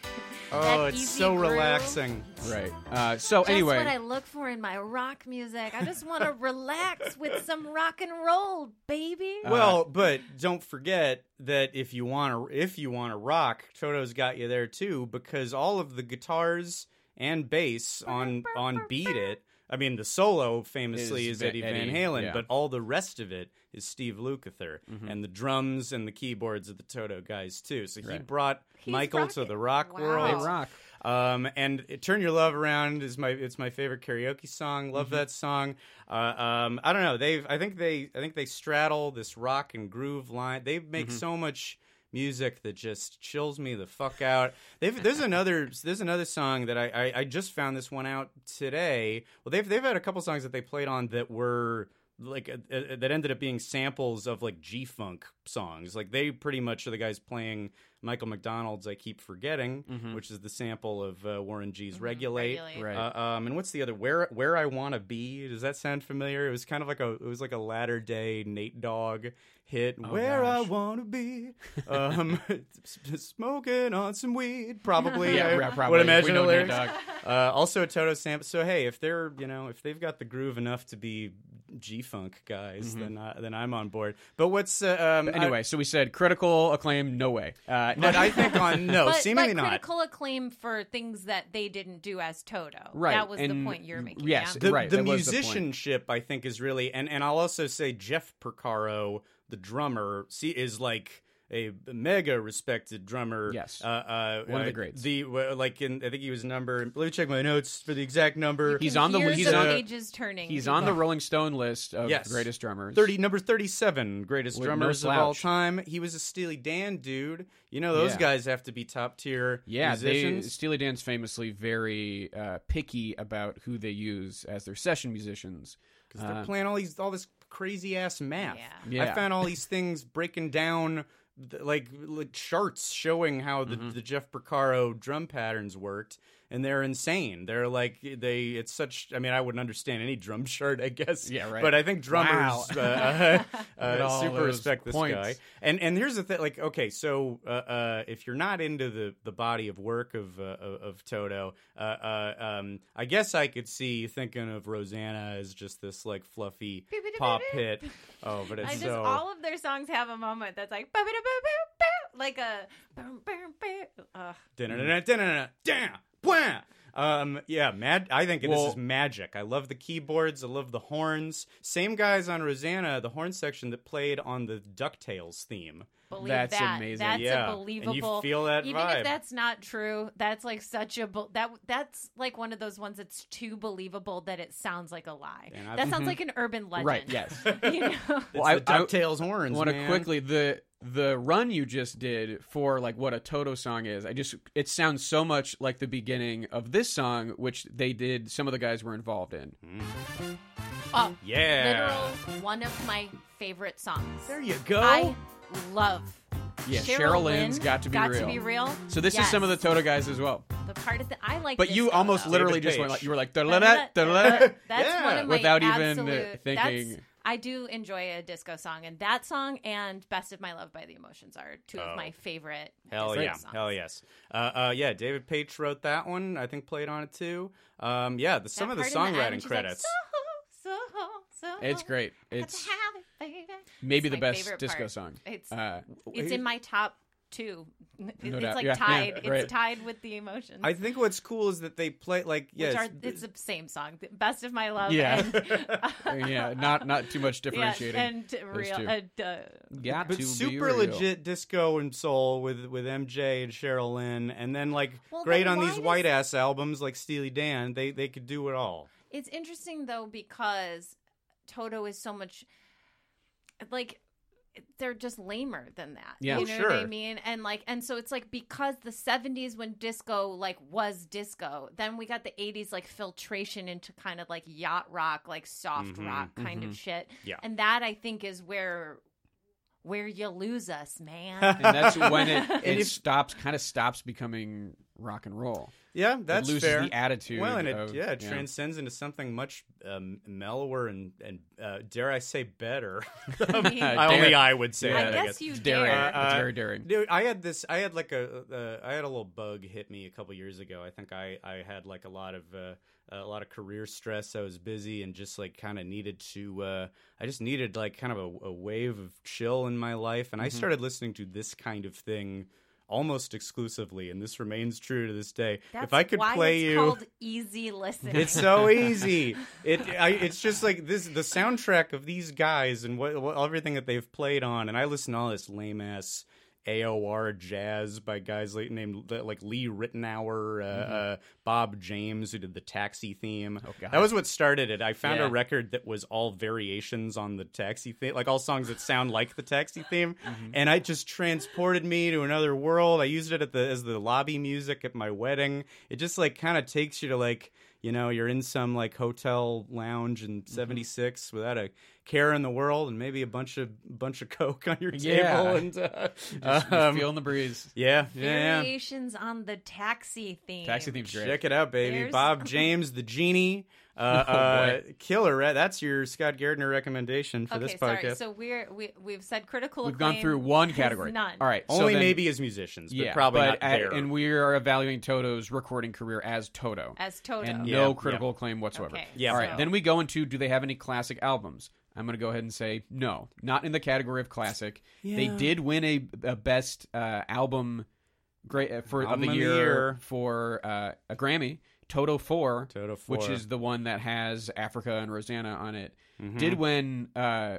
Speaker 3: Oh,
Speaker 2: that
Speaker 3: it's
Speaker 2: easy
Speaker 3: so
Speaker 2: groove.
Speaker 3: relaxing.
Speaker 1: Right. Uh, so
Speaker 2: That's
Speaker 1: anyway,
Speaker 2: what I look for in my rock music. I
Speaker 1: *laughs*
Speaker 2: just want to relax with some rock and roll, baby.
Speaker 1: Uh,
Speaker 3: Well, but don't forget that if you want to, if you want to rock, Toto's got you there too, because all of the guitars and bass on on "Beat It." I mean, the solo famously
Speaker 1: Is
Speaker 3: is,
Speaker 1: Va-
Speaker 3: Eddie Van
Speaker 1: Eddie,
Speaker 3: Halen,
Speaker 1: yeah. Mm-hmm.
Speaker 3: but all the rest of it is Steve Lukather, and the drums and the keyboards of the Toto guys too. So he brought Michael to
Speaker 2: rocking.
Speaker 3: the rock
Speaker 2: Wow.
Speaker 1: they
Speaker 3: world.
Speaker 1: rock.
Speaker 3: Um, and it- "Turn Your Love Around" is my it's my favorite karaoke song. Love that song. Uh, um, I don't know. They I think they I think they straddle this rock and groove line. They make so much music that just chills me the fuck out. They've, there's another there's another song that I, I I just found this one out today. Well, they've they've had a couple songs that they played on that were like uh, uh, that ended up being samples of like G Funk songs. Like they pretty much are the guys playing Michael McDonald's "I Keep Forgetting," which is the sample of uh, Warren G's "Regulate."
Speaker 2: Mm-hmm. Regulate.
Speaker 1: Mm-hmm. Right.
Speaker 3: Uh, um, and what's the other where where I want to be? Does that sound familiar? It was kind of like a it was like a latter day Nate Dogg hit. where
Speaker 1: Oh, gosh.
Speaker 3: I want
Speaker 1: *laughs*
Speaker 3: to be, um, *laughs* s- s- smoking on some weed, probably. I
Speaker 1: yeah, probably.
Speaker 3: Would imagine
Speaker 1: We
Speaker 3: the
Speaker 1: know Nate
Speaker 3: lyrics. *laughs* Uh, also a Toto sample. So hey, if they're you know if they've got the groove enough to be G Funk guys, then I, then I'm on board. But what's uh,
Speaker 1: Mm-hmm.
Speaker 3: um,
Speaker 1: But anyway, so we said critical acclaim, no way. Uh,
Speaker 3: I, but I think on
Speaker 2: *laughs*
Speaker 3: no,
Speaker 2: but,
Speaker 3: seemingly
Speaker 2: but
Speaker 3: not.
Speaker 2: critical acclaim for things that they didn't do as Toto.
Speaker 1: Right,
Speaker 2: That was the
Speaker 1: and-
Speaker 2: point you're making.
Speaker 1: yes,
Speaker 2: Yeah?
Speaker 3: the,
Speaker 1: Right,
Speaker 3: the
Speaker 1: that was the point.
Speaker 3: musicianship i think is really and and i'll also say jeff percaro the drummer see is like a mega respected drummer.
Speaker 1: Yes.
Speaker 3: uh, uh,
Speaker 1: One of the
Speaker 3: uh,
Speaker 1: greats.
Speaker 3: The well, like, in, I think he was number. Let me check my notes for the exact number.
Speaker 1: He's on the-
Speaker 2: Here's
Speaker 1: he's
Speaker 2: the
Speaker 1: on-
Speaker 2: pages turning.
Speaker 1: he's on the Rolling Stone list of
Speaker 3: Yes.
Speaker 1: greatest drummers.
Speaker 3: Thirty number thirty seven greatest
Speaker 1: With no
Speaker 3: drummers of all
Speaker 1: slouch.
Speaker 3: time. He was a Steely Dan dude. You know those
Speaker 1: Yeah.
Speaker 3: guys have to be top tier
Speaker 1: Yeah, they,
Speaker 3: musicians.
Speaker 1: Steely Dan's famously very uh, picky about who they use as their session musicians.
Speaker 3: Because they're playing all these all this crazy ass math.
Speaker 2: Yeah.
Speaker 1: Uh. Yeah.
Speaker 3: I found all these things breaking down th- like, like charts showing how
Speaker 1: Mm-hmm.
Speaker 3: the, the Jeff Porcaro drum patterns worked, and they're insane. They're like they it's such. I mean, I wouldn't understand any drum *laughs* chart, I guess.
Speaker 1: Yeah, right.
Speaker 3: But I think drummers
Speaker 1: Wow. *laughs*
Speaker 3: uh, *laughs* uh,
Speaker 1: all
Speaker 3: super
Speaker 1: those
Speaker 3: respect this
Speaker 1: points.
Speaker 3: guy. And and here's the thing, like okay, so uh, uh, if you're not into the, the body of work of uh, of of Toto, uh, uh, um, I guess I could see you thinking of Rosanna as just this like fluffy pop hit. Oh, but
Speaker 2: I
Speaker 3: it's
Speaker 2: just
Speaker 3: so
Speaker 2: all of their songs have a moment that's like "Ba-ba-da-ba-ba-ba," like a boom, boom, boom. Ugh.
Speaker 3: Da-na-na-na, da-na-na-na, da-na, bwah. Um, yeah, mad. I think
Speaker 1: Well-
Speaker 3: this is magic. I love the keyboards. I love the horns. Same guys on Rosanna, the horn section that played on the Ducktales theme.
Speaker 2: Believe
Speaker 1: That's
Speaker 2: that.
Speaker 1: amazing.
Speaker 2: That's
Speaker 3: Yeah.
Speaker 2: a
Speaker 3: And you
Speaker 2: believable.
Speaker 3: feel that
Speaker 2: even
Speaker 3: vibe.
Speaker 2: if that's not true. That's like such a bel- that that's like one of those ones that's too believable that it sounds like a lie.
Speaker 3: And I-
Speaker 1: *laughs*
Speaker 2: that sounds like an urban legend.
Speaker 1: Right, yes.
Speaker 2: *laughs*
Speaker 1: *laughs*
Speaker 2: you know.
Speaker 1: Well,
Speaker 3: It's the DuckTales horns,
Speaker 1: want to
Speaker 3: man.
Speaker 1: quickly the the run you just did for like what a Toto song is. I just it sounds so much like the beginning of this song, which they did. Some of the guys were involved in.
Speaker 3: Mm-hmm.
Speaker 2: Oh,
Speaker 3: Yeah.
Speaker 2: literal one of my favorite songs.
Speaker 3: There you go.
Speaker 2: I love.
Speaker 1: Yeah,
Speaker 2: Cheryl,
Speaker 1: Cheryl
Speaker 2: Lynn,
Speaker 1: Lynn's Got to Be Real. So this is
Speaker 2: Yes.
Speaker 1: some of the Toto guys as well.
Speaker 2: the part of the I like.
Speaker 1: But
Speaker 2: this
Speaker 1: you
Speaker 2: Toto.
Speaker 1: almost literally just went
Speaker 3: Page.
Speaker 1: like you were like
Speaker 2: Da-
Speaker 1: da-da-da,
Speaker 2: da- da-
Speaker 1: da-da-da.
Speaker 2: That's one
Speaker 3: Yeah.
Speaker 2: of my
Speaker 1: Without even, uh,
Speaker 2: absolute, That's,
Speaker 1: thinking.
Speaker 2: I do enjoy a disco song, and that song and "Best of My Love" by The Emotions are two of my favorite.
Speaker 3: Oh. Hell
Speaker 2: disco
Speaker 3: yeah.
Speaker 2: songs.
Speaker 3: Hell yes. Uh, uh, yeah, David Page wrote that one. I think played on it too. Um, yeah, the, some
Speaker 2: That
Speaker 3: of the
Speaker 2: part in
Speaker 3: songwriting
Speaker 2: end, she's like,
Speaker 3: credits.
Speaker 2: so, so, so,
Speaker 1: It's great.
Speaker 2: I got
Speaker 1: It's
Speaker 2: to have it, baby."
Speaker 1: maybe
Speaker 2: It's
Speaker 1: the
Speaker 2: my
Speaker 1: best
Speaker 2: favorite
Speaker 1: disco
Speaker 2: part.
Speaker 1: song.
Speaker 2: It's
Speaker 1: Uh,
Speaker 2: it's in my top two. It-
Speaker 1: No
Speaker 2: it's
Speaker 1: doubt.
Speaker 2: like
Speaker 1: Yeah, yeah,
Speaker 2: tied.
Speaker 1: right.
Speaker 2: It's tied with the emotions.
Speaker 3: I think what's cool is that they play like yes,
Speaker 2: which are it's
Speaker 3: *laughs*
Speaker 2: the same song, The "Best of My Love." *laughs*
Speaker 1: Yeah. *laughs*
Speaker 2: and,
Speaker 1: yeah, not not too
Speaker 2: *laughs*
Speaker 1: much
Speaker 2: yeah,
Speaker 1: differentiating.
Speaker 2: and real.
Speaker 1: two.
Speaker 2: And, uh,
Speaker 1: Got
Speaker 3: but
Speaker 1: to be
Speaker 3: super
Speaker 1: real.
Speaker 3: legit disco and soul with with MJ and Cheryl Lynn, and then like
Speaker 2: Well,
Speaker 3: great
Speaker 2: then
Speaker 3: on
Speaker 2: why
Speaker 3: these
Speaker 2: does-
Speaker 3: white ass albums like Steely Dan. They they could do it all.
Speaker 2: it's interesting though because Toto is so much like they're just lamer than that.
Speaker 1: Yeah.
Speaker 2: you
Speaker 3: Well,
Speaker 2: know what I
Speaker 3: Oh, sure.
Speaker 2: mean. And like, and so it's like because the '70s when disco like was disco, then we got the '80s like filtration into kind of like yacht rock, like soft rock kind of shit.
Speaker 3: Mm-hmm, Yeah.
Speaker 2: and that I think is where where you lose us, man.
Speaker 1: and that's when
Speaker 2: *laughs*
Speaker 1: it, it
Speaker 3: if-
Speaker 1: stops kind of stops becoming rock and roll
Speaker 3: Yeah, that's
Speaker 1: loses
Speaker 3: fair.
Speaker 1: the attitude
Speaker 3: Well, and it
Speaker 1: of-
Speaker 3: yeah, it
Speaker 1: yeah.
Speaker 3: transcends into something much um, mellower and and uh, dare I say better. *laughs*
Speaker 1: *laughs* dare-
Speaker 3: Only I would say
Speaker 1: I
Speaker 3: that.
Speaker 2: guess you
Speaker 1: it's
Speaker 2: dare.
Speaker 1: daring it's
Speaker 3: Uh,
Speaker 1: very daring
Speaker 3: Dude, I had this. I had like a. Uh, I had a little bug hit me a couple years ago. I think I. I had like a lot of. Uh, a lot of career stress. I was busy and just like kind of needed to. Uh, I just needed like kind of a, a wave of chill in my life, and I
Speaker 1: Mm-hmm.
Speaker 3: started listening to this kind of thing almost exclusively, and this remains true to this day.
Speaker 2: That's
Speaker 3: if I could
Speaker 2: why
Speaker 3: play
Speaker 2: it's
Speaker 3: you,
Speaker 2: called easy listening.
Speaker 3: it's so easy. It I, it's just like this the soundtrack of these guys and what, what everything that they've played on. And I listen to all this lame ass AOR jazz by guys like, named like Lee Ritenour, uh,
Speaker 1: Mm-hmm.
Speaker 3: uh, Bob James, who did the Taxi theme.
Speaker 1: Oh, God.
Speaker 3: that was what started it. I found
Speaker 1: Yeah.
Speaker 3: a record that was all variations on the Taxi theme, like all songs that sound like the Taxi theme,
Speaker 1: Mm-hmm.
Speaker 3: and it just transported me to another world. I used it at the as the lobby music at my wedding. It just like kind of
Speaker 1: Mm-hmm.
Speaker 3: takes you to like you know, you're in some like hotel lounge in 76 without a care in the world and maybe a bunch of bunch of *laughs* coke on your table
Speaker 1: Yeah.
Speaker 3: and uh,
Speaker 1: Just, just
Speaker 3: um,
Speaker 1: feeling the breeze.
Speaker 3: yeah, yeah, yeah.
Speaker 2: Variations on the taxi theme.
Speaker 1: Taxi theme's great.
Speaker 3: Check it out, baby.
Speaker 2: There's- *laughs*
Speaker 3: Bob James, the genie, uh,
Speaker 1: Oh,
Speaker 3: uh, killer. Right? That's your Scott Gardner recommendation for
Speaker 2: okay,
Speaker 3: this podcast.
Speaker 2: sorry. So we're we we've said critical.
Speaker 1: We've gone
Speaker 2: acclaim
Speaker 1: through one
Speaker 2: is
Speaker 1: category.
Speaker 2: None.
Speaker 1: All right. so
Speaker 3: Only
Speaker 1: then-
Speaker 3: maybe as musicians, but
Speaker 1: Yeah,
Speaker 3: probably
Speaker 1: but
Speaker 3: not
Speaker 1: at-
Speaker 3: there.
Speaker 1: and we are evaluating Toto's recording career as Toto.
Speaker 2: As Toto.
Speaker 1: And
Speaker 3: Yeah,
Speaker 1: no
Speaker 3: yeah.
Speaker 1: critical acclaim whatsoever.
Speaker 2: Okay,
Speaker 3: Yeah.
Speaker 1: All right.
Speaker 2: so-
Speaker 1: Then we go into do they have any classic albums? I'm going to go ahead and say no. Not in the category of classic. They
Speaker 3: Yeah.
Speaker 1: did win a, a best uh, album great uh, for
Speaker 3: Album
Speaker 1: of the
Speaker 3: of the
Speaker 1: year,
Speaker 3: year.
Speaker 1: for uh, a Grammy. Toto 4,
Speaker 3: Toto
Speaker 1: which
Speaker 3: 4.
Speaker 1: is the one that has Africa and Rosanna on it,
Speaker 3: Mm-hmm.
Speaker 1: did win uh,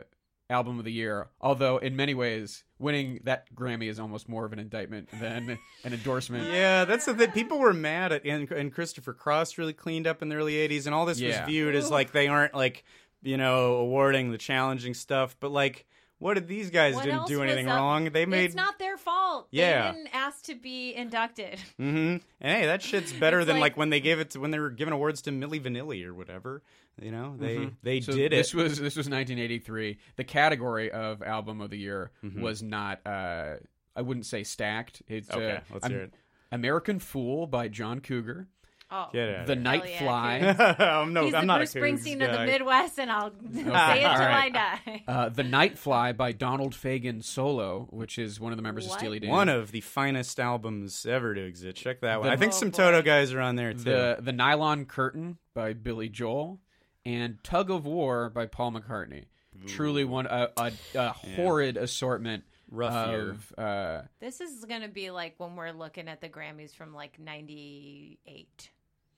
Speaker 1: album of the year. Although in many ways, winning that Grammy is almost more of an indictment than an endorsement.
Speaker 3: *laughs* yeah, that's the thing. People were mad at and, and Christopher Cross really cleaned up in the early '80s, and all this
Speaker 1: Yeah.
Speaker 3: was viewed as like they aren't like you know awarding the challenging stuff, but like what did these guys
Speaker 2: What
Speaker 3: didn't
Speaker 2: else
Speaker 3: do
Speaker 2: was
Speaker 3: anything
Speaker 2: up?
Speaker 3: wrong? They made
Speaker 2: It's not their fault.
Speaker 3: Yeah.
Speaker 2: They didn't ask to be inducted.
Speaker 3: hmm And hey, that shit's better
Speaker 2: It's
Speaker 3: than like,
Speaker 2: like-
Speaker 3: when they gave it to, when they were giving awards to Millie Vanilli or whatever. You know, they they
Speaker 1: Mm-hmm. So
Speaker 3: did
Speaker 1: this
Speaker 3: it.
Speaker 1: was this was 1983. The category of album of the year
Speaker 3: Mm-hmm.
Speaker 1: was not. Uh, I wouldn't say stacked. It's
Speaker 3: Okay,
Speaker 1: uh,
Speaker 3: let's hear it.
Speaker 1: American Fool by John Cougar,
Speaker 2: Oh.
Speaker 3: Get it.
Speaker 1: The Night
Speaker 2: yeah,
Speaker 1: Fly,
Speaker 3: *laughs* I'm no,
Speaker 2: He's
Speaker 3: I'm
Speaker 2: the
Speaker 3: not
Speaker 2: Bruce
Speaker 3: a Cougs
Speaker 2: Springsteen of
Speaker 3: guy.
Speaker 2: the Midwest, and
Speaker 3: *laughs*
Speaker 2: I'll say it
Speaker 1: all
Speaker 2: till
Speaker 1: right.
Speaker 2: I die.
Speaker 1: *laughs* uh, The Night Fly by Donald Fagen solo, which is one of the members of
Speaker 2: What?
Speaker 1: Steely Dan.
Speaker 3: One of the finest albums ever to exist. Check that one.
Speaker 1: The-
Speaker 3: I think
Speaker 2: Oh,
Speaker 3: some
Speaker 2: boy.
Speaker 3: Toto guys are on there too.
Speaker 1: the the Nylon Curtain by Billy Joel, and Tug of War by Paul McCartney. Truly one a, a, a horrid assortment
Speaker 3: Rough year.
Speaker 1: of. Uh,
Speaker 2: This is going to be like when we're looking at the Grammys from like 98,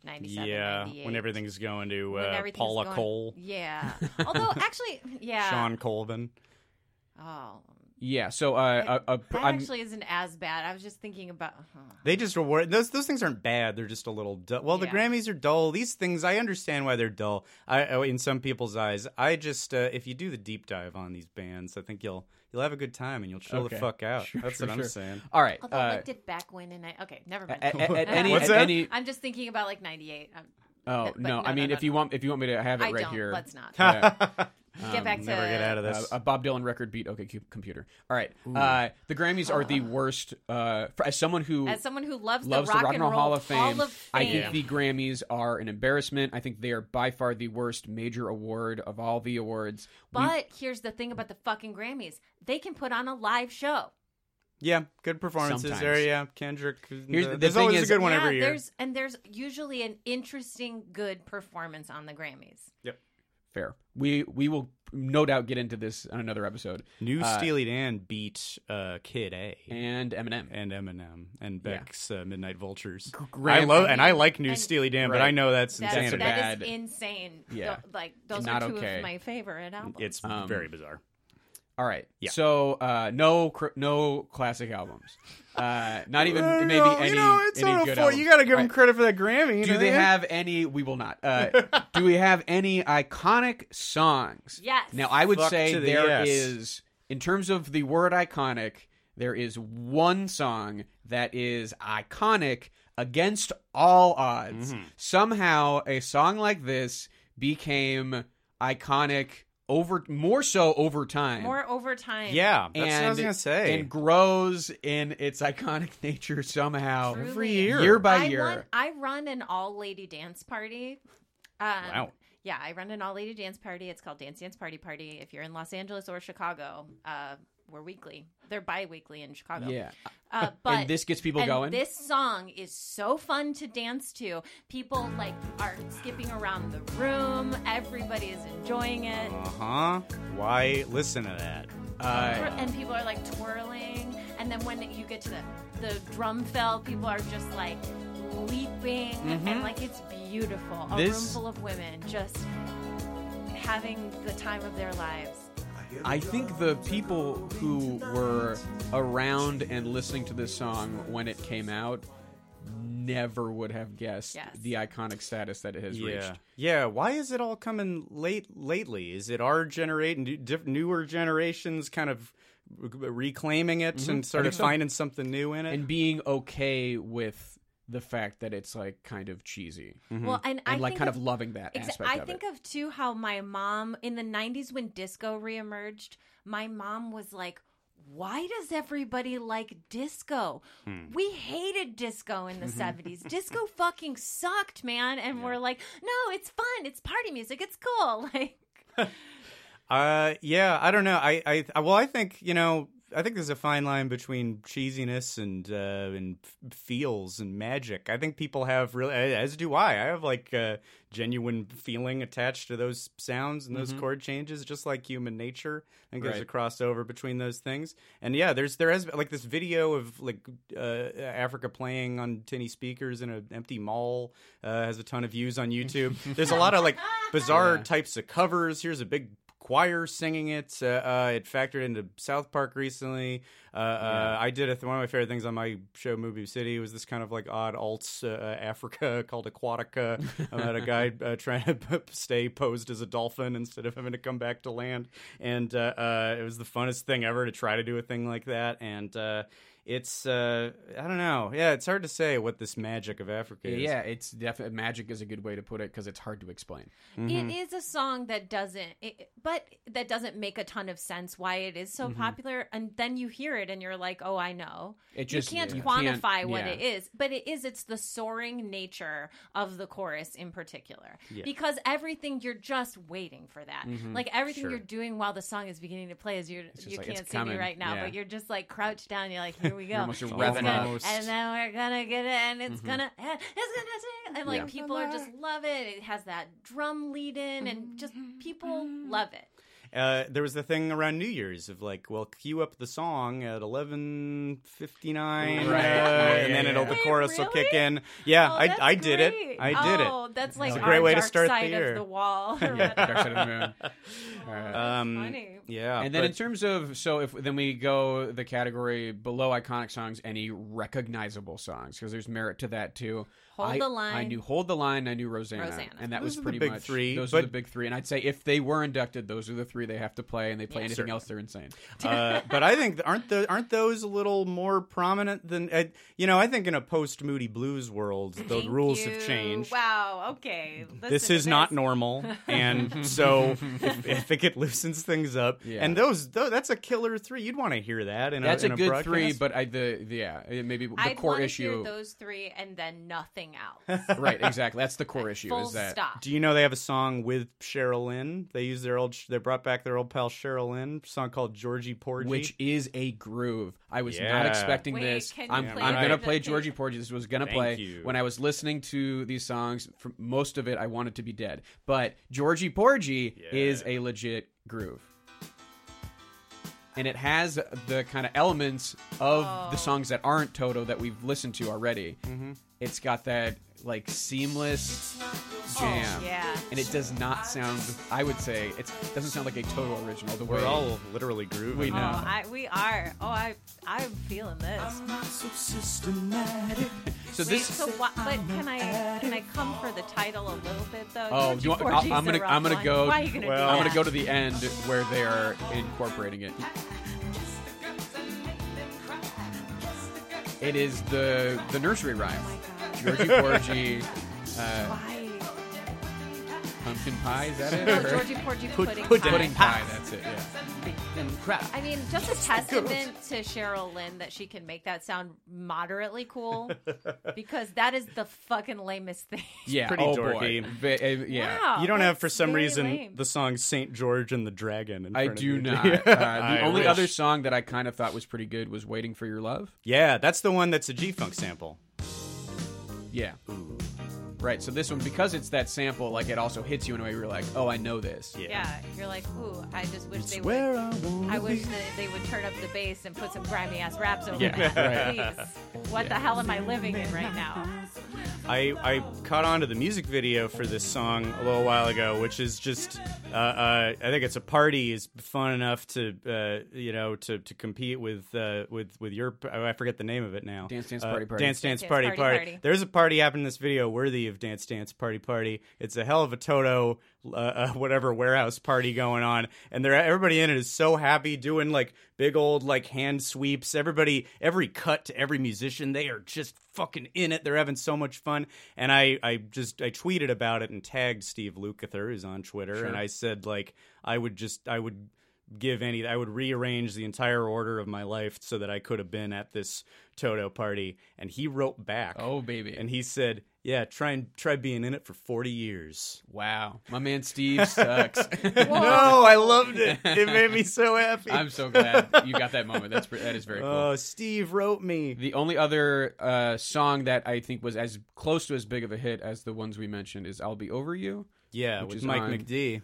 Speaker 2: 97,
Speaker 3: yeah,
Speaker 2: 98.
Speaker 3: when everything's going to
Speaker 2: When
Speaker 3: uh,
Speaker 2: everything's
Speaker 3: Paula
Speaker 2: going-
Speaker 3: Cole, *laughs*
Speaker 2: Yeah. Although, actually, yeah.
Speaker 3: Sean Colvin.
Speaker 2: Oh.
Speaker 1: yeah, so uh, a, a,
Speaker 2: That
Speaker 1: I'm-
Speaker 2: actually isn't as bad. I was just thinking about. huh.
Speaker 3: They just reward those. Those things aren't bad. They're just a little dull. Well, the
Speaker 2: Yeah.
Speaker 3: Grammys are dull. These things, I understand why they're dull. I, oh, in some people's eyes, I just uh, if you do the deep dive on these bands, I think you'll you'll have a good time and you'll chill
Speaker 1: Okay.
Speaker 3: the fuck out.
Speaker 1: *laughs* Sure,
Speaker 3: That's
Speaker 1: sure,
Speaker 3: what I'm
Speaker 1: sure.
Speaker 3: saying.
Speaker 1: All right.
Speaker 2: Although I
Speaker 1: Uh,
Speaker 2: looked it back when and I. Okay, never mind.
Speaker 1: at,
Speaker 2: *laughs*
Speaker 1: at, at any,
Speaker 3: What's
Speaker 1: at
Speaker 3: that?
Speaker 1: any
Speaker 2: I'm just thinking about like 98. I'm,
Speaker 1: Oh
Speaker 2: but
Speaker 1: no!
Speaker 2: no,
Speaker 1: I mean,
Speaker 2: no,
Speaker 1: if
Speaker 2: no,
Speaker 1: you
Speaker 2: no.
Speaker 1: want, if you want me to have it
Speaker 2: I
Speaker 1: right
Speaker 2: don't.
Speaker 1: here,
Speaker 2: Let's not.
Speaker 1: *laughs* uh,
Speaker 2: *laughs* Get back to.
Speaker 3: Never get out of
Speaker 1: uh,
Speaker 3: this.
Speaker 1: a Bob Dylan record beat. Okay, cu- computer. All right. Uh, the Grammys are the worst. Uh, for, as someone who
Speaker 2: As someone who loves,
Speaker 1: loves
Speaker 2: the Rock,
Speaker 1: and Roll Hall of Fame, I think
Speaker 2: Fame.
Speaker 1: the Grammys are an embarrassment. I think they are by far the worst major award of all the awards. We-
Speaker 2: But here's the thing about the fucking Grammys. They can put on a live show.
Speaker 3: yeah, good performances
Speaker 1: Sometimes.
Speaker 3: there. Yeah, Kendrick.
Speaker 1: Here's the
Speaker 3: there's
Speaker 1: thing
Speaker 3: always
Speaker 1: is-
Speaker 3: a good one
Speaker 2: yeah,
Speaker 3: every year.
Speaker 2: There's and there's usually an interesting good performance on the Grammys.
Speaker 1: fair. We we will no doubt get into this on another episode.
Speaker 3: New
Speaker 1: Uh,
Speaker 3: Steely Dan beat uh, Kid A
Speaker 1: and Eminem.
Speaker 3: and Eminem and
Speaker 1: Yeah.
Speaker 3: Beck's uh, Midnight Vultures. I
Speaker 1: Graham-
Speaker 3: love and I like New
Speaker 2: And-
Speaker 3: Steely Dan, but
Speaker 1: Right.
Speaker 3: I know that's
Speaker 2: That's,
Speaker 3: insanity.
Speaker 1: a
Speaker 2: that is
Speaker 1: bad-
Speaker 2: insane.
Speaker 1: Yeah.
Speaker 2: Th- like those
Speaker 1: Not
Speaker 2: are two
Speaker 1: okay.
Speaker 2: of my favorite albums.
Speaker 3: It's
Speaker 1: Um,
Speaker 3: very bizarre.
Speaker 1: All right.
Speaker 3: Yeah.
Speaker 1: So uh, no, cr- no classic albums. Uh, not
Speaker 3: *laughs*
Speaker 1: even maybe any. any good albums.
Speaker 3: You got to give
Speaker 1: All
Speaker 3: them
Speaker 1: right.
Speaker 3: credit for that Grammy.
Speaker 1: Do they have any? We will not. Uh, do we have any iconic songs?
Speaker 2: Yes.
Speaker 1: Now I would
Speaker 3: Fuck
Speaker 1: say
Speaker 3: to the
Speaker 1: there
Speaker 3: yes.
Speaker 1: is, in terms of the word iconic, there is one song that is iconic against all odds.
Speaker 3: Mm-hmm.
Speaker 1: Somehow, a song like this became iconic over more so over time.
Speaker 2: more over time.
Speaker 3: Yeah, that's
Speaker 1: and,
Speaker 3: what I was gonna say.
Speaker 1: and grows in its iconic *laughs* nature somehow
Speaker 2: Truly.
Speaker 3: every year.
Speaker 1: year by
Speaker 2: I
Speaker 1: year.
Speaker 2: Run, I run an all lady dance party. Um,
Speaker 3: Wow.
Speaker 2: Yeah, I run an all lady dance party. It's called Dance Dance Party Party. If you're in Los Angeles or Chicago, uh, we're weekly. They're bi weekly in Chicago.
Speaker 1: Yeah.
Speaker 2: Uh, but
Speaker 1: and this gets people
Speaker 2: and
Speaker 1: going.
Speaker 2: This song is so fun to dance to. People like are skipping around the room. Everybody is enjoying it,
Speaker 3: uh huh. Why listen to that?
Speaker 1: Uh,
Speaker 2: and people are like twirling. And then when you get to the the drum fill, people are just like leaping, and like it's beautiful. A room
Speaker 1: This-
Speaker 2: full of women just having the time of their lives.
Speaker 1: I think the people who were around and listening to this song when it came out never would have guessed
Speaker 2: Yes.
Speaker 1: the iconic status that it has reached.
Speaker 3: yeah. Why is it all coming late lately? Is it our generation, diff- newer generations, kind of Mm-hmm. reclaiming it and sort of finding something new in it?
Speaker 1: And being okay with the fact that it's like kind of cheesy
Speaker 2: Well, and, I
Speaker 1: Mm-hmm. and like
Speaker 2: think
Speaker 1: kind
Speaker 2: of,
Speaker 1: of loving that
Speaker 2: Exa-
Speaker 1: aspect
Speaker 2: I
Speaker 1: of
Speaker 2: think
Speaker 1: it.
Speaker 2: of too how my mom in the 90s when disco reemerged, my mom was like, why does everybody like disco?
Speaker 1: Hmm.
Speaker 2: We hated disco
Speaker 1: *laughs*
Speaker 2: in the 70s. Disco fucking sucked, man. And we're like, no, it's fun. It's party music. It's cool. *laughs* Like,
Speaker 3: Uh, yeah, I don't know. I, I, I well, I think you know, I think there's a fine line between cheesiness and uh, and f- feels and magic. I think people have really, as do I. I have like uh, genuine feeling attached to those sounds and those chord changes, just like human nature. I think there's a
Speaker 1: Right.
Speaker 3: crossover between those things. And yeah, there's there has like this video of like uh, Africa playing on tinny speakers in an empty mall uh, has a ton of views on YouTube. there's a lot of like bizarre types of covers. Here's a big choir singing it. Uh, uh, it factored into South Park recently. Uh, uh, I did a th- one of my favorite things on my show, Movie City, was this kind of like odd alt uh, uh, Africa *laughs* called Aquatica about
Speaker 2: *laughs*
Speaker 3: a guy uh, trying to p- stay posed as a dolphin instead of having to come back to land. And uh, uh, it was the funnest thing ever to try to do a thing like that. And uh, it's uh, I don't know. Yeah, it's hard to say what this magic of Africa is.
Speaker 1: yeah, it's definitely magic is a good way to put it because it's hard to
Speaker 3: *laughs*
Speaker 1: explain. Mm-hmm.
Speaker 2: It is a song that doesn't, it, but that doesn't make a ton of sense why it is
Speaker 1: Mm-hmm.
Speaker 2: so popular. And then you hear it and you're like, oh, I know.
Speaker 1: It just-
Speaker 2: you can't
Speaker 1: you
Speaker 2: quantify
Speaker 1: can't-
Speaker 2: what
Speaker 1: yeah.
Speaker 2: it is, but it is. It's the soaring nature of the chorus in particular, because everything you're just waiting for that. Like everything you're doing while the song is beginning to play is you
Speaker 1: just
Speaker 2: you
Speaker 1: like,
Speaker 2: can't
Speaker 1: Mm-hmm. it's
Speaker 2: see me
Speaker 1: coming.
Speaker 2: right now,
Speaker 1: Yeah.
Speaker 2: but you're just like crouched down. You're like, here
Speaker 3: *laughs*
Speaker 2: we go,
Speaker 1: almost
Speaker 2: It's
Speaker 1: revving
Speaker 2: gonna-
Speaker 1: up.
Speaker 2: and then we're gonna get it, and it's
Speaker 3: Mm-hmm.
Speaker 2: gonna, eh, it's gonna, sing. and like
Speaker 1: Yeah.
Speaker 2: people are just love it. It has that drum lead in, and just people love it.
Speaker 3: uh, there was the thing around New Year's of like, well, cue up the song at eleven fifty nine,
Speaker 1: Right.
Speaker 3: and then
Speaker 1: Yeah,
Speaker 3: it'll
Speaker 1: yeah,
Speaker 3: the
Speaker 2: yeah.
Speaker 3: chorus will kick
Speaker 2: Really?
Speaker 3: in. Yeah,
Speaker 2: Oh,
Speaker 3: I
Speaker 2: that's
Speaker 3: I did it.
Speaker 2: great.
Speaker 3: I did it.
Speaker 2: Oh, that's like
Speaker 3: a
Speaker 2: our
Speaker 3: great way to
Speaker 2: dark
Speaker 3: start the
Speaker 2: side
Speaker 3: year.
Speaker 2: Of the
Speaker 3: *laughs*
Speaker 2: wall. or
Speaker 1: Dark
Speaker 2: whatever.
Speaker 1: Side of the Moon.
Speaker 3: Um,
Speaker 2: funny.
Speaker 3: Yeah,
Speaker 1: and then
Speaker 3: but-
Speaker 1: in terms of so if then we go the category below iconic songs any recognizable songs because there's merit to that too
Speaker 2: Hold
Speaker 1: I,
Speaker 2: the Line.
Speaker 1: I knew hold the line I knew Rosanna,
Speaker 2: Rosanna.
Speaker 1: and that was
Speaker 3: Those are the
Speaker 1: pretty
Speaker 3: big
Speaker 1: much
Speaker 3: three,
Speaker 1: those are
Speaker 3: but-
Speaker 1: the big three and I'd say if they were inducted those are the three they have to play and they play anything
Speaker 3: Sure.
Speaker 1: else they're insane
Speaker 3: uh, but I think aren't the aren't those a little more prominent than uh, you know? I think in a post Moody Blues world, the
Speaker 2: Thank
Speaker 3: rules
Speaker 2: you.
Speaker 3: have changed.
Speaker 2: Wow. Okay.
Speaker 3: This
Speaker 2: Listen to
Speaker 3: is not normal,
Speaker 2: *laughs*
Speaker 3: and so if, if it loosens things up,
Speaker 1: Yeah.
Speaker 3: and those, tho- that's a killer three. You'd want to hear that. In
Speaker 1: that's
Speaker 3: a,
Speaker 1: a,
Speaker 3: in
Speaker 1: good
Speaker 3: broadcast.
Speaker 1: three but I the, the yeah it- maybe the
Speaker 2: I'd
Speaker 1: core
Speaker 2: wanna
Speaker 1: issue
Speaker 2: Hear those three, and then nothing
Speaker 3: *laughs*
Speaker 2: else.
Speaker 1: right exactly that's the core issue
Speaker 2: Full
Speaker 1: is that
Speaker 2: stop.
Speaker 3: Do you know they have a song with Cheryl Lynn? They use their old. They brought back their old pal Cheryl Lynn. Song called Georgie Porgy.
Speaker 1: which is a groove. I was
Speaker 3: Yeah.
Speaker 1: not expecting
Speaker 2: Wait,
Speaker 1: this.
Speaker 2: can you
Speaker 1: I'm,
Speaker 2: play
Speaker 1: I'm
Speaker 3: the-
Speaker 1: gonna play Georgie Porgy. This was gonna
Speaker 3: Thank
Speaker 1: play
Speaker 3: you.
Speaker 1: when I was listening to these songs. For most of it, I wanted to be dead, but Georgie Porgy is a legit groove, and it has the kind of elements of
Speaker 2: Oh.
Speaker 1: the songs that aren't Toto that we've listened to already.
Speaker 3: Mm-hmm.
Speaker 1: It's got that like seamless jam.
Speaker 2: Oh, yeah.
Speaker 1: And it does not sound, I would say, it doesn't sound like a Toto original. The way
Speaker 3: we're all literally grooving.
Speaker 1: We
Speaker 2: Oh,
Speaker 1: know.
Speaker 2: I, we are. Oh, I, I'm feeling this.
Speaker 1: so
Speaker 2: Wait,
Speaker 1: this
Speaker 2: so what, but can I can I come for the title a little bit though?
Speaker 1: Oh,
Speaker 2: Georgie
Speaker 1: you want,
Speaker 2: Porgy's
Speaker 1: I'll- I'm
Speaker 2: the
Speaker 1: gonna
Speaker 2: wrong
Speaker 1: I'm gonna
Speaker 2: one.
Speaker 1: go.
Speaker 2: Why are you gonna
Speaker 3: well-
Speaker 2: do
Speaker 1: I'm gonna
Speaker 2: that?
Speaker 1: go to the end where they are incorporating it. It is the the nursery rhyme.
Speaker 3: *laughs*
Speaker 1: Georgie Porgy,
Speaker 2: Why?
Speaker 1: pumpkin pie. Is that *laughs* it?
Speaker 2: No,
Speaker 1: Or-
Speaker 2: Oh, Georgie Porgy pudding. pie.
Speaker 1: pudding pie. That's it. Yeah.
Speaker 2: I mean, just
Speaker 1: *laughs*
Speaker 2: a testament to Cheryl Lynn that she can make that sound
Speaker 1: *laughs*
Speaker 2: moderately cool, because that is the fucking lamest thing.
Speaker 1: Yeah.
Speaker 3: pretty
Speaker 1: oh boy.
Speaker 3: dorky.
Speaker 1: Ba- uh, yeah.
Speaker 2: Wow,
Speaker 3: you don't have
Speaker 2: Oh, that's
Speaker 3: for some
Speaker 2: very
Speaker 3: reason
Speaker 2: lame.
Speaker 3: the song Saint George and the Dragon. In
Speaker 1: I
Speaker 3: front of
Speaker 1: do
Speaker 3: you,
Speaker 1: not.
Speaker 3: *laughs* you?
Speaker 1: Uh, *laughs* the
Speaker 3: I
Speaker 1: only
Speaker 3: wish.
Speaker 1: other song that I kind of thought was pretty good was "Waiting for Your Love."
Speaker 3: Yeah, that's the one that's a G Funk sample.
Speaker 1: Yeah. Right. So this one, because it's that sample, like it also hits you in a way where you're like, "Oh, I know this."
Speaker 2: Yeah, you're like, ooh, I just wish they
Speaker 3: Where
Speaker 2: would.
Speaker 3: I wanna
Speaker 2: I wish
Speaker 3: be.
Speaker 2: that they would turn up the bass and put some grimy ass raps over
Speaker 1: Yeah,
Speaker 2: that. Please, what the hell am I living in right now?
Speaker 3: I, I caught on to the music video for this song a little while ago, which is just uh, uh, I think it's a party is fun enough to uh, you know to, to compete with uh, with with your oh, I forget the name of it now
Speaker 1: Dance Dance
Speaker 3: Uh,
Speaker 1: Party Party.
Speaker 3: dance dance
Speaker 2: Dance
Speaker 3: party
Speaker 2: Party
Speaker 3: *laughs* party
Speaker 2: Party.
Speaker 3: there's a party happening in this video worthy of dance dance party party it's a hell of a Toto uh, uh, whatever warehouse party going on, and they're everybody in it is so happy doing like big old like hand sweeps. Everybody, every cut to every musician, they are just fucking in it. They're having so much fun, and I I just I tweeted about it and tagged Steve Lukather, who's on Twitter, and I said like I would just I would give any I would rearrange the entire order of my life so that I could have been at this Toto party and he wrote back
Speaker 1: Oh, baby.
Speaker 3: and he said yeah try and try being in it for 40 years
Speaker 1: Wow. My man Steve
Speaker 3: *laughs*
Speaker 1: sucks.
Speaker 3: no I loved it it made me so happy
Speaker 1: I'm so glad you got that moment. That's pre- that is very cool.
Speaker 3: oh Steve wrote me
Speaker 1: the only other uh, song that I think was as close to as big of a hit as the ones we mentioned is "I'll Be Over You,"
Speaker 3: yeah
Speaker 1: Which
Speaker 3: with
Speaker 1: is
Speaker 3: Mike
Speaker 1: on-
Speaker 3: McD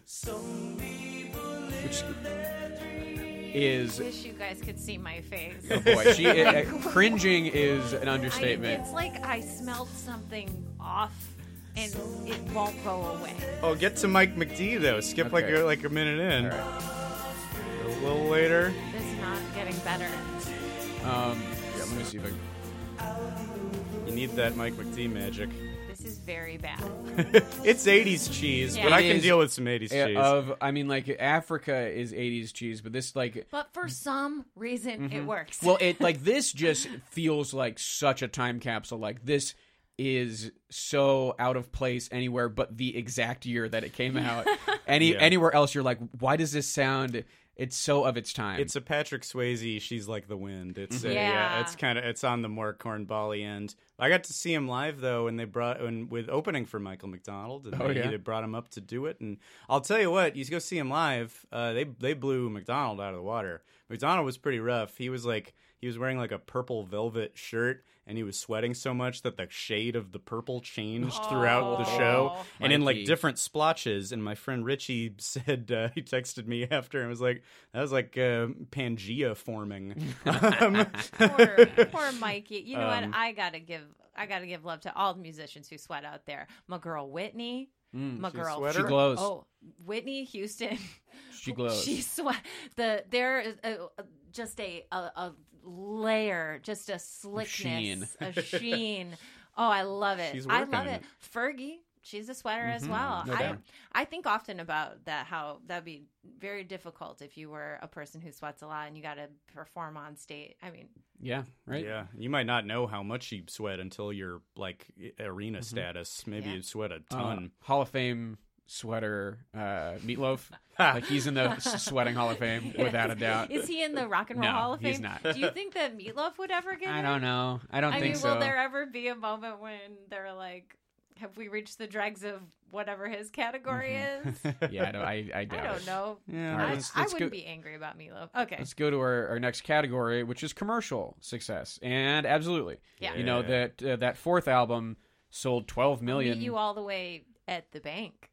Speaker 1: which
Speaker 3: *laughs*
Speaker 1: is oh,
Speaker 2: Wish you guys could see my face.
Speaker 1: boy, she uh, cringing is an
Speaker 2: I,
Speaker 1: understatement.
Speaker 2: it's like I smelled something off and it won't go away.
Speaker 3: oh get to Mike McD though skip like
Speaker 1: Okay.
Speaker 3: a, like a minute in
Speaker 1: All right.
Speaker 3: a little later
Speaker 2: This is not getting better.
Speaker 1: Um, yeah, let me see if I can.
Speaker 3: you need that Mike McD magic *laughs*
Speaker 2: This is very bad.
Speaker 3: it's 80s cheese
Speaker 2: Yeah.
Speaker 3: but
Speaker 2: It
Speaker 3: I can
Speaker 1: is-
Speaker 3: deal with some 80s
Speaker 1: Yeah, uh,
Speaker 3: cheese
Speaker 1: Of I mean, like Africa is '80s cheese, but this like
Speaker 2: But for some reason, it works.
Speaker 1: Mm-hmm. *laughs* well, it like this just feels like such a time capsule. Like this is so out of place anywhere but the exact year that it came
Speaker 2: *laughs*
Speaker 1: out. Any
Speaker 3: Yeah.
Speaker 1: anywhere else, you're like, why does this sound? It's so of its time. Mm-hmm.
Speaker 3: It's a Patrick Swayze. She's like the wind. It's a, yeah.
Speaker 2: Yeah.
Speaker 3: It's kind of it's on the more cornbally end. I got to see him live though, and they brought and with opening for Michael McDonald, and
Speaker 1: Oh,
Speaker 3: they,
Speaker 1: yeah.
Speaker 3: they brought him up to do it. And I'll tell you what, you go see him live. Uh, they they blew McDonald out of the water. McDonald was pretty rough. He was like he was wearing like a purple velvet shirt. And he was sweating so much that the shade of the purple changed throughout the show,
Speaker 2: Oh.
Speaker 3: and in like
Speaker 1: Mikey.
Speaker 3: different different splotches and my friend richie *laughs* said uh, he texted me after and was like that was like uh, pangea forming
Speaker 1: *laughs*
Speaker 3: Um,
Speaker 2: *laughs* poor, poor Mikey. You know
Speaker 1: Um,
Speaker 2: what? I gotta give I gotta give love to all the musicians who sweat out there. My girl Whitney.
Speaker 1: Mm,
Speaker 2: my girl.
Speaker 3: sweater?
Speaker 1: She glows.
Speaker 2: Oh, Whitney Houston. *laughs*
Speaker 1: She glows.
Speaker 2: She sweat. The there is a, a- just a, a a layer, just a slickness, a
Speaker 1: *laughs*
Speaker 2: sheen. Oh, I love it.
Speaker 3: She's
Speaker 2: I
Speaker 3: working
Speaker 2: love
Speaker 3: on
Speaker 2: it.
Speaker 3: it.
Speaker 2: Fergie. She's a sweater as well.
Speaker 1: Mm-hmm. No
Speaker 2: I
Speaker 1: doubt.
Speaker 2: I think often about that how that'd be very difficult if you were a person who sweats a lot and you got to perform on stage. I mean,
Speaker 1: yeah, right.
Speaker 3: yeah you might not know how much you sweat until you're like arena status maybe
Speaker 2: Yeah.
Speaker 3: you sweat a
Speaker 1: Mm-hmm. Uh,
Speaker 3: ton
Speaker 1: Hall of Fame sweater, uh,
Speaker 2: *laughs*
Speaker 1: meatloaf. like he's in the *laughs* s- sweating Hall of Fame without a doubt.
Speaker 2: Is he in the Rock and Roll
Speaker 1: No,
Speaker 2: Hall of Fame?
Speaker 1: he's not.
Speaker 2: Do you think that Meatloaf
Speaker 1: *laughs*
Speaker 2: would ever get
Speaker 1: I
Speaker 2: in?
Speaker 1: don't know. I don't
Speaker 2: I
Speaker 1: think
Speaker 2: mean,
Speaker 1: so.
Speaker 2: will there ever be a moment when they're like, "Have we reached the dregs of whatever his
Speaker 1: *laughs*
Speaker 2: category is?"
Speaker 1: yeah, I, don't, I, I doubt
Speaker 2: *laughs* I
Speaker 1: it.
Speaker 2: don't know.
Speaker 3: Yeah,
Speaker 1: All right,
Speaker 2: I,
Speaker 1: Mm-hmm. let's-
Speaker 2: I
Speaker 1: let's
Speaker 2: wouldn't
Speaker 1: go-
Speaker 2: be angry about Meatloaf. Okay,
Speaker 1: Let's go to our, our next category, which is commercial success, and absolutely,
Speaker 2: Yeah.
Speaker 1: you know that uh, that fourth album sold 12 million.
Speaker 2: meet you all the way at the bank.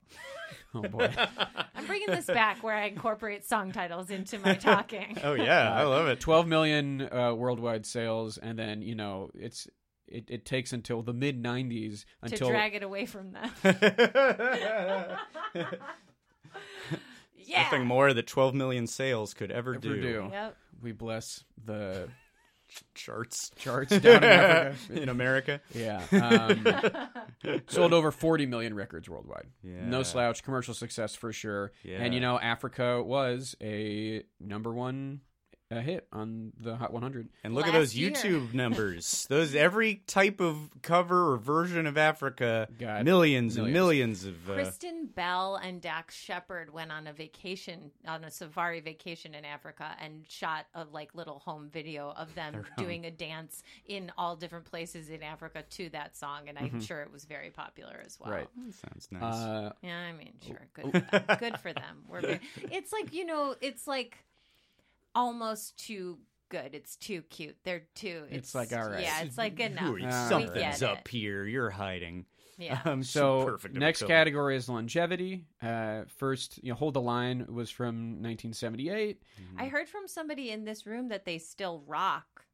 Speaker 1: Oh boy, *laughs*
Speaker 2: I'm bringing this back where I incorporate song titles
Speaker 1: *laughs*
Speaker 2: into my talking.
Speaker 3: oh
Speaker 1: uh,
Speaker 3: yeah i love it
Speaker 1: 12 million uh, worldwide sales, and then you know it's it, it takes until the mid 90s
Speaker 2: to
Speaker 1: until
Speaker 2: drag it away from
Speaker 1: *laughs*
Speaker 2: them. yeah.
Speaker 3: nothing more that 12 million sales could ever,
Speaker 1: Ever do.
Speaker 2: Yep.
Speaker 1: we bless the
Speaker 3: charts
Speaker 1: charts down
Speaker 3: *laughs*
Speaker 1: in Africa.
Speaker 3: in america
Speaker 1: Yeah. Um,
Speaker 3: *laughs*
Speaker 1: sold over 40 million records worldwide.
Speaker 3: Yeah.
Speaker 1: No slouch, commercial success for sure.
Speaker 3: Yeah.
Speaker 1: And you know, Africa was a number one uh hit on the Hot 100.
Speaker 3: And look at
Speaker 2: Last
Speaker 3: those
Speaker 2: year. *laughs*
Speaker 3: YouTube numbers. those every type of cover or version of Africa,
Speaker 1: Got
Speaker 3: millions, and millions
Speaker 1: millions.
Speaker 3: of. Uh,
Speaker 2: Kristen Bell and Dax Shepard went on a vacation, on a safari vacation in Africa, and shot a like little home video
Speaker 1: *laughs*
Speaker 2: of them doing a dance in all different places in Africa to that song, and I'm sure it was very popular as well.
Speaker 1: Mm-hmm. Right.
Speaker 3: sounds nice.
Speaker 1: Uh,
Speaker 2: Yeah, I mean, sure,
Speaker 1: *laughs*
Speaker 2: good, for them. good for them. We're good. It's like you know, it's like almost too good. It's too cute. They're too.
Speaker 1: It's like, all right.
Speaker 2: Yeah, it's
Speaker 1: *laughs*
Speaker 2: like enough.
Speaker 3: Ooh,
Speaker 2: We
Speaker 3: something's
Speaker 2: get
Speaker 3: up
Speaker 2: it.
Speaker 3: here. You're hiding. *laughs*
Speaker 2: Yeah.
Speaker 3: Um, she's
Speaker 1: so
Speaker 3: perfect of a
Speaker 1: next
Speaker 3: cover.
Speaker 1: category is longevity. Uh, first, you know, Hold the Line was from 1978.
Speaker 2: I
Speaker 3: Mm-hmm.
Speaker 2: heard from somebody in this room that they still
Speaker 3: *laughs*
Speaker 2: rock.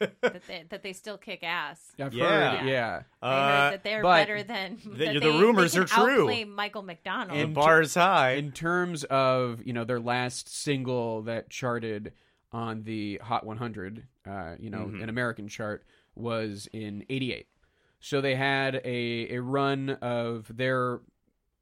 Speaker 2: that, they, that they still kick ass.
Speaker 1: I've
Speaker 3: Yeah.
Speaker 1: heard, yeah.
Speaker 2: I
Speaker 3: Uh,
Speaker 2: heard that they're
Speaker 1: but
Speaker 2: better than that
Speaker 3: the
Speaker 2: they-
Speaker 3: rumors
Speaker 2: they can
Speaker 3: are true.
Speaker 2: outplay Michael McDonald.
Speaker 3: the bar's high.
Speaker 1: in terms of you know their last single that charted on the Hot 100, uh, you know,
Speaker 3: Mm-hmm.
Speaker 1: an American chart was in '88. So they had a a run of their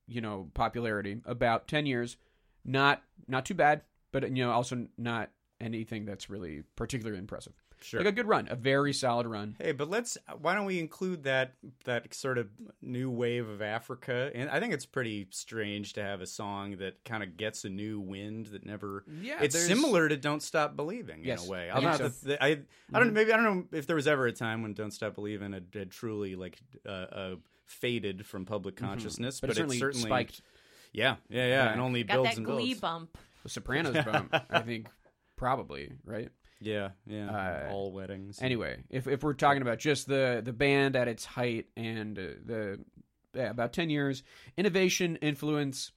Speaker 1: you know popularity about 10 years not not too bad but you know also not anything that's really particularly impressive
Speaker 3: Sure.
Speaker 1: like a good run a very solid run
Speaker 3: Hey, but let's. Why don't we include that that sort of new wave of Africa? And I think it's pretty strange to have a song that kind of gets a new wind that never.
Speaker 1: Yeah,
Speaker 3: it's
Speaker 1: there's-
Speaker 3: similar to "Don't Stop Believing" in
Speaker 1: Yes,
Speaker 3: a way.
Speaker 1: I
Speaker 3: I'm
Speaker 1: think
Speaker 3: not.
Speaker 1: so. Mm-hmm.
Speaker 3: the- the- I I don't. Maybe I don't know if there was ever a time when "Don't Stop Believing" had, had truly like uh, uh, faded from public consciousness,
Speaker 1: Mm-hmm. but, it
Speaker 3: but,
Speaker 1: certainly,
Speaker 3: it certainly
Speaker 1: spiked
Speaker 3: Yeah, yeah, yeah,
Speaker 1: Back.
Speaker 3: and only
Speaker 2: Got
Speaker 3: builds
Speaker 2: that
Speaker 3: and
Speaker 2: glee
Speaker 3: builds.
Speaker 2: bump.
Speaker 1: the sopranos bump
Speaker 3: *laughs*
Speaker 1: i think probably right
Speaker 3: Yeah, yeah,
Speaker 1: Uh,
Speaker 3: all weddings.
Speaker 1: Anyway, if if we're talking about just the the band at its height and uh, the yeah, about ten years, innovation, influence,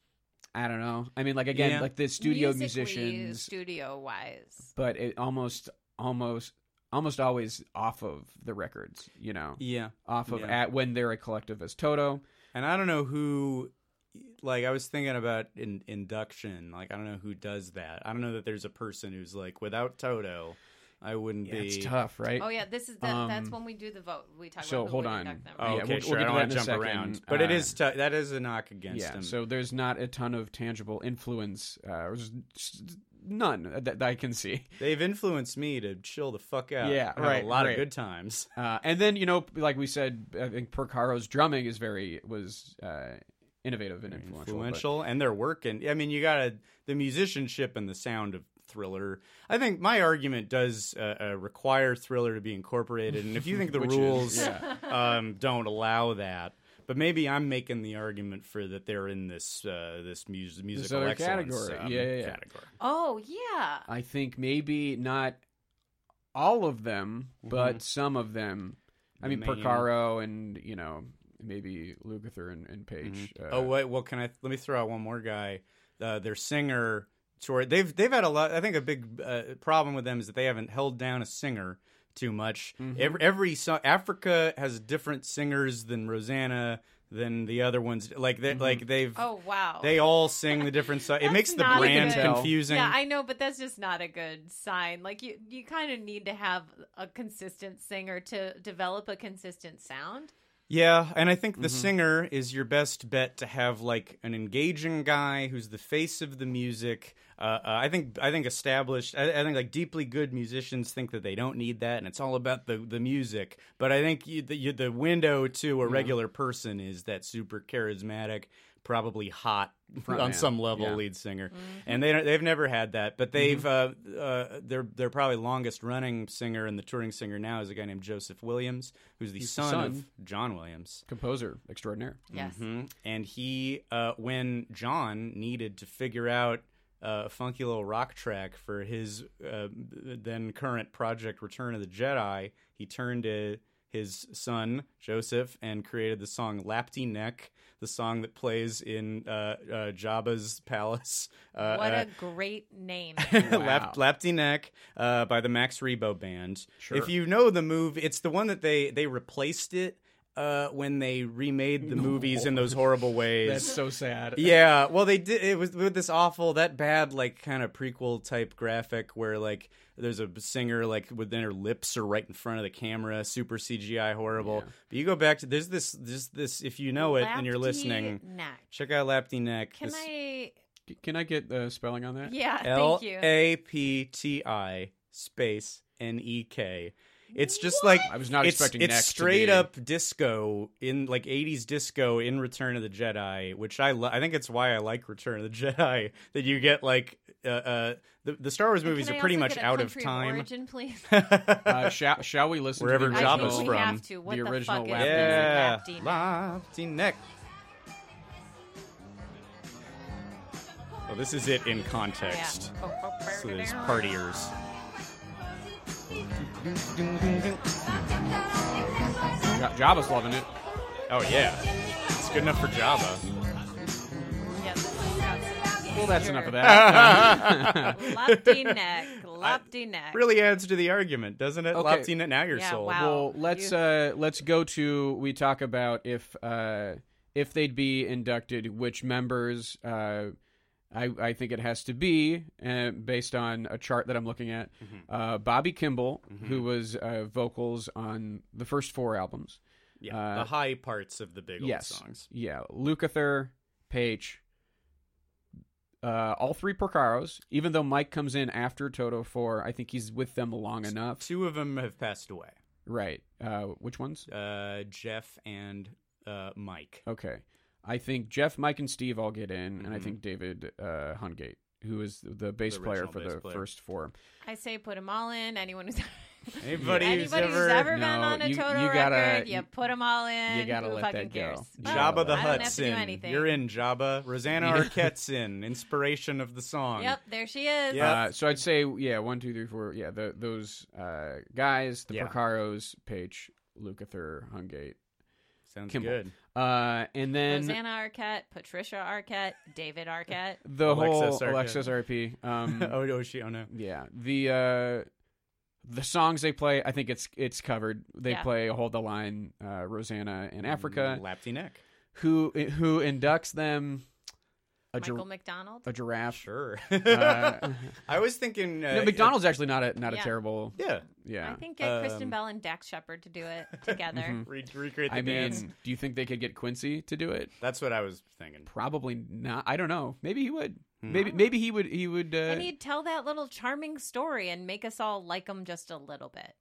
Speaker 1: I don't know. I mean, like again,
Speaker 3: Yeah.
Speaker 1: like the studio
Speaker 2: Musically,
Speaker 1: musicians,
Speaker 2: studio wise.
Speaker 1: but it almost almost almost always off of the records, you know,
Speaker 3: yeah,
Speaker 1: off of
Speaker 3: Yeah.
Speaker 1: at when they're a collective as Toto.
Speaker 3: And I don't know who, like, I was thinking about in, induction. Like, I don't know who does that. I don't know that there's a person who's like, without Toto, I wouldn't
Speaker 1: Yeah,
Speaker 3: be.
Speaker 1: it's tough, right?
Speaker 2: Oh yeah, this is the, that's
Speaker 1: Um,
Speaker 2: when we do the vote. We talk
Speaker 1: so
Speaker 2: about who
Speaker 1: hold
Speaker 2: would
Speaker 1: on.
Speaker 2: induct them,
Speaker 3: Oh,
Speaker 2: right?
Speaker 1: Yeah,
Speaker 3: okay,
Speaker 1: we'll- we'll get
Speaker 3: sure. I
Speaker 1: to
Speaker 3: don't
Speaker 1: that
Speaker 3: want to
Speaker 1: in a
Speaker 3: jump
Speaker 1: second.
Speaker 3: around, but it
Speaker 1: Uh,
Speaker 3: is tou- that is a knock against
Speaker 1: yeah
Speaker 3: him.
Speaker 1: so there's not a ton of tangible influence uh, or s- s- none that, that i can see
Speaker 3: They've influenced me to chill the fuck out.
Speaker 1: Yeah,
Speaker 3: and have
Speaker 1: right,
Speaker 3: A lot
Speaker 1: right.
Speaker 3: of good times.
Speaker 1: Uh, and then you know, like we said, I think Percaro's drumming is very was uh, innovative and influential. but-
Speaker 3: influential and they're working i mean you gotta the musicianship and the sound of thriller i think my argument does uh, uh, require thriller to be incorporated and if you think
Speaker 1: *laughs*
Speaker 3: the
Speaker 1: Which is-
Speaker 3: rules
Speaker 1: yeah.
Speaker 3: *laughs* um, don't allow that but maybe i'm making the argument for that they're in this uh, this mus- musical
Speaker 1: other
Speaker 3: excellence,
Speaker 1: category.
Speaker 3: um,
Speaker 1: Yeah, yeah, yeah.
Speaker 3: category
Speaker 2: Oh yeah.
Speaker 1: I think maybe not all of them,
Speaker 3: Mm-hmm.
Speaker 1: but some of them. I
Speaker 3: The
Speaker 1: mean,
Speaker 3: main-
Speaker 1: Percaro and you know maybe Lukather and, and Page. Uh,
Speaker 3: oh wait well can i let me throw out one more guy uh, their singer Tori, they've they've had a lot i think a big uh, problem with them is that they haven't held down a singer too much every, every so- africa has different singers than rosanna than the other ones like they like they've
Speaker 2: Oh wow.
Speaker 3: they all sing the different so- it
Speaker 2: That's
Speaker 3: makes the
Speaker 2: not
Speaker 3: brand
Speaker 2: good.
Speaker 3: confusing
Speaker 2: Yeah, I know, but that's just not a good sign. Like you, you kind of need to have a consistent singer to develop a consistent sound.
Speaker 3: Yeah, and I think the
Speaker 1: Mm-hmm.
Speaker 3: singer is your best bet to have like an engaging guy who's the face of the music. Uh, uh, I think I think established. I, I think like deeply good musicians think that they don't need that, and it's all about the the music. But I think you, the you, the window to
Speaker 1: Mm-hmm.
Speaker 3: a regular person is that super charismatic, probably hot
Speaker 1: Front
Speaker 3: on
Speaker 1: man,
Speaker 3: some level
Speaker 1: yeah. Mm-hmm.
Speaker 3: lead singer, and they don't, they've never had that. But they've uh, uh, their their probably longest running singer and the touring singer now is a guy named Joseph Williams, who's the
Speaker 1: the
Speaker 3: son,
Speaker 1: son.
Speaker 3: of John Williams.
Speaker 1: composer extraordinaire.
Speaker 2: Yes.
Speaker 3: Mhm. And he, uh, when John needed to figure out uh, a funky little rock track for his uh, then current project, Return of the Jedi, he turned to his son Joseph and created the song "Lapty Neck," the song that plays in uh, uh, Jabba's palace. Uh,
Speaker 2: What
Speaker 3: uh,
Speaker 2: a great
Speaker 3: *laughs*
Speaker 2: name.
Speaker 1: *laughs*
Speaker 3: Lap, Lapty Neck uh, by the Max Rebo Band.
Speaker 1: Sure.
Speaker 3: If you know the move, it's the one that they they replaced it uh, when they remade the movies in those horrible
Speaker 1: *laughs*
Speaker 3: ways.
Speaker 1: That's so sad.
Speaker 3: yeah, well, they did. It was with this awful, that bad, like kind of prequel type graphic where like there's a singer like with then her lips are right in front of the camera, super CGI, horrible. But you go back to there's this this this if you know it and you're
Speaker 2: Lapty
Speaker 3: listening,
Speaker 2: Neck.
Speaker 3: check out Lapty Neck.
Speaker 2: Can
Speaker 3: This-
Speaker 2: I?
Speaker 1: Can I get the spelling on that?
Speaker 2: Yeah. *laughs*
Speaker 3: L
Speaker 2: thank you.
Speaker 3: A P T I space N E K. It's just like
Speaker 1: I was not
Speaker 3: it's,
Speaker 1: expecting
Speaker 3: It's
Speaker 1: neck to
Speaker 3: straight
Speaker 1: be-
Speaker 3: up disco in like '80s disco in Return of the Jedi, which I lo- I think it's why I like Return of the Jedi *laughs* that you get like uh, uh the the Star Wars
Speaker 2: And
Speaker 3: movies
Speaker 2: can
Speaker 3: are
Speaker 2: I
Speaker 3: pretty
Speaker 2: also
Speaker 3: much
Speaker 2: get a
Speaker 3: out of
Speaker 2: country
Speaker 3: time.
Speaker 2: Origin, please.
Speaker 3: *laughs*
Speaker 1: Uh, shall Shall we listen
Speaker 3: Wherever
Speaker 1: to the
Speaker 3: Jabba's
Speaker 1: original-
Speaker 2: I think we
Speaker 3: from.
Speaker 2: have to. What
Speaker 1: the
Speaker 2: the,
Speaker 1: original
Speaker 2: fuck
Speaker 1: Lapty
Speaker 2: is
Speaker 3: yeah,
Speaker 2: this Lapty Neck?
Speaker 3: lofty neck. Oh, this is it in
Speaker 2: Yeah.
Speaker 3: context.
Speaker 2: Oh, oh,
Speaker 3: So there's
Speaker 2: burn it down.
Speaker 3: partiers.
Speaker 1: Ja- Jabba's loving it.
Speaker 3: Oh yeah, it's good enough
Speaker 2: *laughs*
Speaker 3: for Java.
Speaker 2: Yeah, this
Speaker 3: *laughs*
Speaker 2: is outside.
Speaker 1: Well, that's enough
Speaker 2: Sure.
Speaker 1: of that.
Speaker 3: *laughs*
Speaker 2: Lofty neck, lofty neck.
Speaker 3: Really adds to the argument, doesn't it?
Speaker 1: Okay.
Speaker 3: Lofty net, now you're
Speaker 2: Yeah,
Speaker 3: sold.
Speaker 2: wow.
Speaker 1: Well, let's
Speaker 2: you-
Speaker 1: uh, let's go to we talk about if uh, if they'd be inducted, which members. Uh, I, I think it has to be uh, based on a chart that I'm looking at.
Speaker 3: Mm-hmm.
Speaker 1: Uh, Bobby Kimball, who was uh, vocals on the first four albums.
Speaker 3: uh, yeah, the high parts of the big old
Speaker 1: yes.
Speaker 3: songs.
Speaker 1: Yeah. Lukather, Page, uh, all three Porcaros, even though Mike comes in after Toto 4, I think he's with them long enough.
Speaker 3: Two of them have passed away.
Speaker 1: Right. Uh, which ones?
Speaker 3: Uh, Jeff and uh, Mike.
Speaker 1: Okay. I think Jeff, Mike, and Steve all get in, and I think David uh, Hungate, who is the bass
Speaker 3: Mm-hmm. The
Speaker 1: player
Speaker 3: original
Speaker 1: for
Speaker 3: bass
Speaker 1: the
Speaker 3: player.
Speaker 1: first four.
Speaker 2: I say put them all in. Anyone who's *laughs*
Speaker 3: Anybody
Speaker 2: anybody
Speaker 3: who's ever-
Speaker 2: been
Speaker 1: No,
Speaker 2: on a
Speaker 1: you-
Speaker 2: Toto
Speaker 1: you gotta-
Speaker 2: record, you put them all in.
Speaker 1: you gotta
Speaker 2: Who
Speaker 1: let
Speaker 2: fucking
Speaker 1: that go.
Speaker 2: cares?
Speaker 1: You
Speaker 2: Well,
Speaker 1: gotta
Speaker 3: Jabba the
Speaker 2: I don't
Speaker 3: Hutt's
Speaker 2: have to do
Speaker 3: in.
Speaker 2: anything.
Speaker 3: You're in, Jabba. Rosanna Arquette's in. Inspiration of the song.
Speaker 2: Yep, there she is.
Speaker 3: Yeah.
Speaker 1: Uh, so I'd say, yeah, one, two, three, four. Yeah, the, those uh, guys, the
Speaker 3: Yeah.
Speaker 1: Porcaros, Page, Lukather, Hungate,
Speaker 3: Sounds
Speaker 1: Kimball.
Speaker 3: good.
Speaker 1: Uh, and then
Speaker 2: Rosanna Arquette, Patricia Arquette, David
Speaker 3: *laughs*
Speaker 2: Arquette.
Speaker 1: the
Speaker 3: Alexis
Speaker 1: whole
Speaker 3: Arquette.
Speaker 1: Alexis RP.
Speaker 3: *laughs*
Speaker 1: Um,
Speaker 3: oh, oh, she, oh no.
Speaker 1: Yeah, the uh, the songs they play, I think it's it's covered. They
Speaker 2: Yeah.
Speaker 1: play "Hold the Line," uh, "Rosanna," and "Africa."
Speaker 3: Lapty neck.
Speaker 1: Who who inducts them? A, gir-
Speaker 2: Michael McDonald.
Speaker 1: a giraffe.
Speaker 3: Sure.
Speaker 1: Uh,
Speaker 3: *laughs* I was thinking. Uh,
Speaker 1: no, McDonald's actually not a not a
Speaker 2: Yeah.
Speaker 1: terrible.
Speaker 3: Yeah.
Speaker 1: Yeah,
Speaker 2: I think get Kristen
Speaker 3: Um, Mm-hmm.
Speaker 2: Bell and Dax Shepard to do
Speaker 3: *laughs*
Speaker 2: it together.
Speaker 3: Re- recreate the
Speaker 1: I mean,
Speaker 3: dance.
Speaker 1: do you think they could get Quincy to do it?
Speaker 3: That's what I was thinking.
Speaker 1: Probably not. I don't know. Maybe he would.
Speaker 3: Hmm.
Speaker 1: Maybe maybe he would. He would. Uh,
Speaker 2: And he'd tell that little charming story and make us all like him just a little bit.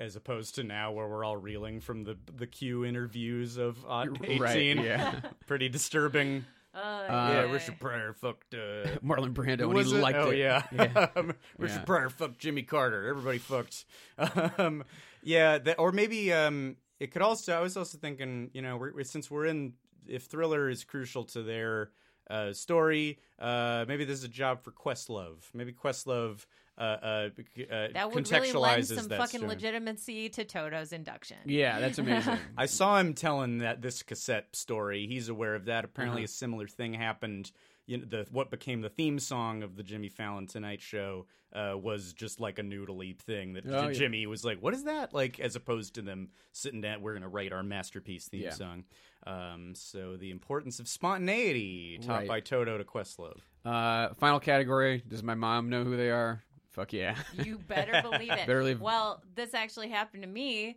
Speaker 3: As opposed to now, where we're all reeling from the the Q interviews of Odd Eighteen.
Speaker 1: Right, yeah.
Speaker 3: *laughs* Pretty disturbing.
Speaker 2: Uh,
Speaker 3: yeah, Richard Pryor fucked. Uh,
Speaker 1: Marlon Brando,
Speaker 3: Who
Speaker 1: and he
Speaker 3: was
Speaker 1: liked
Speaker 3: oh,
Speaker 1: it.
Speaker 3: yeah. *laughs* Um, Richard
Speaker 1: Yeah.
Speaker 3: Pryor fucked Jimmy Carter. Everybody fucked. *laughs* Um, yeah, that, or maybe um, it could also. I was also thinking, you know, we're, we- since we're in, if Thriller is crucial to their uh, story, uh, maybe this is a job for Questlove. Maybe Questlove uh, uh, c- uh,
Speaker 2: that would
Speaker 3: contextualizes
Speaker 2: really lend some
Speaker 3: that
Speaker 2: fucking
Speaker 3: story.
Speaker 2: legitimacy to Toto's induction.
Speaker 1: Yeah, that's
Speaker 2: *laughs*
Speaker 1: amazing.
Speaker 3: I saw him telling that this cassette story. He's aware of that.
Speaker 1: Uh-huh.
Speaker 3: Apparently, a similar thing happened. You know, the what became the theme song of the Jimmy Fallon Tonight Show uh, was just like a noodly thing that J-
Speaker 1: Oh, yeah.
Speaker 3: Jimmy was like, "What is that?" Like, as opposed to them sitting down, we're going to write our masterpiece theme
Speaker 1: Yeah.
Speaker 3: song. Um, so the importance of spontaneity, taught
Speaker 1: Right.
Speaker 3: by Toto to Questlove.
Speaker 1: Uh, final category. Does my mom know who they are? Fuck yeah.
Speaker 3: *laughs*
Speaker 2: You better believe it.
Speaker 1: Better believe-
Speaker 2: Well, this actually happened to me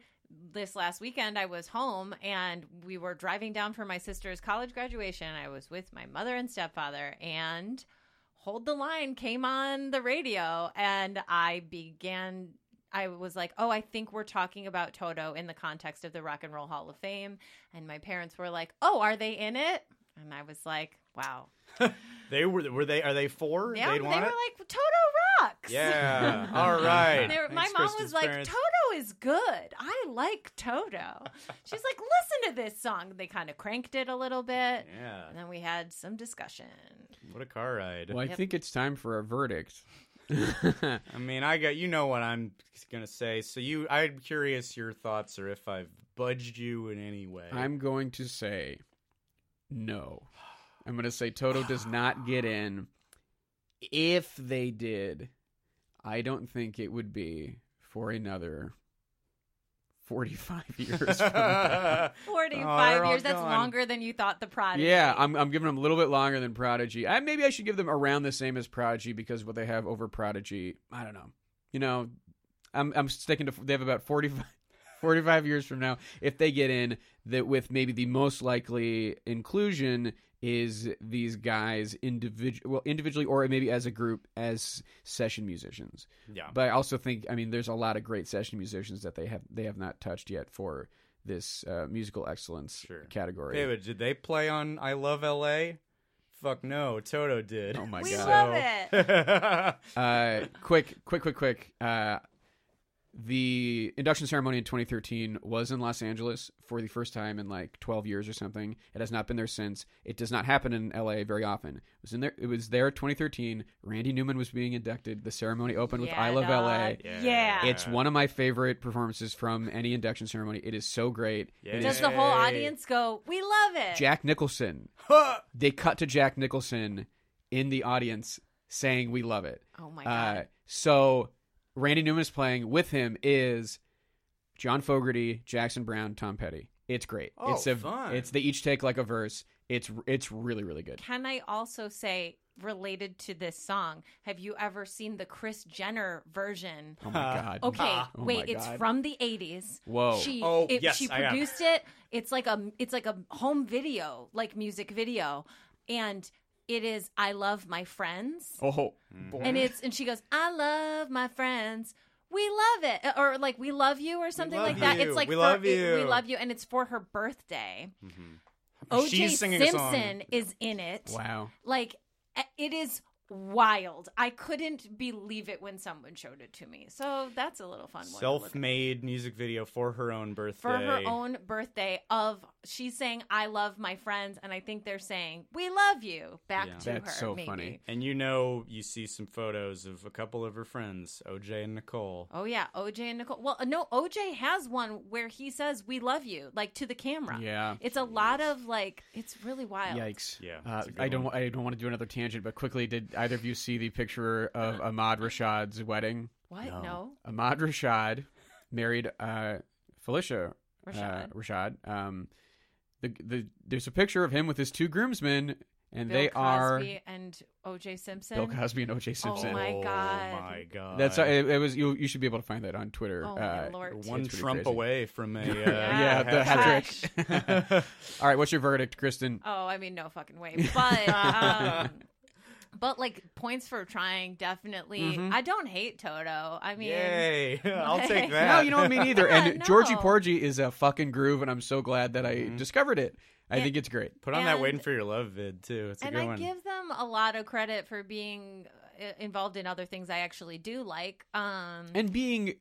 Speaker 2: this last weekend. I was home and we were driving down for my sister's college graduation. I was with my mother and stepfather, and Hold the Line came on the radio, and I began. I was like, oh, I think we're talking about Toto in the context of the Rock and Roll Hall of Fame. And my parents were like, oh, are they in it? And I was like, wow.
Speaker 3: They were were they are they four?
Speaker 2: Yeah,
Speaker 3: They'd
Speaker 2: they were
Speaker 3: want it?
Speaker 2: like, Toto rocks. *laughs*
Speaker 3: yeah. All *laughs* right.
Speaker 2: They were- my
Speaker 3: Thanks,
Speaker 2: mom
Speaker 3: Kristen's
Speaker 2: was like,
Speaker 3: parents.
Speaker 2: Toto is good. I like Toto. She's like, listen to this song. They kind of cranked it a little bit.
Speaker 3: Yeah.
Speaker 2: And then we had some discussion.
Speaker 3: What a car ride.
Speaker 1: Well, I think it's time for a
Speaker 3: *laughs*
Speaker 1: verdict.
Speaker 3: I mean, I got you know what I'm gonna say. So you, I'm curious your thoughts or if I've budged you in any way. *laughs*
Speaker 1: I'm going to say no. I'm going to say Toto does not get in. If they did, I don't think it would be for another 45 *laughs* years. From
Speaker 3: *laughs*
Speaker 1: now.
Speaker 2: 45
Speaker 3: Oh, they're all
Speaker 2: years. That's
Speaker 3: gone.
Speaker 2: longer than you thought the prodigy.
Speaker 1: yeah, I'm, I'm giving them a little bit longer than Prodigy. I, maybe I should give them around the same as Prodigy because what they have over Prodigy, I don't know. You know, I'm, I'm sticking to, they have about *laughs* 45. 45 years from now, if they get in, that with maybe the most likely inclusion is these guys individual, well, individually or maybe as a group as session musicians.
Speaker 3: Yeah.
Speaker 1: But I also think, I mean, there's a lot of great session musicians that they have they have not touched yet for this uh, musical excellence
Speaker 3: Sure.
Speaker 1: category.
Speaker 3: Hey, but did they play on "I Love L.A."? Fuck no, Toto did.
Speaker 1: Oh my
Speaker 2: We
Speaker 1: god!
Speaker 2: love
Speaker 3: *laughs*
Speaker 2: it.
Speaker 1: uh, quick, quick, quick, quick. Uh, the induction ceremony in 2013 was in Los Angeles for the first time in like 12 years or something. It has not been there since. It does not happen in LA very often. It was in there. It was there 2013. Randy Newman was being inducted. The ceremony opened with
Speaker 2: Yeah,
Speaker 1: "I Love LA."
Speaker 2: dog. Yeah.
Speaker 1: It's one of my favorite performances from any induction ceremony. It is so great. It
Speaker 2: Does
Speaker 1: is
Speaker 2: the whole audience go, we love it?
Speaker 1: Jack Nicholson. they cut to Jack Nicholson in the audience saying, "We love it."
Speaker 2: oh my God.
Speaker 1: Uh, so Randy Newman is playing with him is John Fogerty, Jackson Brown, Tom Petty. It's great.
Speaker 3: Oh,
Speaker 1: it's a,
Speaker 3: fun.
Speaker 1: It's they each take like a verse. It's it's really really good.
Speaker 2: Can I also say, related to this song, have you ever seen the Chris Jenner version
Speaker 3: *laughs*
Speaker 1: Oh my god.
Speaker 2: Okay,
Speaker 1: Oh my
Speaker 2: wait, it's
Speaker 1: God.
Speaker 2: from the '80s.
Speaker 1: Whoa.
Speaker 2: She,
Speaker 3: Oh,
Speaker 2: it,
Speaker 3: yes,
Speaker 2: she
Speaker 3: I am.
Speaker 2: produced it. It's like a, it's like a home video, like music video. and it is I love my friends.
Speaker 1: Oh,
Speaker 3: Mm-hmm.
Speaker 1: boy.
Speaker 2: And it's and she goes, I love my friends. We love it, Uh, or like we love you, or something
Speaker 3: love
Speaker 2: like that.
Speaker 3: you.
Speaker 2: It's like
Speaker 3: We
Speaker 2: for-
Speaker 3: love
Speaker 2: it- we
Speaker 3: you.
Speaker 2: love you, and it's for her birthday.
Speaker 1: Mm-hmm.
Speaker 2: O.J.
Speaker 3: She's singing a song.
Speaker 2: Simpson is in it.
Speaker 1: wow.
Speaker 2: Like a- it is wild. I couldn't believe it when someone showed it to me. So that's a little fun. one to look at.
Speaker 3: Self-made music video for her own birthday.
Speaker 2: for her own birthday of she's saying I love my friends and I think they're saying we love you back
Speaker 3: Yeah.
Speaker 2: to
Speaker 1: That's
Speaker 2: her.
Speaker 1: so
Speaker 2: maybe.
Speaker 1: funny.
Speaker 3: And you know, you see some photos of a couple of her friends, OJ and Nicole.
Speaker 2: Oh yeah, OJ and Nicole. Well, no, OJ has one where he says "We love you" like to the camera.
Speaker 1: Yeah.
Speaker 2: it's a lot of like it's really wild.
Speaker 1: Yikes!
Speaker 3: Yeah,
Speaker 1: uh,
Speaker 3: that's a good
Speaker 1: I don't.
Speaker 3: one.
Speaker 1: I don't want to do another tangent, but quickly, did either of you see the picture of
Speaker 3: *laughs*
Speaker 1: Ahmad Rashad's wedding?
Speaker 2: What? No.
Speaker 1: Ahmad Rashad married uh, Felicia
Speaker 2: Rashad.
Speaker 1: Uh, Rashad. Um, the, the there's a picture of him with his two groomsmen, and
Speaker 2: Bill
Speaker 1: they are
Speaker 2: Cosby and OJ Simpson.
Speaker 1: Bill Cosby and O.J. Simpson. Uh,
Speaker 2: Oh my God.
Speaker 3: Oh my god.
Speaker 1: That's it, it was you. You should be able to find that on Twitter.
Speaker 2: Oh
Speaker 1: uh,
Speaker 2: my lord.
Speaker 3: one
Speaker 1: It's pretty
Speaker 3: Trump
Speaker 1: crazy.
Speaker 3: away
Speaker 1: *laughs*
Speaker 3: from a uh,
Speaker 1: Yeah, the hat trick. All right, what's your verdict, Kristen?
Speaker 2: Oh, I mean, no fucking way. But, um,
Speaker 3: *laughs*
Speaker 2: but like points for trying definitely. I don't hate Toto. I mean,
Speaker 3: Mm-hmm.
Speaker 1: *laughs*
Speaker 3: Yay! *laughs* I'll take that.
Speaker 1: No, you don't mean
Speaker 2: *laughs*
Speaker 1: either. and
Speaker 2: Yeah,
Speaker 1: Georgie
Speaker 2: Uh, no.
Speaker 1: Porgy is a fucking groove, and I'm so glad that I discovered it. I think it's great.
Speaker 3: *laughs* Put on that
Speaker 2: And-
Speaker 3: waiting for your love vid too. It's a
Speaker 2: and
Speaker 3: good
Speaker 2: I
Speaker 3: one.
Speaker 2: give them a lot of credit for being uh, involved in other things I actually do like. Um,
Speaker 1: And being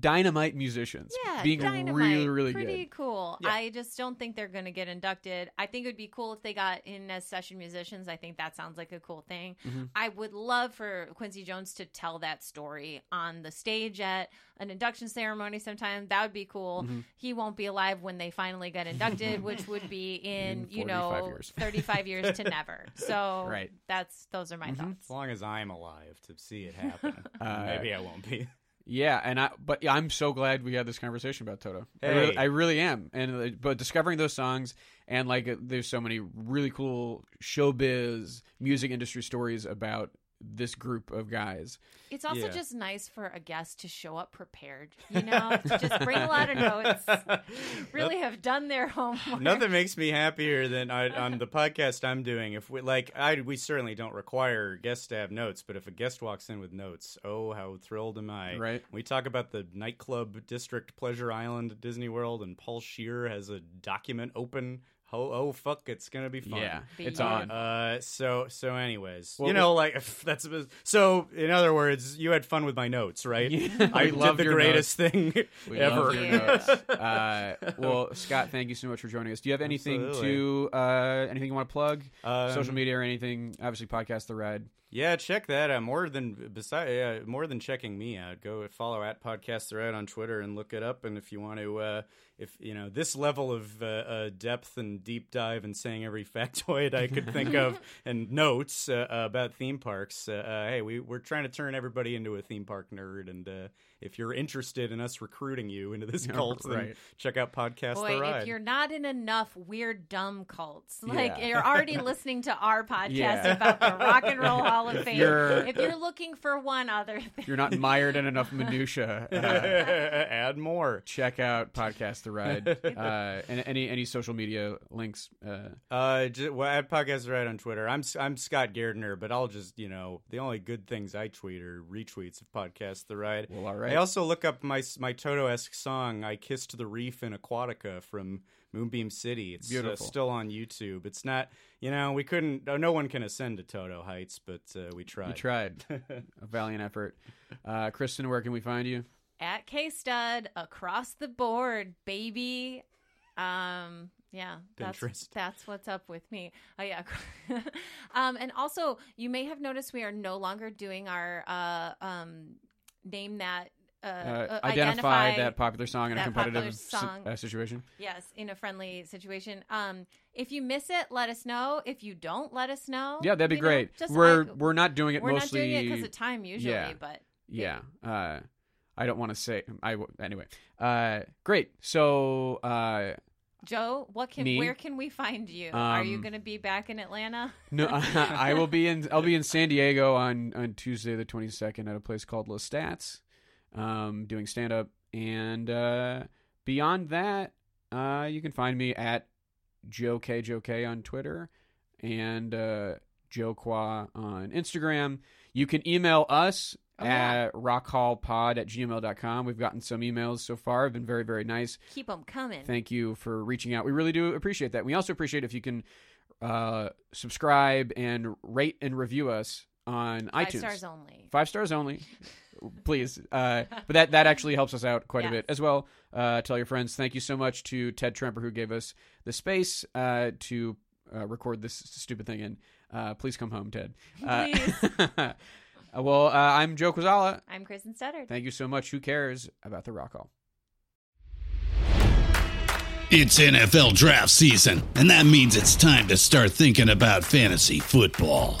Speaker 1: dynamite musicians,
Speaker 2: yeah,
Speaker 1: being
Speaker 2: dynamite,
Speaker 1: really, really
Speaker 2: pretty
Speaker 1: good.
Speaker 2: cool.
Speaker 1: Yeah.
Speaker 2: I just don't think they're going to get inducted. I think it would be cool if they got in as session musicians. I think that sounds like a cool thing.
Speaker 1: Mm-hmm.
Speaker 2: I would love for Quincy Jones to tell that story on the stage at an induction ceremony sometime. That would be cool.
Speaker 1: Mm-hmm.
Speaker 2: He won't be alive when they finally get inducted,
Speaker 1: *laughs*
Speaker 2: which would be in,
Speaker 1: In 45
Speaker 2: you know
Speaker 1: years.
Speaker 2: 35 years
Speaker 1: *laughs*
Speaker 2: to never. So
Speaker 1: Right. Mm-hmm.
Speaker 2: that's those are my thoughts.
Speaker 3: As long as I'm alive to see
Speaker 1: *laughs*
Speaker 3: it happen, maybe
Speaker 1: Uh,
Speaker 3: I won't be.
Speaker 1: Yeah, and I but yeah, I'm so glad we had this conversation about Toto. I, really,
Speaker 3: Hey.
Speaker 1: I really am. And uh, but discovering those songs and like uh, there's so many really cool showbiz music industry stories about this group of guys.
Speaker 2: It's also
Speaker 3: Yeah.
Speaker 2: just nice for a guest to show up prepared, you know, to just bring a lot of notes, really have done their homework.
Speaker 3: Nothing makes me happier than I,
Speaker 1: *laughs*
Speaker 3: on the podcast I'm doing. If we like, I we certainly don't require guests to have notes, but if a guest walks in with notes, oh how thrilled am I!
Speaker 1: Right.
Speaker 3: We talk about the nightclub district, Pleasure Island, at Disney World, and Paul Shear has a document open. Oh, oh fuck, it's gonna be fun.
Speaker 1: Yeah,
Speaker 2: Be
Speaker 1: it's
Speaker 2: you.
Speaker 1: on.
Speaker 3: Uh, so so anyways,
Speaker 1: Well,
Speaker 3: you know, like *laughs* that's so. In other words, you had fun with my notes, right? I
Speaker 1: We
Speaker 3: did
Speaker 1: love
Speaker 3: the
Speaker 1: your
Speaker 3: greatest thing
Speaker 1: We
Speaker 3: ever.
Speaker 1: love your
Speaker 2: Yeah.
Speaker 1: notes. Uh, well, Scott, thank you so much for joining us. Do you have anything
Speaker 3: Absolutely.
Speaker 1: to uh, anything you want to plug?
Speaker 3: Um,
Speaker 1: Social media or anything? Obviously, podcast the ride.
Speaker 3: Yeah, check that. out. more than beside, uh, more than checking me out. Go follow at Podcast Thread on Twitter and look it up. And if you want to, uh, if you know this level of uh, uh, depth and deep dive and saying every *laughs* factoid I could
Speaker 2: *laughs*
Speaker 3: think of and notes uh, uh, about theme parks, uh, uh, hey, we we're trying to turn everybody into a theme park nerd. And uh, if you're interested in us recruiting you
Speaker 2: *laughs*
Speaker 3: into this cult, then
Speaker 1: right.
Speaker 3: check out Podcast
Speaker 2: Boy,
Speaker 3: the Ride. *laughs*
Speaker 2: if you're not in enough weird, dumb cults, like
Speaker 1: Yeah.
Speaker 2: you're already listening to our podcast
Speaker 1: Yeah.
Speaker 2: about the Rock and Roll Hall of Fame,
Speaker 1: you're-
Speaker 2: if you're looking for one other thing,
Speaker 1: You're not mired in
Speaker 3: *laughs*
Speaker 1: enough minutia. Uh,
Speaker 3: Add more.
Speaker 1: check out podcast the ride uh, and any any social media links. Uh,
Speaker 3: Uh, ju- well, at podcast right on Twitter. I'm S- I'm Scott Gardner, but I'll just you know the only good things I tweet are retweets of podcast the ride.
Speaker 1: Well, all right.
Speaker 3: I also look up my s- my Toto esque song "I Kissed the Reef in Aquatica" from Moonbeam City. It's uh,
Speaker 1: Beautiful.
Speaker 3: still on YouTube. It's not you know we couldn't. uh, No one can ascend to Toto heights, but uh, we tried.
Speaker 1: you tried a valiant effort. Uh, Kristen, where can we find you?
Speaker 2: at K Stud across the board, baby. Um, yeah, that's
Speaker 3: Pinterest.
Speaker 2: that's what's up with me. Oh yeah. *laughs* um, and also, you may have noticed we are no longer doing our uh, um, name that uh,
Speaker 1: Uh,
Speaker 2: uh,
Speaker 1: identify, that popular song in a
Speaker 2: that
Speaker 1: competitive
Speaker 2: popular
Speaker 1: si-
Speaker 2: song.
Speaker 1: uh, situation.
Speaker 2: Yes, in a friendly situation. Um, if you miss it, let us know. If you don't, let us know.
Speaker 1: Yeah, that'd be
Speaker 2: You know,
Speaker 1: great.
Speaker 2: just
Speaker 1: we're
Speaker 2: like-
Speaker 1: we're not doing it
Speaker 2: we're
Speaker 1: mostly
Speaker 2: not doing it because of time usually,
Speaker 1: yeah.
Speaker 2: but
Speaker 1: Yeah. Uh, I don't want to say. I w- anyway. Uh, great. So uh,
Speaker 2: Joe, what can
Speaker 1: Me?
Speaker 2: where can we find you? Are you
Speaker 1: Um,
Speaker 2: going to be back in Atlanta?
Speaker 1: no, *laughs* I, will be in. I'll be in San Diego on on Tuesday the twenty second at a place called Los Stats, um, doing stand up. And uh, beyond that, uh, you can find me at Joe K Joe K on Twitter. and uh, Joe Qua on Instagram. You can email us at rockhallpod at gmail.com. We've gotten some emails so far, have been very, very nice.
Speaker 2: Keep them coming.
Speaker 1: Thank you for reaching out. We really do appreciate that. We also appreciate if you can uh, subscribe and rate and review us on
Speaker 2: Five
Speaker 1: iTunes.
Speaker 2: stars only.
Speaker 1: Five stars only, please. Uh, but that that actually helps us out quite a
Speaker 2: Yeah.
Speaker 1: bit as well. Uh, tell your friends. Thank you so much to Ted Tremper who gave us the space uh, to uh, record this stupid thing in. Uh, please come home, Ted.
Speaker 2: Please.
Speaker 1: *laughs* Uh, well, uh, I'm Joe Quazala.
Speaker 2: I'm Kristen Studdard.
Speaker 1: Thank you so much. Who cares about the Rock Hall?
Speaker 4: It's NFL draft season, and that means it's time to start thinking about fantasy football.